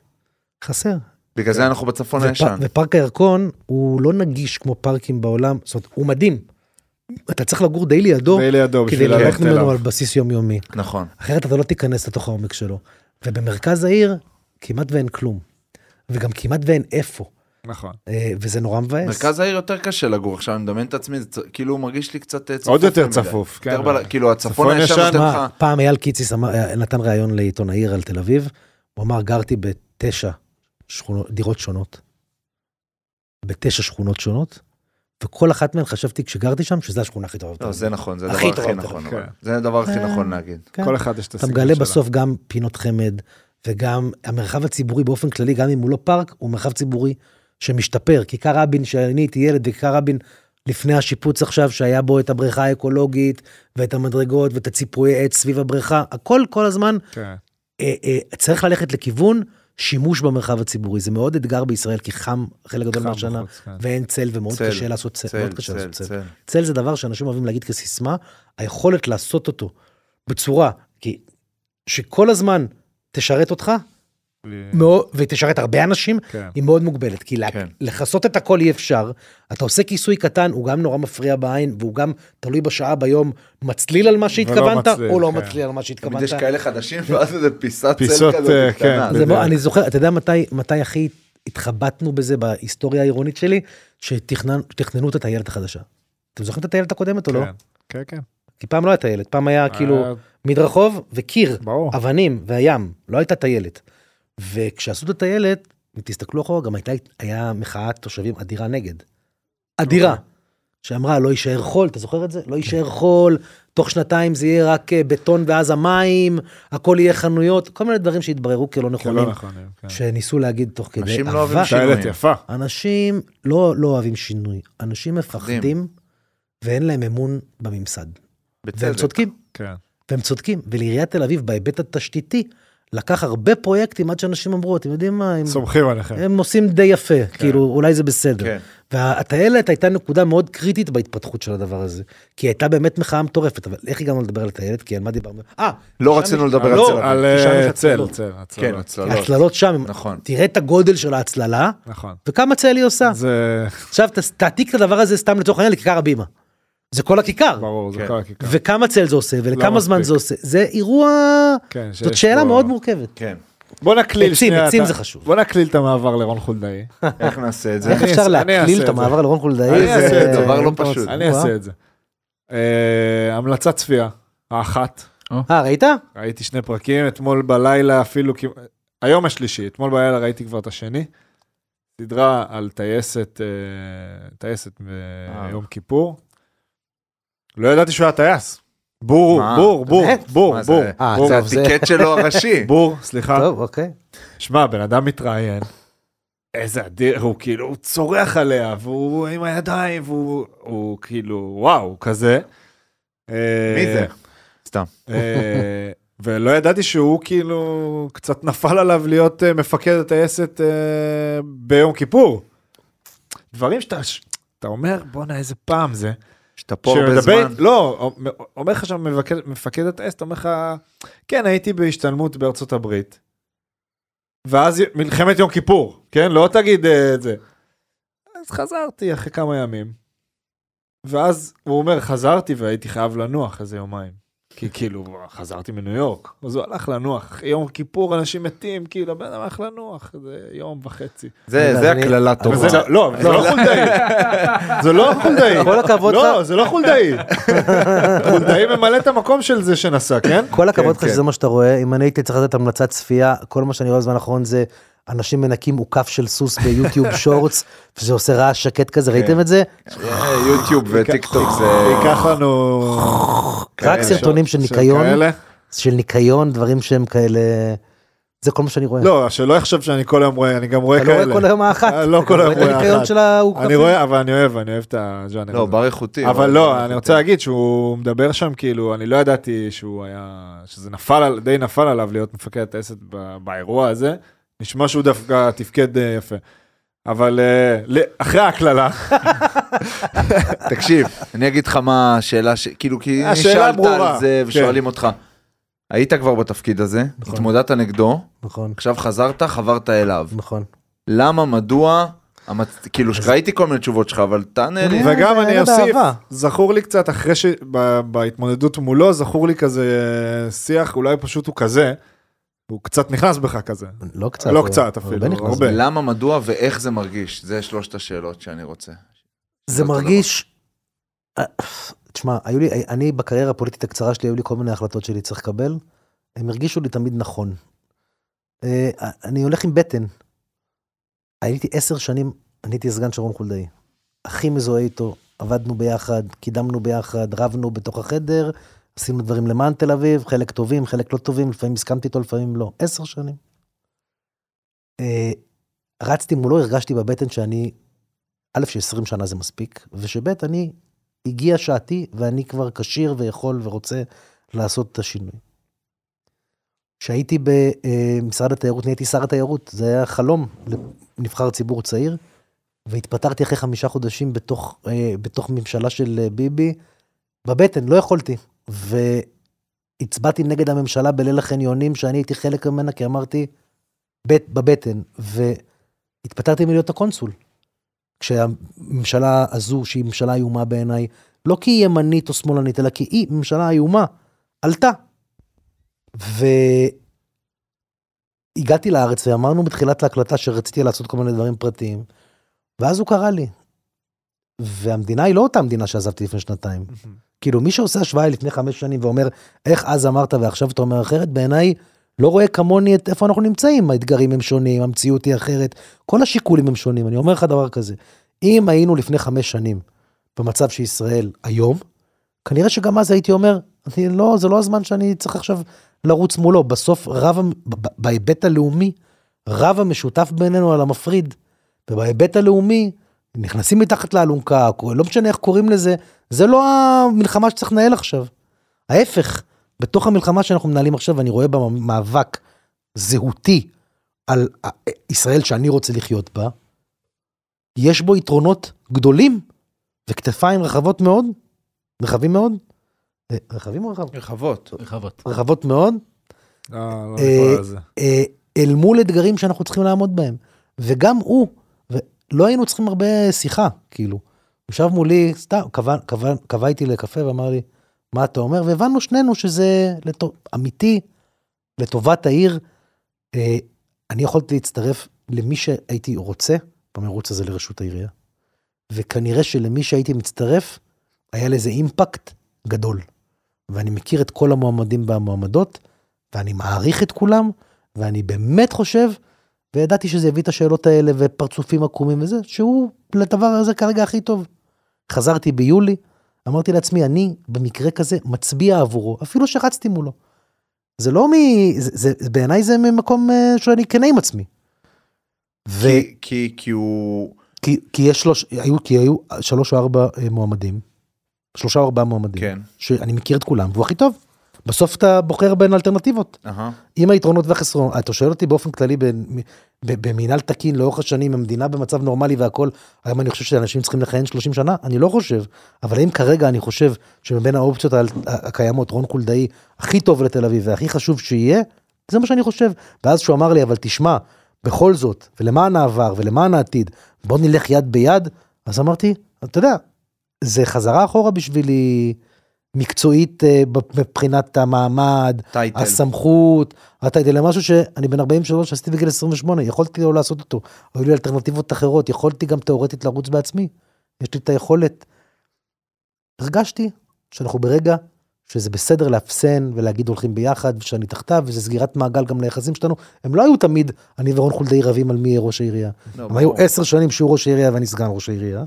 [SPEAKER 3] חסר.
[SPEAKER 2] בגלל זה אנחנו בצפון
[SPEAKER 3] ופ-
[SPEAKER 2] הישן.
[SPEAKER 3] ופארק הירקון הוא לא נגיש כמו פארקים בעולם, זאת אומרת, הוא מדהים. אתה צריך לגור די לידו
[SPEAKER 1] די לידו
[SPEAKER 3] כדי
[SPEAKER 1] בשביל
[SPEAKER 3] ללכת
[SPEAKER 1] ללכת
[SPEAKER 3] ממנו על
[SPEAKER 1] אליו.
[SPEAKER 3] בסיס יומיומי.
[SPEAKER 2] נכון.
[SPEAKER 3] אחרת אתה לא תיכנס לתוך העומק שלו. ובמרכז העיר כמעט ואין כלום. וגם כמעט ואין איפה.
[SPEAKER 1] נכון.
[SPEAKER 3] אה, וזה נורא מבאס.
[SPEAKER 2] מרכז העיר יותר קשה לגור עכשיו, אני מדמיין את עצמי, זה צ- כאילו מרגיש לי קצת אה, צפוף.
[SPEAKER 1] עוד יותר
[SPEAKER 2] מדי.
[SPEAKER 1] צפוף, כן.
[SPEAKER 2] יותר בל- כאילו הצפון
[SPEAKER 1] צפון
[SPEAKER 2] הישן
[SPEAKER 1] ישן,
[SPEAKER 2] נותן
[SPEAKER 3] מה,
[SPEAKER 2] לך...
[SPEAKER 3] פעם אייל קיציס אמר- אה, נתן ראיון לעיתון העיר על תל אביב, הוא אמר, גרתי בתשע שכונות, דירות שונות. בתשע שכונות שונות, וכל אחת מהן חשבתי כשגרתי שם, שזו השכונה הכי טובה.
[SPEAKER 2] לא,
[SPEAKER 3] בתל
[SPEAKER 2] זה נכון, זה
[SPEAKER 3] הכי
[SPEAKER 2] הדבר
[SPEAKER 3] טוב
[SPEAKER 2] הכי
[SPEAKER 3] בתל
[SPEAKER 2] נכון.
[SPEAKER 1] אביב.
[SPEAKER 2] אבל. זה הדבר הכי
[SPEAKER 3] אה,
[SPEAKER 2] נכון להגיד.
[SPEAKER 3] כן.
[SPEAKER 1] כל אחד יש את
[SPEAKER 3] אתה
[SPEAKER 1] הסיכוי
[SPEAKER 3] מגלה בסוף גם פינות חמד, וגם המרחב הציבורי באופן כללי, גם אם הוא לא פארק, הוא מרחב ציבורי שמשתפר. כיכר רבין, כשאני הייתי ילד, בכיכר רבין לפני השיפוץ עכשיו, שהיה בו את הבריכה האקולוגית, ואת המדרגות, ואת הציפויי עץ סביב הבריכה, הכל כל הזמן
[SPEAKER 1] כן.
[SPEAKER 3] אה, אה, צריך ללכת לכיוון שימוש במרחב הציבורי. זה מאוד אתגר בישראל, כי חם חלק גדול
[SPEAKER 1] חם
[SPEAKER 3] מהשנה,
[SPEAKER 1] בחוץ, כן.
[SPEAKER 3] ואין צל, ומאוד
[SPEAKER 2] צל,
[SPEAKER 3] קשה לעשות צל.
[SPEAKER 2] צל,
[SPEAKER 3] מאוד
[SPEAKER 2] צל,
[SPEAKER 3] קשה לעשות צל.
[SPEAKER 2] צל.
[SPEAKER 3] צל זה דבר שאנשים אוהבים להגיד כסיסמה, היכולת לעשות אותו בצורה, כי שכל הזמן תשרת אותך,
[SPEAKER 1] בלי-
[SPEAKER 3] מאוד- ותשרת הרבה אנשים,
[SPEAKER 1] כן.
[SPEAKER 3] היא מאוד מוגבלת. כי לה-
[SPEAKER 2] כן.
[SPEAKER 3] לכסות את הכל אי אפשר, אתה עושה כיסוי קטן, הוא גם נורא מפריע בעין, והוא גם תלוי בשעה ביום, מצליל על מה שהתכוונת,
[SPEAKER 1] מצליל,
[SPEAKER 3] או לא
[SPEAKER 1] כן.
[SPEAKER 3] מצליל על מה
[SPEAKER 2] תמיד
[SPEAKER 3] שהתכוונת.
[SPEAKER 2] יש כאלה חדשים, ואז איזה פיסת צל
[SPEAKER 1] פיסות,
[SPEAKER 2] כזאת
[SPEAKER 1] אה,
[SPEAKER 2] קטנה.
[SPEAKER 1] כן,
[SPEAKER 3] זה
[SPEAKER 1] בדיוק.
[SPEAKER 3] בוא, אני זוכר, אתה יודע מתי, מתי הכי התחבטנו בזה בהיסטוריה העירונית שלי? שתכננו את הטיילת החדשה. אתם זוכרים את הטיילת הקודמת או לא?
[SPEAKER 1] כן. כן, כן.
[SPEAKER 3] כי פעם לא הייתה טיילת, פעם היה כאילו
[SPEAKER 1] אה,
[SPEAKER 3] מדרחוב וקיר,
[SPEAKER 1] ברור.
[SPEAKER 3] אבנים והים, לא הייתה טיילת. וכשעשו את הטיילת, אם תסתכלו אחורה, גם הייתה היה מחאת תושבים אדירה נגד. אדירה.
[SPEAKER 2] אוקיי.
[SPEAKER 3] שאמרה, לא יישאר חול, אתה זוכר את זה? לא יישאר חול, תוך שנתיים זה יהיה רק אה, בטון ואז המים, הכל יהיה חנויות, כל מיני דברים שהתבררו כלא
[SPEAKER 1] כן, לא
[SPEAKER 3] נכונים,
[SPEAKER 1] נכונים. כן.
[SPEAKER 3] שניסו להגיד תוך כדי.
[SPEAKER 2] נכון. אנשים לא אוהבים
[SPEAKER 3] אבל-
[SPEAKER 2] שינויים.
[SPEAKER 1] טיילת יפה.
[SPEAKER 3] אנשים לא לא אוהבים שינוי, אנשים מפחדים ואין להם אמון בממסד. והם
[SPEAKER 2] בצדק.
[SPEAKER 3] צודקים.
[SPEAKER 1] כן.
[SPEAKER 3] והם צודקים, ולעיריית תל אביב בהיבט התשתיתי לקח הרבה פרויקטים עד שאנשים אמרו, אתם יודעים מה, הם,
[SPEAKER 1] סומכים עליכם.
[SPEAKER 3] הם עושים די יפה, כן. כאילו אולי זה בסדר.
[SPEAKER 2] כן.
[SPEAKER 3] כן. והטיילת הייתה נקודה מאוד קריטית בהתפתחות של הדבר הזה, כי הייתה באמת מחאה מטורפת, אבל איך הגענו לדבר על הטיילת? כי על מה דיברנו? אה,
[SPEAKER 2] לא
[SPEAKER 3] שם
[SPEAKER 2] רצינו
[SPEAKER 3] יש-
[SPEAKER 2] לדבר על
[SPEAKER 3] לא,
[SPEAKER 2] צל אביב.
[SPEAKER 1] על
[SPEAKER 3] כי שם יש
[SPEAKER 1] אה, צל,
[SPEAKER 3] הצללות.
[SPEAKER 1] צל,
[SPEAKER 2] כן,
[SPEAKER 1] הצללות.
[SPEAKER 2] הצללות.
[SPEAKER 3] ההצללות שם,
[SPEAKER 2] נכון.
[SPEAKER 3] תראה את הגודל של ההצללה,
[SPEAKER 1] נכון.
[SPEAKER 3] וכמה צל היא עושה.
[SPEAKER 1] זה
[SPEAKER 3] עכשיו ת- תעתיק את הדבר הזה סתם לצורך העניין לכיכר הבימה. זה כל הכיכר.
[SPEAKER 1] ברור, זה
[SPEAKER 2] כן.
[SPEAKER 1] כל הכיכר.
[SPEAKER 3] וכמה צל זה עושה, ולכמה
[SPEAKER 1] לא
[SPEAKER 3] זמן
[SPEAKER 1] מספיק.
[SPEAKER 3] זה עושה. זה אירוע...
[SPEAKER 1] כן,
[SPEAKER 3] זאת
[SPEAKER 1] שיש
[SPEAKER 3] שאלה
[SPEAKER 1] בו-
[SPEAKER 3] מאוד מורכבת.
[SPEAKER 2] כן.
[SPEAKER 1] בוא נקליל
[SPEAKER 3] עצים,
[SPEAKER 1] שנייה.
[SPEAKER 3] עצים
[SPEAKER 1] את ה-
[SPEAKER 3] זה חשוב.
[SPEAKER 1] בוא נקליל את המעבר לרון חולדאי.
[SPEAKER 2] איך נעשה את זה?
[SPEAKER 3] איך
[SPEAKER 1] אני
[SPEAKER 3] אפשר
[SPEAKER 1] אעשה- אני
[SPEAKER 3] להקליל
[SPEAKER 1] אעשה
[SPEAKER 3] את
[SPEAKER 1] את זה.
[SPEAKER 3] המעבר לרון חולדאי?
[SPEAKER 1] אני
[SPEAKER 3] זה-
[SPEAKER 1] אעשה את זה,
[SPEAKER 2] דבר לא
[SPEAKER 3] אין פה
[SPEAKER 2] פשוט.
[SPEAKER 3] מצב.
[SPEAKER 1] אני אעשה את זה. אה, המלצת צפייה, האחת.
[SPEAKER 3] אה, ראית?
[SPEAKER 1] ראיתי שני פרקים, אתמול בלילה אפילו, כמעט- היום השלישי, אתמול בלילה ראיתי כבר את השני. סדרה על טייסת, אה, טייסת
[SPEAKER 2] אה.
[SPEAKER 1] ביום כיפור. לא ידעתי שהוא היה טייס. בור,
[SPEAKER 2] מה?
[SPEAKER 1] בור, בור,
[SPEAKER 3] באמת?
[SPEAKER 1] בור,
[SPEAKER 2] מה זה?
[SPEAKER 1] בור,
[SPEAKER 3] אה,
[SPEAKER 1] בור,
[SPEAKER 2] זה
[SPEAKER 3] טוב, זה-
[SPEAKER 2] הטיקט שלו
[SPEAKER 1] [LAUGHS]
[SPEAKER 2] הראשי.
[SPEAKER 1] בור, סליחה.
[SPEAKER 3] טוב, אוקיי.
[SPEAKER 1] שמע, בן אדם מתראיין, איזה אדיר, הוא כאילו, הוא צורח עליה, והוא עם הידיים, והוא הוא כאילו, וואו, הוא כזה.
[SPEAKER 2] מי זה? סתם.
[SPEAKER 1] אה, ולא ידעתי שהוא כאילו קצת נפל עליו להיות אה, מפקד הטייסת אה, ביום כיפור. דברים שאתה ש- אתה אומר בואנה איזה פעם זה.
[SPEAKER 2] שאתה פה הרבה
[SPEAKER 1] שמדבר-
[SPEAKER 2] זמן.
[SPEAKER 1] לא, אומר לך שם מבקד- מפקד הטייסת, אומר לך, כן הייתי בהשתלמות בארצות הברית. ואז י- מלחמת יום כיפור, כן? לא תגיד אה, את זה. אז חזרתי אחרי כמה ימים. ואז הוא אומר, חזרתי והייתי חייב לנוח איזה יומיים. כי כאילו, חזרתי מניו יורק. אז הוא הלך לנוח. אחרי יום כיפור אנשים מתים, כאילו, הבן אדם הלך לנוח, זה יום וחצי.
[SPEAKER 2] זה
[SPEAKER 3] אז
[SPEAKER 2] זה
[SPEAKER 3] אני-
[SPEAKER 2] הקללה
[SPEAKER 3] אבל
[SPEAKER 2] טובה.
[SPEAKER 1] וזה לא, לא, זה לא חולדאי. זה לא חולדאי.
[SPEAKER 3] כל הכבוד לך.
[SPEAKER 1] לא, זה לא חולדאי. חולדאי ממלא את המקום של זה שנסע, כן?
[SPEAKER 3] כל הכבוד לך
[SPEAKER 2] כן.
[SPEAKER 3] שזה מה שאתה רואה, אם אני הייתי צריך לתת המלצת צפייה, כל מה שאני רואה בזמן האחרון זה אנשים מנקים עוקף של סוס
[SPEAKER 1] [LAUGHS]
[SPEAKER 3] ביוטיוב שורטס, וזה עושה רעש שקט
[SPEAKER 1] כן.
[SPEAKER 3] כזה, ראיתם את זה?
[SPEAKER 2] אה, יוטיוב וטיק טוק זה...
[SPEAKER 1] ייקח לנו...
[SPEAKER 3] רק
[SPEAKER 1] כאלה
[SPEAKER 3] סרטונים
[SPEAKER 1] כן, ש-
[SPEAKER 3] של ניקיון,
[SPEAKER 1] שכאלה.
[SPEAKER 3] של ניקיון, דברים שהם כאלה... זה כל מה שאני רואה.
[SPEAKER 1] לא, שלא יחשב שאני כל היום רואה, אני גם רואה
[SPEAKER 3] אתה לא
[SPEAKER 1] כאלה.
[SPEAKER 3] רואה כל היום האחת.
[SPEAKER 1] אה, לא
[SPEAKER 3] אתה
[SPEAKER 1] כל היום
[SPEAKER 3] רואה את
[SPEAKER 1] רואה
[SPEAKER 3] הניקיון
[SPEAKER 1] האחת.
[SPEAKER 3] של ההוא
[SPEAKER 1] אני רואה, אבל אני אוהב, אני אוהב את הז'אנר
[SPEAKER 2] לא,
[SPEAKER 1] הזה.
[SPEAKER 2] בר איכותי.
[SPEAKER 1] אבל לא,
[SPEAKER 2] בר
[SPEAKER 1] אני
[SPEAKER 2] איכותי.
[SPEAKER 1] רוצה להגיד שהוא מדבר שם, כאילו, אני לא ידעתי שהוא היה, שזה נפל, על- די נפל עליו להיות מפקד הטייסת ב- באירוע הזה. נשמע שהוא דווקא תפקד אה, יפה. אבל אה, ל- אחרי ההקללה,
[SPEAKER 3] כן,
[SPEAKER 2] תקשיב, אני אגיד לך מה השאלה, ש- כאילו, כי
[SPEAKER 1] השאלה
[SPEAKER 2] נשאלת
[SPEAKER 1] ברורה,
[SPEAKER 2] על זה
[SPEAKER 1] כן.
[SPEAKER 2] ושואלים אותך. היית כבר בתפקיד הזה,
[SPEAKER 3] נכון.
[SPEAKER 2] התמודדת נגדו,
[SPEAKER 3] נכון,
[SPEAKER 2] עכשיו חזרת, חברת אליו.
[SPEAKER 3] נכון.
[SPEAKER 2] למה, מדוע, המצ- כאילו, ראיתי כל מיני תשובות שלך, אבל תענה לי.
[SPEAKER 3] ו-
[SPEAKER 1] וגם
[SPEAKER 3] זה
[SPEAKER 1] אני
[SPEAKER 3] היה
[SPEAKER 1] אוסיף,
[SPEAKER 3] באהבה.
[SPEAKER 1] זכור לי קצת אחרי שבהתמודדות מולו, זכור לי כזה אה, שיח, אולי פשוט הוא כזה, הוא קצת נכנס בך כזה.
[SPEAKER 3] לא קצת.
[SPEAKER 1] לא
[SPEAKER 3] הוא-
[SPEAKER 1] קצת
[SPEAKER 3] הוא
[SPEAKER 1] אפילו,
[SPEAKER 3] נכנס.
[SPEAKER 1] הרבה.
[SPEAKER 2] למה, מדוע ואיך זה מרגיש? זה שלושת השאלות שאני רוצה.
[SPEAKER 3] זה
[SPEAKER 2] אותו
[SPEAKER 3] מרגיש... אה, תשמע, היו לי, אני בקריירה הפוליטית הקצרה שלי, היו לי כל מיני החלטות שאני צריך לקבל. הם הרגישו לי תמיד נכון. אה, אני הולך עם בטן. הייתי עשר שנים, אני הייתי סגן שרון חולדאי. הכי מזוהה איתו, עבדנו ביחד, קידמנו ביחד, רבנו בתוך החדר, עשינו דברים למען תל אביב, חלק טובים, חלק לא טובים, לפעמים הסכמתי איתו, לפעמים לא. עשר שנים. אה, רצתי מולו, הרגשתי בבטן שאני, א', ש-20 שנה זה מספיק, ושב', אני, הגיע שעתי, ואני כבר כשיר ויכול ורוצה לעשות את השינוי. כשהייתי במשרד התיירות, נהייתי שר התיירות, זה היה חלום לנבחר ציבור צעיר, והתפטרתי אחרי חמישה חודשים בתוך, אה, בתוך ממשלה של אה, ביבי, בבטן, לא יכולתי. והצבעתי נגד הממשלה בליל החניונים, שאני הייתי חלק ממנה, כי אמרתי, בט, בבטן, והתפטרתי מלהיות הקונסול. כשהממשלה הזו, שהיא ממשלה איומה בעיניי, לא כי היא ימנית או שמאלנית, אלא כי היא ממשלה איומה, עלתה. והגעתי לארץ ואמרנו בתחילת ההקלטה שרציתי לעשות כל מיני דברים פרטיים, ואז הוא קרא לי. והמדינה היא לא אותה המדינה שעזבתי לפני שנתיים. כאילו, מי שעושה השוואה לפני חמש שנים ואומר, איך אז אמרת ועכשיו אתה אומר אחרת, בעיניי לא רואה כמוני את איפה אנחנו נמצאים, האתגרים הם שונים, המציאות היא אחרת, כל השיקולים הם שונים. אני אומר לך דבר כזה, אם היינו לפני חמש שנים במצב שישראל היום, כנראה שגם אז הייתי אומר, אני לא, זה לא הזמן שאני צריך עכשיו לרוץ מולו. בסוף, רב, המ- ב- ב- בהיבט הלאומי, רב המשותף בינינו על המפריד. ובהיבט הלאומי, נכנסים מתחת לאלונקה, או לא משנה איך קוראים לזה, זה לא המלחמה שצריך לנהל עכשיו. ההפך, בתוך המלחמה שאנחנו מנהלים עכשיו, אני רואה בה מאבק זהותי על ה- ישראל שאני רוצה לחיות בה, יש בו יתרונות גדולים וכתפיים רחבות מאוד, רחבים מאוד, אה, רחבים או רחב?
[SPEAKER 2] רחבות.
[SPEAKER 4] רחבות.
[SPEAKER 3] רחבות מאוד,
[SPEAKER 1] לא, לא
[SPEAKER 3] אה,
[SPEAKER 1] נדבר על זה.
[SPEAKER 3] אה, אל מול אתגרים שאנחנו צריכים לעמוד בהם. וגם הוא, ולא היינו צריכים הרבה שיחה, כאילו. הוא ישב מולי, סתם, קבע, קבע, קבע איתי לקפה ואמר לי, מה אתה אומר? והבנו שנינו שזה לטוב, אמיתי, לטובת העיר. אה, אני יכולתי להצטרף למי שהייתי רוצה במרוץ הזה לראשות העירייה. וכנראה שלמי שהייתי מצטרף, היה לזה אימפקט גדול. ואני מכיר את כל המועמדים והמועמדות, ואני מעריך את כולם, ואני באמת חושב, וידעתי שזה יביא את השאלות האלה ופרצופים עקומים וזה, שהוא לדבר הזה כרגע הכי טוב. חזרתי ביולי, אמרתי לעצמי, אני במקרה כזה מצביע עבורו, אפילו שרצתי מולו. זה לא מ... זה, זה, בעיניי זה ממקום אה, שאני כנה עם עצמי. ו...
[SPEAKER 2] כי- כי כי הוא...
[SPEAKER 3] כי, כי יש שלוש, היו, כי היו שלוש או ארבע אה, מועמדים, שלושה או ארבעה מועמדים,
[SPEAKER 2] כן.
[SPEAKER 3] שאני מכיר את כולם, והוא הכי טוב. בסוף אתה בוחר בין אלטרנטיבות,
[SPEAKER 2] אהה.
[SPEAKER 3] עם היתרונות והחסרונות. אתה שואל אותי באופן כללי בין- ב- במינהל תקין לאורך השנים, המדינה במצב נורמלי והכל, האם אני חושב שאנשים צריכים לכהן 30 שנה? אני לא חושב, אבל האם כרגע אני חושב שמבין האופציות האל- הקיימות, רון חולדאי הכי טוב לתל אביב והכי חשוב שיהיה, זה מה שאני חושב. ואז שהוא אמר לי, אבל תשמע, בכל זאת, ולמען העבר ולמען העתיד, בוא נלך יד ביד, אז אמרתי, אתה יודע, זה חזרה אחורה בשבילי מקצועית אה, מבחינת המעמד,
[SPEAKER 2] טייטל.
[SPEAKER 3] הסמכות, הטייטל, זה משהו שאני בן 43 עשיתי בגיל 28, יכולתי לא לעשות אותו, היו לי אלטרנטיבות אחרות, יכולתי גם תאורטית לרוץ בעצמי, יש לי את היכולת. הרגשתי שאנחנו ברגע שזה בסדר לאפסן ולהגיד הולכים ביחד ושאני תחתיו וזה סגירת מעגל גם ליחסים שלנו, הם לא היו תמיד אני ורון חולדאי רבים על מי יהיה ראש העירייה.
[SPEAKER 2] לא,
[SPEAKER 3] הם היו
[SPEAKER 2] ברור.
[SPEAKER 3] עשר שנים שהוא ראש העירייה ואני סגן ראש העירייה.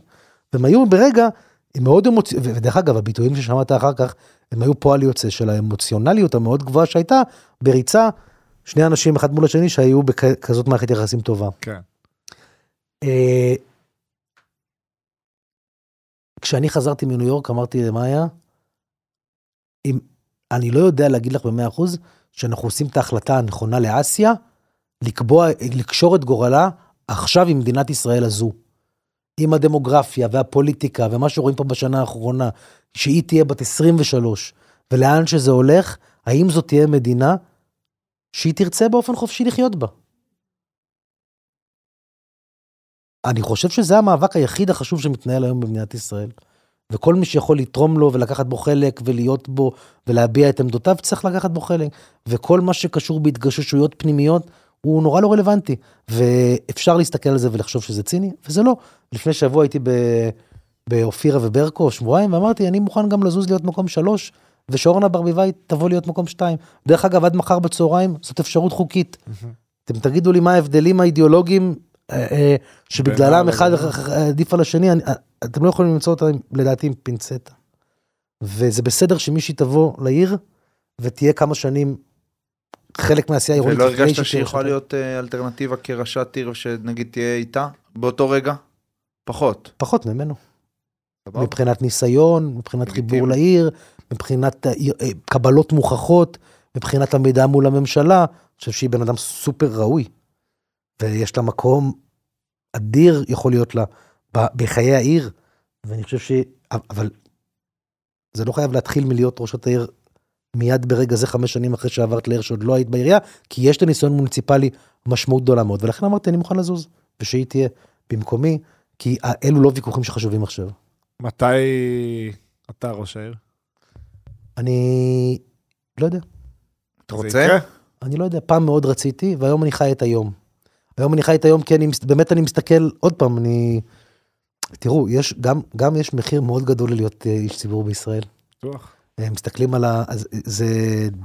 [SPEAKER 3] והם היו ברגע, הם מאוד אמוציונליים, ודרך אגב, הביטויים ששמעת אחר כך, הם היו פועל יוצא של האמוציונליות המאוד גבוהה שהייתה בריצה, שני אנשים אחד מול השני שהיו בכזאת מערכת יחסים טובה.
[SPEAKER 1] כן.
[SPEAKER 3] אה, כשאני חזרתי מניו יורק אמרתי למאיה, אם, אני לא יודע להגיד לך במאה אחוז שאנחנו עושים את ההחלטה הנכונה לאסיה, לקבוע, לקשור את גורלה עכשיו עם מדינת ישראל הזו. עם הדמוגרפיה והפוליטיקה ומה שרואים פה בשנה האחרונה, שהיא תהיה בת 23, ולאן שזה הולך, האם זאת תהיה מדינה שהיא תרצה באופן חופשי לחיות בה? אני חושב שזה המאבק היחיד החשוב שמתנהל היום במדינת ישראל. וכל מי שיכול לתרום לו ולקחת בו חלק ולהיות בו ולהביע את עמדותיו, צריך לקחת בו חלק. וכל מה שקשור בהתגששויות פנימיות, הוא נורא לא רלוונטי. ואפשר להסתכל על זה ולחשוב שזה ציני, וזה לא. לפני שבוע הייתי ב... באופירה וברקו, שבועיים, ואמרתי, אני מוכן גם לזוז להיות מקום שלוש, ושאורנה ברביבאי תבוא להיות מקום שתיים. דרך אגב, עד מחר בצהריים, זאת אפשרות חוקית. אתם תגידו לי מה ההבדלים האידיאולוגיים אה, אה, שבגללם
[SPEAKER 1] בין ה-
[SPEAKER 3] אחד עדיף על השני, אני- אה, אתם לא יכולים למצוא אותה, לדעתי, עם פינצטה. וזה בסדר שמישהי תבוא לעיר ותהיה כמה שנים חלק מהעשייה העירונית.
[SPEAKER 2] ולא
[SPEAKER 3] לפני
[SPEAKER 2] הרגשת
[SPEAKER 3] שהיא
[SPEAKER 2] שהיא
[SPEAKER 3] תהיה
[SPEAKER 2] יכולה
[SPEAKER 3] ראש
[SPEAKER 2] להיות אה, אלטרנטיבה כראשת עיר שנגיד תהיה איתה באותו רגע? פחות.
[SPEAKER 3] עיר. פחות ממנו.
[SPEAKER 2] סבבה?
[SPEAKER 3] מבחינת ניסיון, מבחינת
[SPEAKER 2] לגיטימי.
[SPEAKER 3] חיבור לעיר, מבחינת אה, אה, קבלות מוכחות, מבחינת המידע מול הממשלה. אני חושב שהיא בן אדם סופר ראוי, ויש לה מקום אדיר יכול להיות לה ב- בחיי העיר, ואני חושב ש... אבל זה לא חייב להתחיל מלהיות ראשת העיר מיד ברגע זה חמש שנים אחרי שעברת לעיר שעוד לא היית בעירייה, כי יש לניסיון מוניציפלי משמעות גדולה מאוד, ולכן אמרתי אני מוכן לזוז, ושהיא תהיה במקומי, כי ה- אלו לא ויכוחים שחשובים עכשיו.
[SPEAKER 1] מתי אתה ראש העיר?
[SPEAKER 3] אני לא יודע,
[SPEAKER 2] אתה
[SPEAKER 1] זה
[SPEAKER 2] רוצה?
[SPEAKER 1] יקרה?
[SPEAKER 3] אני לא יודע, פעם מאוד רציתי, והיום אני חי את היום. היום אני חי את היום כי אני, מס- באמת אני מסתכל, עוד פעם, אני... תראו, יש, גם, גם יש מחיר מאוד גדול ללהיות אה, איש ציבור בישראל.
[SPEAKER 1] בטוח.
[SPEAKER 3] אה, מסתכלים על ה... אז, אה, זה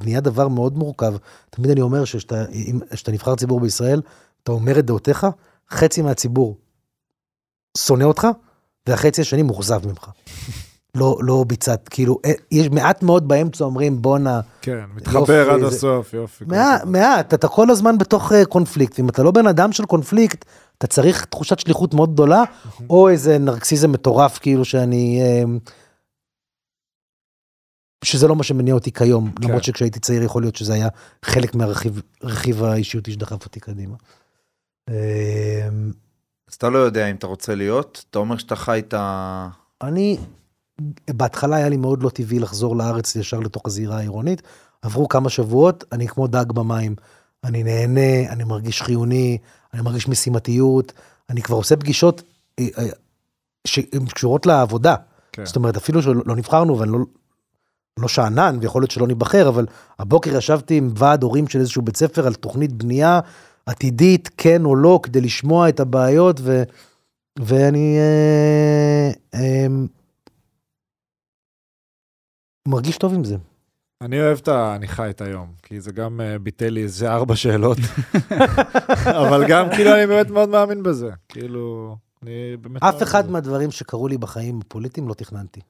[SPEAKER 3] נהיה דבר מאוד מורכב. תמיד אני אומר שכשאתה אם- כשאתה נבחר ציבור בישראל, אתה אומר את דעותיך, חצי מהציבור שונא אותך, והחצי השני מאוכזב ממך. [LAUGHS] לא, לא ביצעת, כאילו, אה, יש מעט מאוד באמצע אומרים, בואנה,
[SPEAKER 1] כן, מתחבר עד
[SPEAKER 3] זה-
[SPEAKER 1] הסוף, יופי. כל
[SPEAKER 3] מעט,
[SPEAKER 1] הכבוד.
[SPEAKER 3] מעט, אתה כל הזמן בתוך אה, קונפליקט. אם אתה לא בן אדם של קונפליקט, אתה צריך תחושת שליחות מאוד גדולה, או איזה נרקסיזם מטורף, כאילו שאני... אה, שזה לא מה שמניע אותי כיום,
[SPEAKER 1] כן.
[SPEAKER 3] למרות שכשהייתי צעיר יכול להיות שזה היה חלק מהרכיב רכיב האישיותי שדחף אותי קדימה. אה,
[SPEAKER 2] אז אתה לא יודע אם אתה רוצה להיות, אתה אומר שאתה חי את ה...
[SPEAKER 3] אני, בהתחלה היה לי מאוד לא טבעי לחזור לארץ ישר לתוך הזירה העירונית. עברו כמה שבועות, אני כמו דג במים. אני נהנה, אני מרגיש חיוני, אני מרגיש משימתיות, אני כבר עושה פגישות אה, אה, שהן קשורות לעבודה.
[SPEAKER 1] כן.
[SPEAKER 3] זאת אומרת, אפילו שלא לא נבחרנו ואני לא, לא שאנן, ויכול להיות שלא ניבחר, אבל הבוקר ישבתי עם ועד הורים של איזשהו בית ספר על תוכנית בנייה עתידית, כן או לא, כדי לשמוע את הבעיות, ו, ואני אה, אה, מרגיש טוב עם זה.
[SPEAKER 1] אני אוהב את ה... אני חי את היום, כי זה גם אה, ביטל לי איזה ארבע
[SPEAKER 3] [LAUGHS]
[SPEAKER 1] שאלות, [LAUGHS] אבל גם כאילו אני באמת מאוד מאמין בזה. כאילו, אני באמת...
[SPEAKER 3] אף
[SPEAKER 1] מאמין
[SPEAKER 3] אחד
[SPEAKER 1] בזה.
[SPEAKER 3] מהדברים שקרו לי בחיים הפוליטיים לא תכננתי.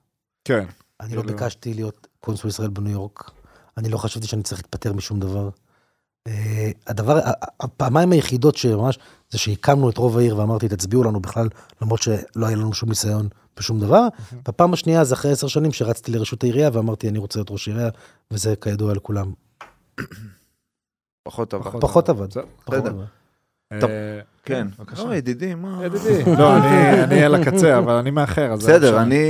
[SPEAKER 1] כן,
[SPEAKER 3] אני לא
[SPEAKER 1] כאילו-
[SPEAKER 3] ביקשתי להיות קונסול ישראל בניו יורק. אני לא חשבתי שאני צריך להתפטר משום דבר. אה, הדבר, ה- ה- הפעמיים היחידות שממש, זה שהקמנו את רוב העיר ואמרתי, תצביעו לנו בכלל, למרות שלא היה לנו שום ניסיון בשום דבר. והפעם השנייה זה אחרי עשר שנים שרצתי לרשות העירייה ואמרתי, אני רוצה להיות ראש עירייה, וזה כידוע לכולם.
[SPEAKER 2] פחות אבל.
[SPEAKER 3] פחות עבד.
[SPEAKER 1] בסדר.
[SPEAKER 3] פחות
[SPEAKER 2] בסדר.
[SPEAKER 3] אבל.
[SPEAKER 2] טוב.
[SPEAKER 1] אה,
[SPEAKER 2] כן.
[SPEAKER 1] בבקשה.
[SPEAKER 2] לא, ידידי, מה...
[SPEAKER 1] ידידי. לא, אני- אני על הקצה, אבל אני מאחר. אז זה לא
[SPEAKER 2] בסדר,
[SPEAKER 1] משנה.
[SPEAKER 2] אני...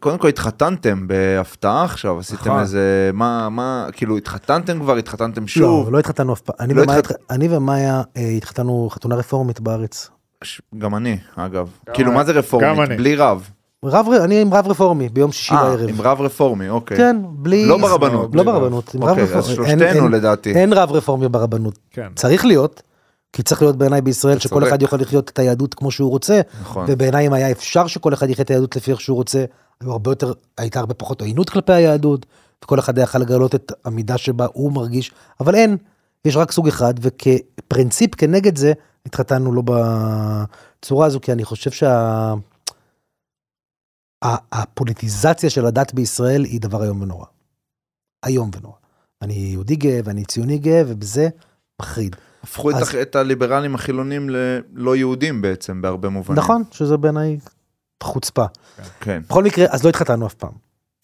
[SPEAKER 2] קודם כל התחתנתם בהפתעה עכשיו, עשיתם
[SPEAKER 1] נכון.
[SPEAKER 2] איזה... מה, מה... כאילו, התחתנתם כבר, התחתנתם
[SPEAKER 3] לא,
[SPEAKER 2] שוב.
[SPEAKER 3] אבל לא התחתנו אף פעם. אני
[SPEAKER 2] לא
[SPEAKER 3] ומאיה
[SPEAKER 2] התחת-
[SPEAKER 3] התח- אני ומאיה אה, התחתנו חתונה רפורמית בארץ.
[SPEAKER 2] ש- גם אני, אגב.
[SPEAKER 1] גם
[SPEAKER 2] כאילו,
[SPEAKER 1] אני.
[SPEAKER 2] מה זה
[SPEAKER 1] גם
[SPEAKER 2] רפורמית?
[SPEAKER 1] אני.
[SPEAKER 2] בלי רב.
[SPEAKER 3] רב, אני עם רב רפורמי ביום שישי
[SPEAKER 2] אה,
[SPEAKER 3] בערב.
[SPEAKER 2] עם רב רפורמי, אוקיי.
[SPEAKER 3] כן, בלי...
[SPEAKER 2] לא ברבנות.
[SPEAKER 3] לא ברבנות, עם רב
[SPEAKER 2] אוקיי, אז
[SPEAKER 3] רפורמי. אין-
[SPEAKER 2] שלושתנו
[SPEAKER 3] אין-
[SPEAKER 2] לדעתי.
[SPEAKER 3] אין רב רפורמי ברבנות.
[SPEAKER 1] כן.
[SPEAKER 3] צריך להיות, כי צריך להיות בעיניי בישראל
[SPEAKER 2] אתה
[SPEAKER 3] שכל
[SPEAKER 2] צודק.
[SPEAKER 3] אחד יכול לחיות את היהדות כמו שהוא רוצה,
[SPEAKER 2] נכון.
[SPEAKER 3] ובעיניי אם היה אפשר שכל אחד יחיה את היהדות לפי איך שהוא רוצה, היו הרבה יותר, הייתה הרבה פחות עוינות כלפי היהדות, וכל אחד היה יכול לגלות את המידה שבה הוא מרגיש, אבל אין, יש רק סוג אחד, וכפרינציפ כנגד זה, התחתנו לא בצורה הזו, כי אני חושב שה... ה- הפוליטיזציה של הדת בישראל היא דבר איום ונורא. איום ונורא. אני יהודי גאה ואני ציוני גאה, ובזה מחריד.
[SPEAKER 2] הפכו את
[SPEAKER 3] אז-
[SPEAKER 2] ה- את הליברלים החילונים ללא יהודים בעצם, בהרבה מובנים.
[SPEAKER 3] נכון, שזה בעיניי חוצפה.
[SPEAKER 2] כן.
[SPEAKER 3] בכל מקרה, אז לא התחתנו אף פעם.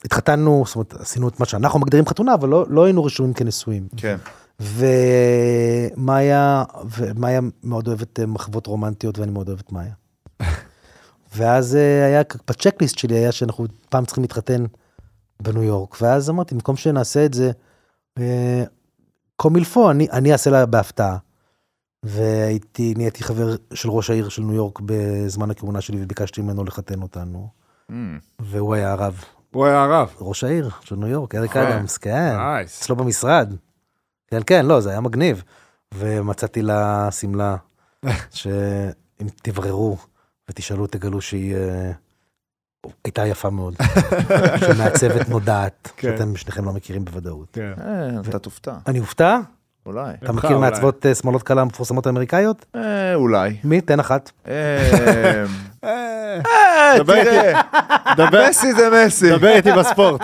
[SPEAKER 3] התחתנו, זאת אומרת, עשינו את מה שאנחנו מגדירים חתונה, אבל לא, לא היינו רשומים כנשואים.
[SPEAKER 1] [LAUGHS]
[SPEAKER 2] כן.
[SPEAKER 3] ומאיה, ומאיה מאוד אוהבת אה, מחוות רומנטיות, ואני מאוד אוהב את מאיה. ואז אה, היה, בצ'קליסט שלי היה שאנחנו פעם צריכים להתחתן בניו יורק, ואז אמרתי, במקום שנעשה את זה, אה, קומילפו, אני, אני אעשה לה בהפתעה. והייתי, נהייתי חבר של ראש העיר של ניו יורק בזמן הכהונה שלי, וביקשתי ממנו לחתן אותנו,
[SPEAKER 2] אמ,
[SPEAKER 3] והוא היה הרב,
[SPEAKER 1] הוא היה הרב.
[SPEAKER 3] ראש העיר של ניו יורק, אריק
[SPEAKER 1] אה,
[SPEAKER 3] אדמס, כן.
[SPEAKER 1] נייס.
[SPEAKER 3] אצלו במשרד. כן, כן, לא, זה היה מגניב. ומצאתי לה
[SPEAKER 1] [LAUGHS]
[SPEAKER 3] שמלה, שאם תבררו ותשאלו, תגלו שהיא אה, הייתה יפה
[SPEAKER 1] [LAUGHS]
[SPEAKER 3] מאוד. שמעצבת נודעת,
[SPEAKER 1] כן.
[SPEAKER 3] שאתם שניכם לא מכירים בוודאות.
[SPEAKER 1] כן.
[SPEAKER 2] אה, אתה תופתע,
[SPEAKER 3] אני אופתע?
[SPEAKER 2] אולי.
[SPEAKER 3] אתה
[SPEAKER 1] ממך,
[SPEAKER 3] מכיר
[SPEAKER 1] אולי.
[SPEAKER 3] מעצבות אה, שמאלות קלה המפורסמות
[SPEAKER 1] [LAUGHS]
[SPEAKER 3] האמריקאיות?
[SPEAKER 2] אה, אולי.
[SPEAKER 3] מי? תן אחת.
[SPEAKER 2] אה,
[SPEAKER 1] אה,
[SPEAKER 2] אה,
[SPEAKER 1] דבר איתי.
[SPEAKER 2] תראה, [LAUGHS]
[SPEAKER 1] דבר-
[SPEAKER 2] מסי זה מסי.
[SPEAKER 1] דבר איתי בספורט.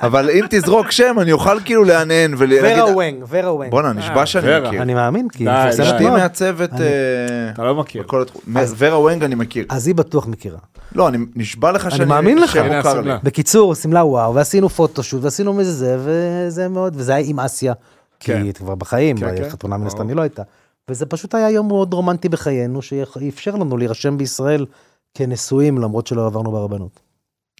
[SPEAKER 2] אבל אם תזרוק שם, אני אוכל כאילו להנהן
[SPEAKER 3] ורה
[SPEAKER 2] ולהגיד,
[SPEAKER 3] וונג, ורה וונג.
[SPEAKER 2] בואנה, נשבע שאני
[SPEAKER 1] ורה.
[SPEAKER 2] מכיר.
[SPEAKER 3] אה, אני מאמין, כי
[SPEAKER 1] די,
[SPEAKER 3] היא מפורסמת
[SPEAKER 2] אשתי
[SPEAKER 3] מאוד.
[SPEAKER 2] מעצבת...
[SPEAKER 3] אני-
[SPEAKER 2] אה,
[SPEAKER 1] אתה לא מכיר.
[SPEAKER 2] בכל התחום. ורה וונג אני מכיר.
[SPEAKER 3] אז היא בטוח מכירה.
[SPEAKER 2] לא, אני נשבע לך שאני...
[SPEAKER 3] מאמין לך.
[SPEAKER 2] שמוכר
[SPEAKER 1] הנה
[SPEAKER 2] כן, לי.
[SPEAKER 1] הסוגלה.
[SPEAKER 3] בקיצור, שמלה וואו, ועשינו פוטושוט, ועשינו מזה זה, וזה מאוד, וזה היה עם אסיה, כי
[SPEAKER 1] כן.
[SPEAKER 3] היא כבר בחיים,
[SPEAKER 1] כן, כן.
[SPEAKER 3] בחתונה מן הסתם
[SPEAKER 1] ברור.
[SPEAKER 3] היא לא הייתה. וזה פשוט היה יום מאוד רומנטי בחיינו, שאפשר לנו להירשם בישראל כנשואים, למרות שלא עברנו ברבנות.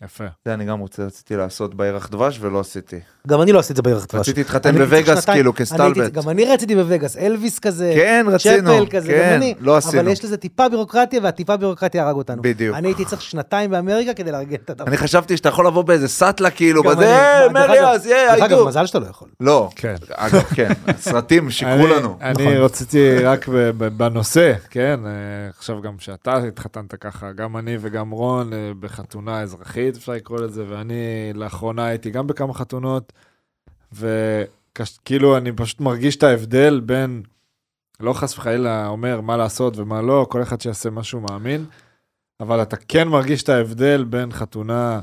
[SPEAKER 1] יפה.
[SPEAKER 2] זה אני גם רוצה, רציתי לעשות בירח דבש ולא עשיתי.
[SPEAKER 3] גם אני לא עשיתי את זה בערך דבש.
[SPEAKER 2] רציתי להתחתן
[SPEAKER 3] אני הייתי
[SPEAKER 2] בווגאס
[SPEAKER 3] שנתיים-
[SPEAKER 2] כאילו
[SPEAKER 3] אני הייתי-
[SPEAKER 2] כסטלבט.
[SPEAKER 3] גם אני רציתי בווגאס, אלוויס כזה,
[SPEAKER 2] כן, רצינו,
[SPEAKER 3] צ'פל כזה, גם
[SPEAKER 2] כן,
[SPEAKER 3] אני,
[SPEAKER 2] לא עשינו.
[SPEAKER 3] אבל יש לזה טיפה בירוקרטיה, והטיפה בירוקרטיה הרג אותנו.
[SPEAKER 2] בדיוק.
[SPEAKER 3] אני הייתי צריך שנתיים באמריקה כדי לארגן את הדבר.
[SPEAKER 2] אני חשבתי שאתה יכול לבוא באיזה סאטלה כאילו,
[SPEAKER 3] גם
[SPEAKER 2] בזה,
[SPEAKER 3] אני. אה,
[SPEAKER 2] "היי,
[SPEAKER 3] דרך אגב-
[SPEAKER 2] מריאס, יא,
[SPEAKER 3] דרך אגב,
[SPEAKER 2] היידו.
[SPEAKER 3] מזל שאתה לא יכול.
[SPEAKER 2] לא,
[SPEAKER 1] כן.
[SPEAKER 2] אגב, כן,
[SPEAKER 3] [LAUGHS]
[SPEAKER 2] סרטים שיקרו
[SPEAKER 1] אני-
[SPEAKER 2] לנו. נכון.
[SPEAKER 1] אני רציתי רק ב- ב- בנושא, כן, אה, עכשיו גם שאתה התחתנת ככה, גם אני וגם רון אה, בחתונה אזרחית, אפשר לקרוא לזה, ואני לאחרונה הייתי גם בכמה חתונות, וכאילו אני פשוט מרגיש את ההבדל בין, לא חס וחלילה אומר מה לעשות ומה לא, כל אחד שיעשה מה שהוא מאמין, אבל אתה כן מרגיש את ההבדל בין חתונה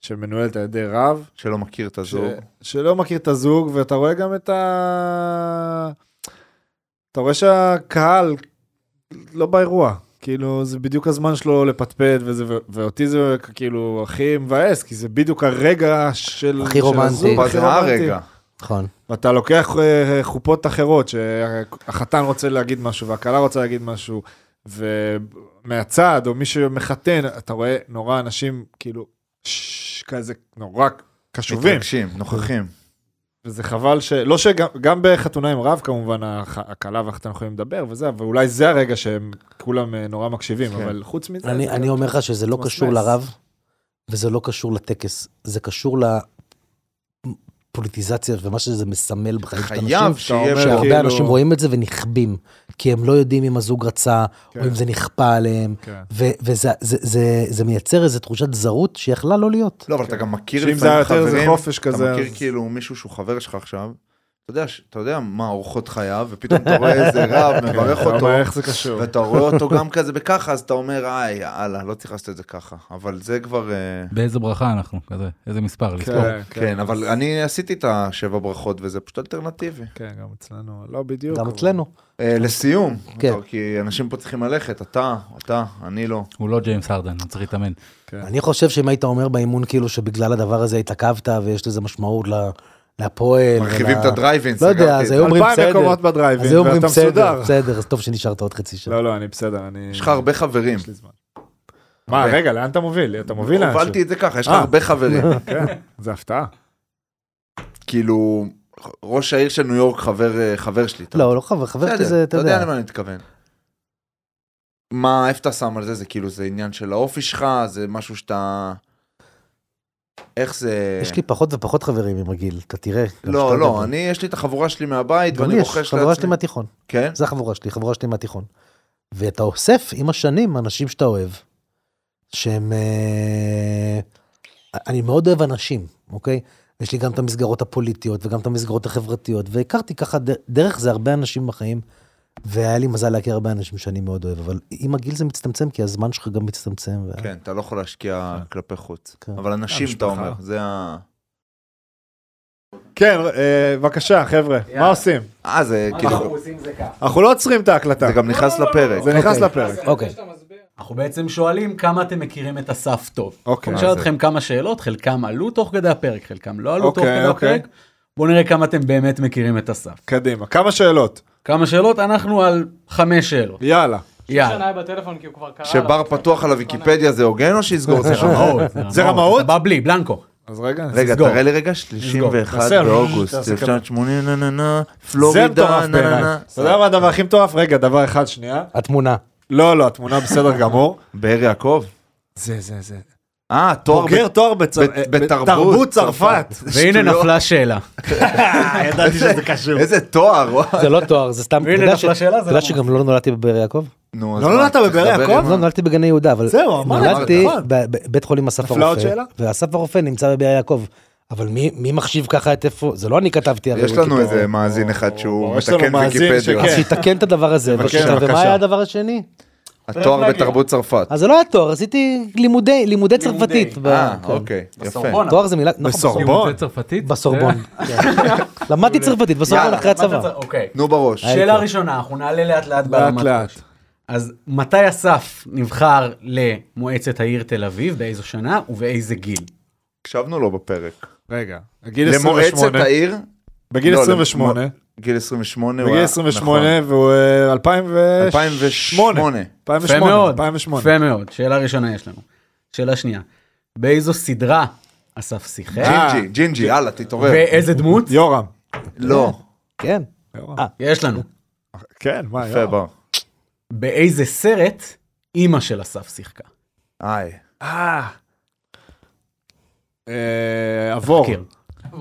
[SPEAKER 1] שמנוהלת על ידי רב,
[SPEAKER 2] שלא מכיר את
[SPEAKER 1] ש-
[SPEAKER 2] הזוג.
[SPEAKER 1] שלא מכיר את הזוג, ואתה רואה גם את ה... אתה רואה שהקהל לא באירוע. כאילו, זה בדיוק הזמן שלו לפטפט, וזה, ו- ואותי זה כאילו הכי מבאס, כי זה בדיוק הרגע של...
[SPEAKER 3] הכי
[SPEAKER 1] של
[SPEAKER 3] רומנטי.
[SPEAKER 1] הזוג,
[SPEAKER 2] אבל
[SPEAKER 1] הכי
[SPEAKER 3] לא
[SPEAKER 2] זה
[SPEAKER 1] רומנטי.
[SPEAKER 2] הרגע.
[SPEAKER 3] נכון.
[SPEAKER 1] ואתה לוקח אה, חופות אחרות, שהחתן רוצה להגיד משהו והכלה רוצה להגיד משהו, ומהצד, או מי שמחתן, אתה רואה נורא אנשים כאילו, ש- כזה נורא קשובים.
[SPEAKER 2] מתרגשים, נוכחים.
[SPEAKER 1] וזה חבל ש... לא שגם גם בחתונה עם רב, כמובן, הח- הכלה והחתן יכולים לדבר וזה, ואולי זה הרגע שהם כולם אה, נורא מקשיבים,
[SPEAKER 2] כן.
[SPEAKER 1] אבל חוץ מזה...
[SPEAKER 3] אני,
[SPEAKER 1] זה
[SPEAKER 3] אני
[SPEAKER 1] גם-
[SPEAKER 3] אומר לך שזה לא
[SPEAKER 1] מסמס.
[SPEAKER 3] קשור לרב, וזה לא קשור לטקס, זה קשור לפוליטיזציה ומה שזה מסמל בחיים של אנשים.
[SPEAKER 2] חייב שיהיה
[SPEAKER 1] אומר
[SPEAKER 3] שהרבה
[SPEAKER 1] כאילו-
[SPEAKER 3] אנשים רואים את זה ונכבים, כי הם לא יודעים אם הזוג רצה, או
[SPEAKER 1] כן.
[SPEAKER 3] אם זה נכפה עליהם,
[SPEAKER 1] כן.
[SPEAKER 3] ו- וזה זה, זה, זה מייצר איזו תחושת זרות שיכלה לא להיות.
[SPEAKER 2] לא, אבל אתה גם מכיר
[SPEAKER 1] כן. שאם
[SPEAKER 2] לפעמים
[SPEAKER 1] זה היה יותר איזה
[SPEAKER 2] חברים,
[SPEAKER 1] חופש כזה,
[SPEAKER 2] אתה מכיר
[SPEAKER 1] אז-
[SPEAKER 2] כאילו מישהו שהוא חבר שלך עכשיו, אתה יודע, ש- אתה יודע מה אורחות חייו, ופתאום אתה רואה איזה רב,
[SPEAKER 1] [LAUGHS] כן,
[SPEAKER 2] מברך
[SPEAKER 1] אתה
[SPEAKER 2] אותו,
[SPEAKER 1] אומר, איך זה קשור?
[SPEAKER 2] ואתה רואה אותו גם כזה בככה, אז אתה אומר, איי, יאללה, לא צריך לעשות את זה ככה. אבל זה כבר... אה,
[SPEAKER 4] באיזה ברכה אנחנו, כזה, איזה מספר לזכור.
[SPEAKER 1] כן,
[SPEAKER 2] כן, אבל אני עשיתי את השבע ברכות, וזה פשוט אלטרנטיבי.
[SPEAKER 1] כן, גם אצלנו, לא בדיוק.
[SPEAKER 3] גם
[SPEAKER 1] אבל-
[SPEAKER 3] אצלנו.
[SPEAKER 2] אה, לסיום,
[SPEAKER 3] כן.
[SPEAKER 2] טוב, כי אנשים פה צריכים ללכת, אתה, אתה, אני לא.
[SPEAKER 1] אה,
[SPEAKER 4] הוא לא ג'יימס הרדן, הוא צריך להתאמן.
[SPEAKER 1] כן.
[SPEAKER 3] אני חושב שאם היית אומר באימון כאילו שבגלל הדבר הזה התעכבת ויש לזה משמעות ל- להפועל.
[SPEAKER 2] מרחיבים
[SPEAKER 3] ול-
[SPEAKER 2] את הדרייבין,
[SPEAKER 3] לא יודע, אז היו אומרים
[SPEAKER 1] אלפיים
[SPEAKER 3] בסדר.
[SPEAKER 1] מקומות
[SPEAKER 3] אז היו
[SPEAKER 1] בדרייבין,
[SPEAKER 3] אומרים
[SPEAKER 1] ואתה
[SPEAKER 3] בסדר,
[SPEAKER 1] מסודר.
[SPEAKER 3] בסדר, אז טוב שנשארת עוד חצי שעה.
[SPEAKER 1] לא, לא, אני בסדר, אני...
[SPEAKER 2] יש לך הרבה חברים.
[SPEAKER 1] יש לי זמן. מה, רגע, לאן אתה מוביל? אתה מוביל לאנשהו.
[SPEAKER 2] הובלתי את זה ככה, יש לך
[SPEAKER 1] אה.
[SPEAKER 2] הרבה
[SPEAKER 1] [LAUGHS]
[SPEAKER 2] חברים.
[SPEAKER 1] כן, זה הפתעה.
[SPEAKER 2] כאילו, ראש העיר של ניו יורק חבר אה, חבר שלי. אתה-
[SPEAKER 3] לא, לא חבר, חבר
[SPEAKER 2] בסדר,
[SPEAKER 3] כזה, אתה יודע.
[SPEAKER 2] למה אני מתכוון. מה, איפה אתה שם על זה? זה כאילו, זה עניין של האופי שלך, זה משהו שאתה... איך זה...
[SPEAKER 3] יש לי פחות ופחות חברים עם הגיל, אתה תראה. גם
[SPEAKER 2] לא,
[SPEAKER 3] שאתה
[SPEAKER 2] לא,
[SPEAKER 3] גדל.
[SPEAKER 2] אני, יש לי את החבורה שלי מהבית,
[SPEAKER 3] גם
[SPEAKER 2] ואני
[SPEAKER 3] לי יש,
[SPEAKER 2] רוכש
[SPEAKER 3] חברה שלי
[SPEAKER 2] לעצמי.
[SPEAKER 3] מהתיכון.
[SPEAKER 2] כן?
[SPEAKER 3] זה החבורה שלי, חברה שלי מהתיכון. ואתה אוסף עם השנים אנשים שאתה אוהב, שהם... אה, אני מאוד אוהב אנשים, אוקיי? יש לי גם את המסגרות הפוליטיות וגם את המסגרות החברתיות, והכרתי ככה ד- דרך זה הרבה אנשים בחיים, והיה לי מזל להכיר הרבה אנשים שאני מאוד אוהב, אבל עם הגיל זה מצטמצם, כי הזמן שלך גם מצטמצם. וה-
[SPEAKER 2] כן, אתה לא יכול להשקיע כלפי חוץ.
[SPEAKER 3] אה. כן.
[SPEAKER 2] אבל אנשים, אתה
[SPEAKER 1] המשפחה.
[SPEAKER 2] אומר, זה ה...
[SPEAKER 1] כן, אה, בבקשה, חבר'ה, מה עושים?
[SPEAKER 2] אה, זה כאילו...
[SPEAKER 1] אנחנו נכון. לא עוצרים את ההקלטה.
[SPEAKER 2] זה גם נכנס לפרק.
[SPEAKER 1] זה נכנס
[SPEAKER 3] אוקיי.
[SPEAKER 1] לפרק.
[SPEAKER 3] אוקיי.
[SPEAKER 5] אנחנו בעצם שואלים כמה אתם מכירים את אסף טוב.
[SPEAKER 1] אוקיי.
[SPEAKER 5] אני אשאל
[SPEAKER 2] זה-
[SPEAKER 5] אתכם כמה שאלות, חלקם עלו תוך כדי הפרק, חלקם לא עלו תוך
[SPEAKER 1] אוקיי,
[SPEAKER 5] כדי
[SPEAKER 1] אוקיי.
[SPEAKER 5] הפרק. בואו נראה כמה אתם באמת מכירים את אסף.
[SPEAKER 1] קדימה, כמה שאלות,
[SPEAKER 5] כמה שאלות? אנחנו על חמש שאלות.
[SPEAKER 1] יאללה.
[SPEAKER 5] יאללה.
[SPEAKER 6] בטלפון כי הוא כבר קרא.
[SPEAKER 2] שבר פתוח על הוויקיפדיה זה הוגן או שיסגור את זה
[SPEAKER 3] [LAUGHS]
[SPEAKER 2] שם?
[SPEAKER 5] רמאות,
[SPEAKER 1] זה רמאות?
[SPEAKER 5] אתה בא בלי, בלנקו.
[SPEAKER 1] אז רגע,
[SPEAKER 2] רגע,
[SPEAKER 5] תסגור.
[SPEAKER 2] תראה לי רגע, 31
[SPEAKER 1] תעשה,
[SPEAKER 2] באוגוסט,
[SPEAKER 1] תעשה
[SPEAKER 2] 1980, נה נה נה,
[SPEAKER 1] זה
[SPEAKER 2] פלורידה,
[SPEAKER 1] מטורף
[SPEAKER 2] לא נה נה
[SPEAKER 1] בעיניי.
[SPEAKER 2] נה.
[SPEAKER 1] אתה יודע מה הדבר הכי מטורף? רגע, דבר אחד, שנייה.
[SPEAKER 3] התמונה.
[SPEAKER 1] לא, לא, התמונה בסדר גמור.
[SPEAKER 2] באר יעקב?
[SPEAKER 1] זה, זה, זה.
[SPEAKER 2] אה, תואר
[SPEAKER 1] בוגר תואר בצ-
[SPEAKER 2] בת-
[SPEAKER 1] אה,
[SPEAKER 2] בתרבות
[SPEAKER 1] בתרבות צרפת.
[SPEAKER 5] והנה נפלה שאלה.
[SPEAKER 1] ידעתי שזה קשור.
[SPEAKER 2] איזה תואר, וואי.
[SPEAKER 3] זה לא תואר, זה סתם, אתה
[SPEAKER 5] והנה
[SPEAKER 3] יודע ש-
[SPEAKER 5] נפלה שאלה, זה
[SPEAKER 3] אתה יודע
[SPEAKER 5] לא
[SPEAKER 3] שגם לא נולדתי בבאר יעקב?
[SPEAKER 2] נו, אז
[SPEAKER 1] לא
[SPEAKER 2] מה,
[SPEAKER 1] נולדת
[SPEAKER 2] צריך
[SPEAKER 1] בבאר
[SPEAKER 2] לדבר
[SPEAKER 1] יעקב?
[SPEAKER 2] עם
[SPEAKER 3] לא
[SPEAKER 2] ה-
[SPEAKER 3] נולדתי בגני יהודה, אבל
[SPEAKER 1] זהו, אמרת,
[SPEAKER 3] נולדתי
[SPEAKER 1] נכון.
[SPEAKER 3] בבית חולים אסף
[SPEAKER 1] נפלה עוד
[SPEAKER 3] הרופא,
[SPEAKER 1] שאלה?
[SPEAKER 3] ואסף הרופא נמצא בבאר יעקב. אבל מי, מי מחשיב ככה את איפה, זה לא אני כתבתי הרי.
[SPEAKER 2] יש לנו
[SPEAKER 3] ויקיפדיה.
[SPEAKER 2] איזה מאזין אחד שהוא
[SPEAKER 1] או, יש לנו
[SPEAKER 2] מתקן
[SPEAKER 1] מאזין
[SPEAKER 2] ויקיפדיה.
[SPEAKER 1] שכן.
[SPEAKER 2] כן,
[SPEAKER 3] אז שיתקן את הדבר הזה,
[SPEAKER 1] בבקשה,
[SPEAKER 3] בבקשה. ומה
[SPEAKER 1] בבקשה.
[SPEAKER 3] היה הדבר השני?
[SPEAKER 2] אה,
[SPEAKER 1] [LAUGHS]
[SPEAKER 2] התואר
[SPEAKER 5] להגיע.
[SPEAKER 2] בתרבות צרפת.
[SPEAKER 1] אה,
[SPEAKER 3] אז זה לא היה תואר, עשיתי לימודי, לימודי צרפתית. ב-
[SPEAKER 2] אה,
[SPEAKER 3] כן.
[SPEAKER 2] אוקיי, יפה.
[SPEAKER 5] בסורבונה.
[SPEAKER 3] תואר זה מילה, נכון,
[SPEAKER 1] בסורבון.
[SPEAKER 4] לימודי צרפתית? [LAUGHS] אה,
[SPEAKER 3] בסורבון. כן. למדתי צרפתית בסורבון
[SPEAKER 2] יאללה,
[SPEAKER 3] אחרי
[SPEAKER 5] מה אתה
[SPEAKER 3] הצבא.
[SPEAKER 5] צריך- אוקיי.
[SPEAKER 2] נו בראש.
[SPEAKER 5] שאלה ראשונה, אנחנו נעלה לאט לאט
[SPEAKER 1] לאט
[SPEAKER 5] ברמת
[SPEAKER 1] לאט.
[SPEAKER 5] ראש. אז מתי אסף נבחר למועצת העיר תל אביב, באיזו שנה ובאיזה גיל?
[SPEAKER 2] הקשבנו לו בפרק.
[SPEAKER 1] רגע, בגיל 28,
[SPEAKER 2] למועצת העיר?
[SPEAKER 1] בגיל
[SPEAKER 2] לא,
[SPEAKER 1] 28,
[SPEAKER 2] למ- גיל 28. הוא
[SPEAKER 1] בגיל
[SPEAKER 2] היה-
[SPEAKER 1] 28
[SPEAKER 2] נכון.
[SPEAKER 1] והוא אה, 2008,
[SPEAKER 2] 2008.
[SPEAKER 1] 2008,
[SPEAKER 5] יפה
[SPEAKER 1] 2008,
[SPEAKER 5] מאוד. שאלה ראשונה יש לנו. שאלה שנייה, באיזו סדרה אסף שיחק?
[SPEAKER 1] אה.
[SPEAKER 2] ג'ינג'י, ג'ינג'י, יאללה, תתעורר.
[SPEAKER 5] ואיזה דמות?
[SPEAKER 1] יורם.
[SPEAKER 2] לא.
[SPEAKER 1] אה.
[SPEAKER 3] כן.
[SPEAKER 1] יורם.
[SPEAKER 3] אה.
[SPEAKER 5] יש לנו.
[SPEAKER 1] כן, מה,
[SPEAKER 2] יפה,
[SPEAKER 1] יורם.
[SPEAKER 2] בר.
[SPEAKER 5] באיזה סרט אימא של אסף שיחקה?
[SPEAKER 2] איי.
[SPEAKER 1] אה. אה, עבור.
[SPEAKER 5] תחקיר.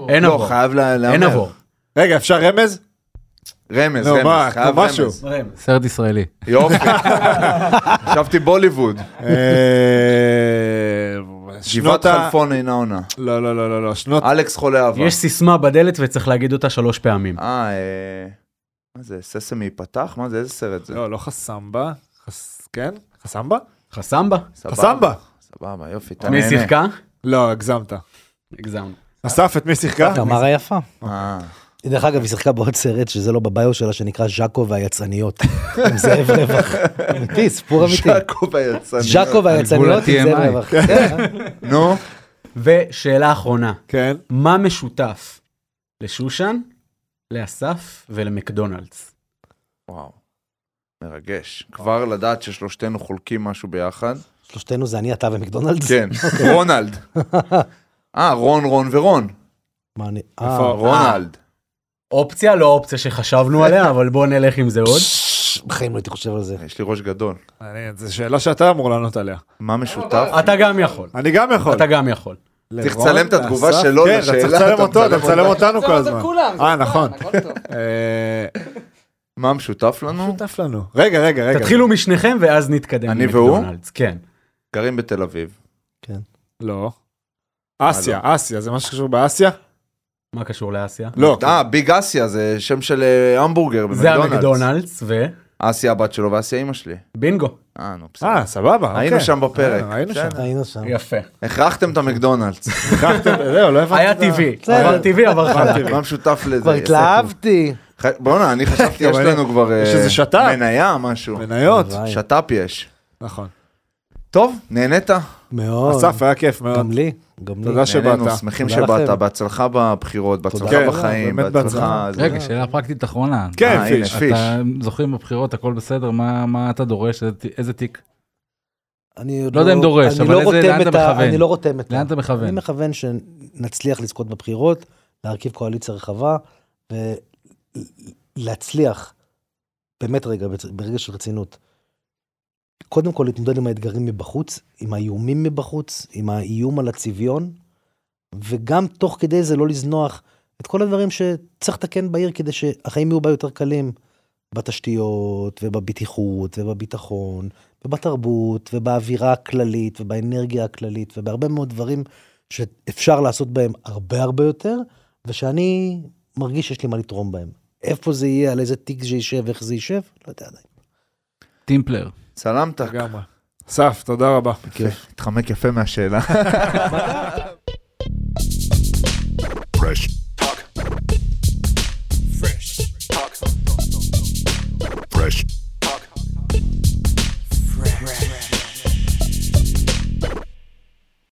[SPEAKER 5] אין
[SPEAKER 2] לא,
[SPEAKER 5] עבור.
[SPEAKER 2] חייב לה- להמר.
[SPEAKER 5] אין עבור.
[SPEAKER 1] רגע, אפשר רמז? [LAUGHS]
[SPEAKER 2] רמז,
[SPEAKER 1] לא, מה,
[SPEAKER 2] רמז, חייב
[SPEAKER 1] כמו משהו.
[SPEAKER 2] רמז.
[SPEAKER 4] סרט ישראלי.
[SPEAKER 2] יופי.
[SPEAKER 1] [LAUGHS]
[SPEAKER 2] חשבתי בוליווד.
[SPEAKER 1] אה,
[SPEAKER 2] גבעת
[SPEAKER 1] שנות ה...
[SPEAKER 2] חלפון אינה עונה.
[SPEAKER 1] לא, לא, לא, לא, לא, שנות...
[SPEAKER 2] אלכס חולה אהבה.
[SPEAKER 5] יש סיסמה בדלת וצריך להגיד אותה שלוש פעמים.
[SPEAKER 2] אה, אה, מה זה, ססמי פתח? מה זה, איזה סרט זה?
[SPEAKER 1] לא, לא חסמבה. חס- כן? חסמבה?
[SPEAKER 5] חסמבה?
[SPEAKER 2] סבבה.
[SPEAKER 1] חסמבה.
[SPEAKER 2] סבבה, יופי, אתה
[SPEAKER 5] מי
[SPEAKER 2] נהנה.
[SPEAKER 5] שיחקה?
[SPEAKER 1] לא, הגזמת.
[SPEAKER 5] הגזמנו.
[SPEAKER 1] אסף, את מי שיחקה?
[SPEAKER 3] תמר היפה.
[SPEAKER 2] אה,
[SPEAKER 3] דרך אגב, היא שיחקה בעוד סרט שזה לא בביו שלה, שנקרא ז'אקו והיצאניות. [LAUGHS] עם זאב רווח. אמיתי,
[SPEAKER 5] לא
[SPEAKER 3] סיפור אמיתי.
[SPEAKER 2] ז'אקו והיצניות.
[SPEAKER 3] ז'אקו והיצאניות עם זאב
[SPEAKER 4] ה-TMI.
[SPEAKER 3] רווח. כן, אה?
[SPEAKER 2] נו,
[SPEAKER 5] ושאלה אחרונה,
[SPEAKER 1] כן.
[SPEAKER 5] מה משותף לשושן, לאסף ולמקדונלדס?
[SPEAKER 2] וואו. מרגש. כבר לדעת ששלושתנו חולקים משהו ביחד.
[SPEAKER 3] שלושתנו זה אני, אתה ומקדונלדס.
[SPEAKER 2] כן,
[SPEAKER 5] אוקיי.
[SPEAKER 2] רונלד. אה, רון, רון ורון.
[SPEAKER 3] מה אני- אה,
[SPEAKER 1] איפה?
[SPEAKER 2] רונלד.
[SPEAKER 5] אופציה לא אופציה שחשבנו עליה, אבל בואו נלך עם זה עוד.
[SPEAKER 3] בחיים לא הייתי חושב על זה.
[SPEAKER 2] יש לי ראש גדול.
[SPEAKER 1] אני- זו שאלה שאתה אמור לענות עליה.
[SPEAKER 2] מה משותף?
[SPEAKER 5] אתה גם יכול.
[SPEAKER 1] אני גם יכול.
[SPEAKER 5] אתה גם יכול.
[SPEAKER 2] צריך
[SPEAKER 1] לרון,
[SPEAKER 2] לצלם את התגובה
[SPEAKER 1] לאסף?
[SPEAKER 2] שלו
[SPEAKER 1] כן, אתה צריך
[SPEAKER 2] לשאלה,
[SPEAKER 1] לצלם
[SPEAKER 2] אתה
[SPEAKER 1] אותו, אתה
[SPEAKER 2] מצלם
[SPEAKER 1] מצלם
[SPEAKER 2] אותה.
[SPEAKER 1] אותנו כל
[SPEAKER 7] זה
[SPEAKER 1] הזמן.
[SPEAKER 7] כולם, זה
[SPEAKER 1] אה,
[SPEAKER 7] כולם,
[SPEAKER 1] נכון.
[SPEAKER 7] הכל טוב.
[SPEAKER 1] אה,
[SPEAKER 2] מה משותף לנו?
[SPEAKER 1] שותף לנו. רגע, רגע, רגע.
[SPEAKER 5] תתחילו משניכם ואז נתקדם
[SPEAKER 2] אני
[SPEAKER 5] למקדונלדס. כן.
[SPEAKER 2] גרים בתל אביב.
[SPEAKER 1] לא. אסיה, אסיה, זה מה שקשור באסיה?
[SPEAKER 5] מה קשור לאסיה?
[SPEAKER 1] לא.
[SPEAKER 2] אה, ביג אסיה זה שם של אה, המבורגר
[SPEAKER 5] זה
[SPEAKER 2] במקדונלדס.
[SPEAKER 5] המקדונלדס ו...
[SPEAKER 2] אסיה הבת שלו ואסיה אימא שלי.
[SPEAKER 5] בינגו.
[SPEAKER 2] אה, נו, בסדר.
[SPEAKER 1] אה, סבבה.
[SPEAKER 2] היינו
[SPEAKER 1] אוקיי.
[SPEAKER 2] שם בפרק.
[SPEAKER 1] אה, היינו שם.
[SPEAKER 2] בסדר.
[SPEAKER 3] היינו שם.
[SPEAKER 5] יפה.
[SPEAKER 2] הכרחתם
[SPEAKER 1] כן.
[SPEAKER 2] את המקדונלדס.
[SPEAKER 1] שכחתם, [LAUGHS] זהו, לא הבנתי.
[SPEAKER 5] היה
[SPEAKER 1] את ה-
[SPEAKER 5] טבעי. עבר טבעי, עבר חלק.
[SPEAKER 2] מה משותף לזה?
[SPEAKER 3] כבר
[SPEAKER 2] יפה.
[SPEAKER 3] התלהבתי.
[SPEAKER 2] ח- בואנה, אני חשבתי
[SPEAKER 1] גם
[SPEAKER 2] יש
[SPEAKER 1] אני.
[SPEAKER 2] לנו כבר...
[SPEAKER 1] יש
[SPEAKER 2] אה,
[SPEAKER 1] איזה שת"פ.
[SPEAKER 2] מניה, משהו.
[SPEAKER 1] מניות.
[SPEAKER 3] וואי,
[SPEAKER 2] שת"פ יש.
[SPEAKER 1] נכון.
[SPEAKER 2] טוב, נהנית?
[SPEAKER 3] מאוד.
[SPEAKER 1] אסף, היה כיף מאוד.
[SPEAKER 3] גם לי, גם לי.
[SPEAKER 1] תודה שבאת.
[SPEAKER 2] נהנינו, שמחים
[SPEAKER 3] תודה
[SPEAKER 2] שבאת,
[SPEAKER 3] לכם.
[SPEAKER 2] בהצלחה בבחירות,
[SPEAKER 1] כן,
[SPEAKER 2] בהצלחה בחיים,
[SPEAKER 1] באמת
[SPEAKER 2] בהצלחה...
[SPEAKER 1] בהצלחה.
[SPEAKER 2] זה-
[SPEAKER 4] רגע, שאלה פרקטית אחרונה.
[SPEAKER 1] כן,
[SPEAKER 2] אה, הנה,
[SPEAKER 1] פיש.
[SPEAKER 2] פיש.
[SPEAKER 4] אתה זוכרים בבחירות, הכל בסדר, מה מה אתה דורש, איזה ת- איזה תיק?
[SPEAKER 3] אני עוד
[SPEAKER 4] לא יודע אם דורש,
[SPEAKER 3] אני
[SPEAKER 4] אבל
[SPEAKER 3] לא
[SPEAKER 4] איזה-
[SPEAKER 3] רותם
[SPEAKER 4] לאן אתה
[SPEAKER 3] את ה-
[SPEAKER 4] מכוון?
[SPEAKER 3] אני לא רותם את ה...
[SPEAKER 4] לאן אתה
[SPEAKER 3] אני
[SPEAKER 4] מכוון?
[SPEAKER 3] מכוון שנצליח לזכות בבחירות, להרכיב קואליציה רחבה, ולהצליח, באמת רגע, בצ- ברגע של רצינות, קודם כל להתמודד עם האתגרים מבחוץ, עם האיומים מבחוץ, עם האיום על הצביון, וגם תוך כדי זה לא לזנוח את כל הדברים שצריך לתקן בעיר כדי שהחיים יהיו בה יותר קלים. בתשתיות, ובבטיחות, ובביטחון, ובתרבות, ובאווירה הכללית, ובאנרגיה הכללית, ובהרבה מאוד דברים שאפשר לעשות בהם הרבה הרבה יותר, ושאני מרגיש שיש לי מה לתרום בהם. איפה זה יהיה, על איזה תיק זה יישב, איך זה יישב, לא יודע עדיין.
[SPEAKER 4] טימפלר.
[SPEAKER 2] צלמת,
[SPEAKER 1] לגמרי. אסף, תודה רבה. [LAUGHS]
[SPEAKER 2] התחמק יפה מהשאלה.
[SPEAKER 8] Fresh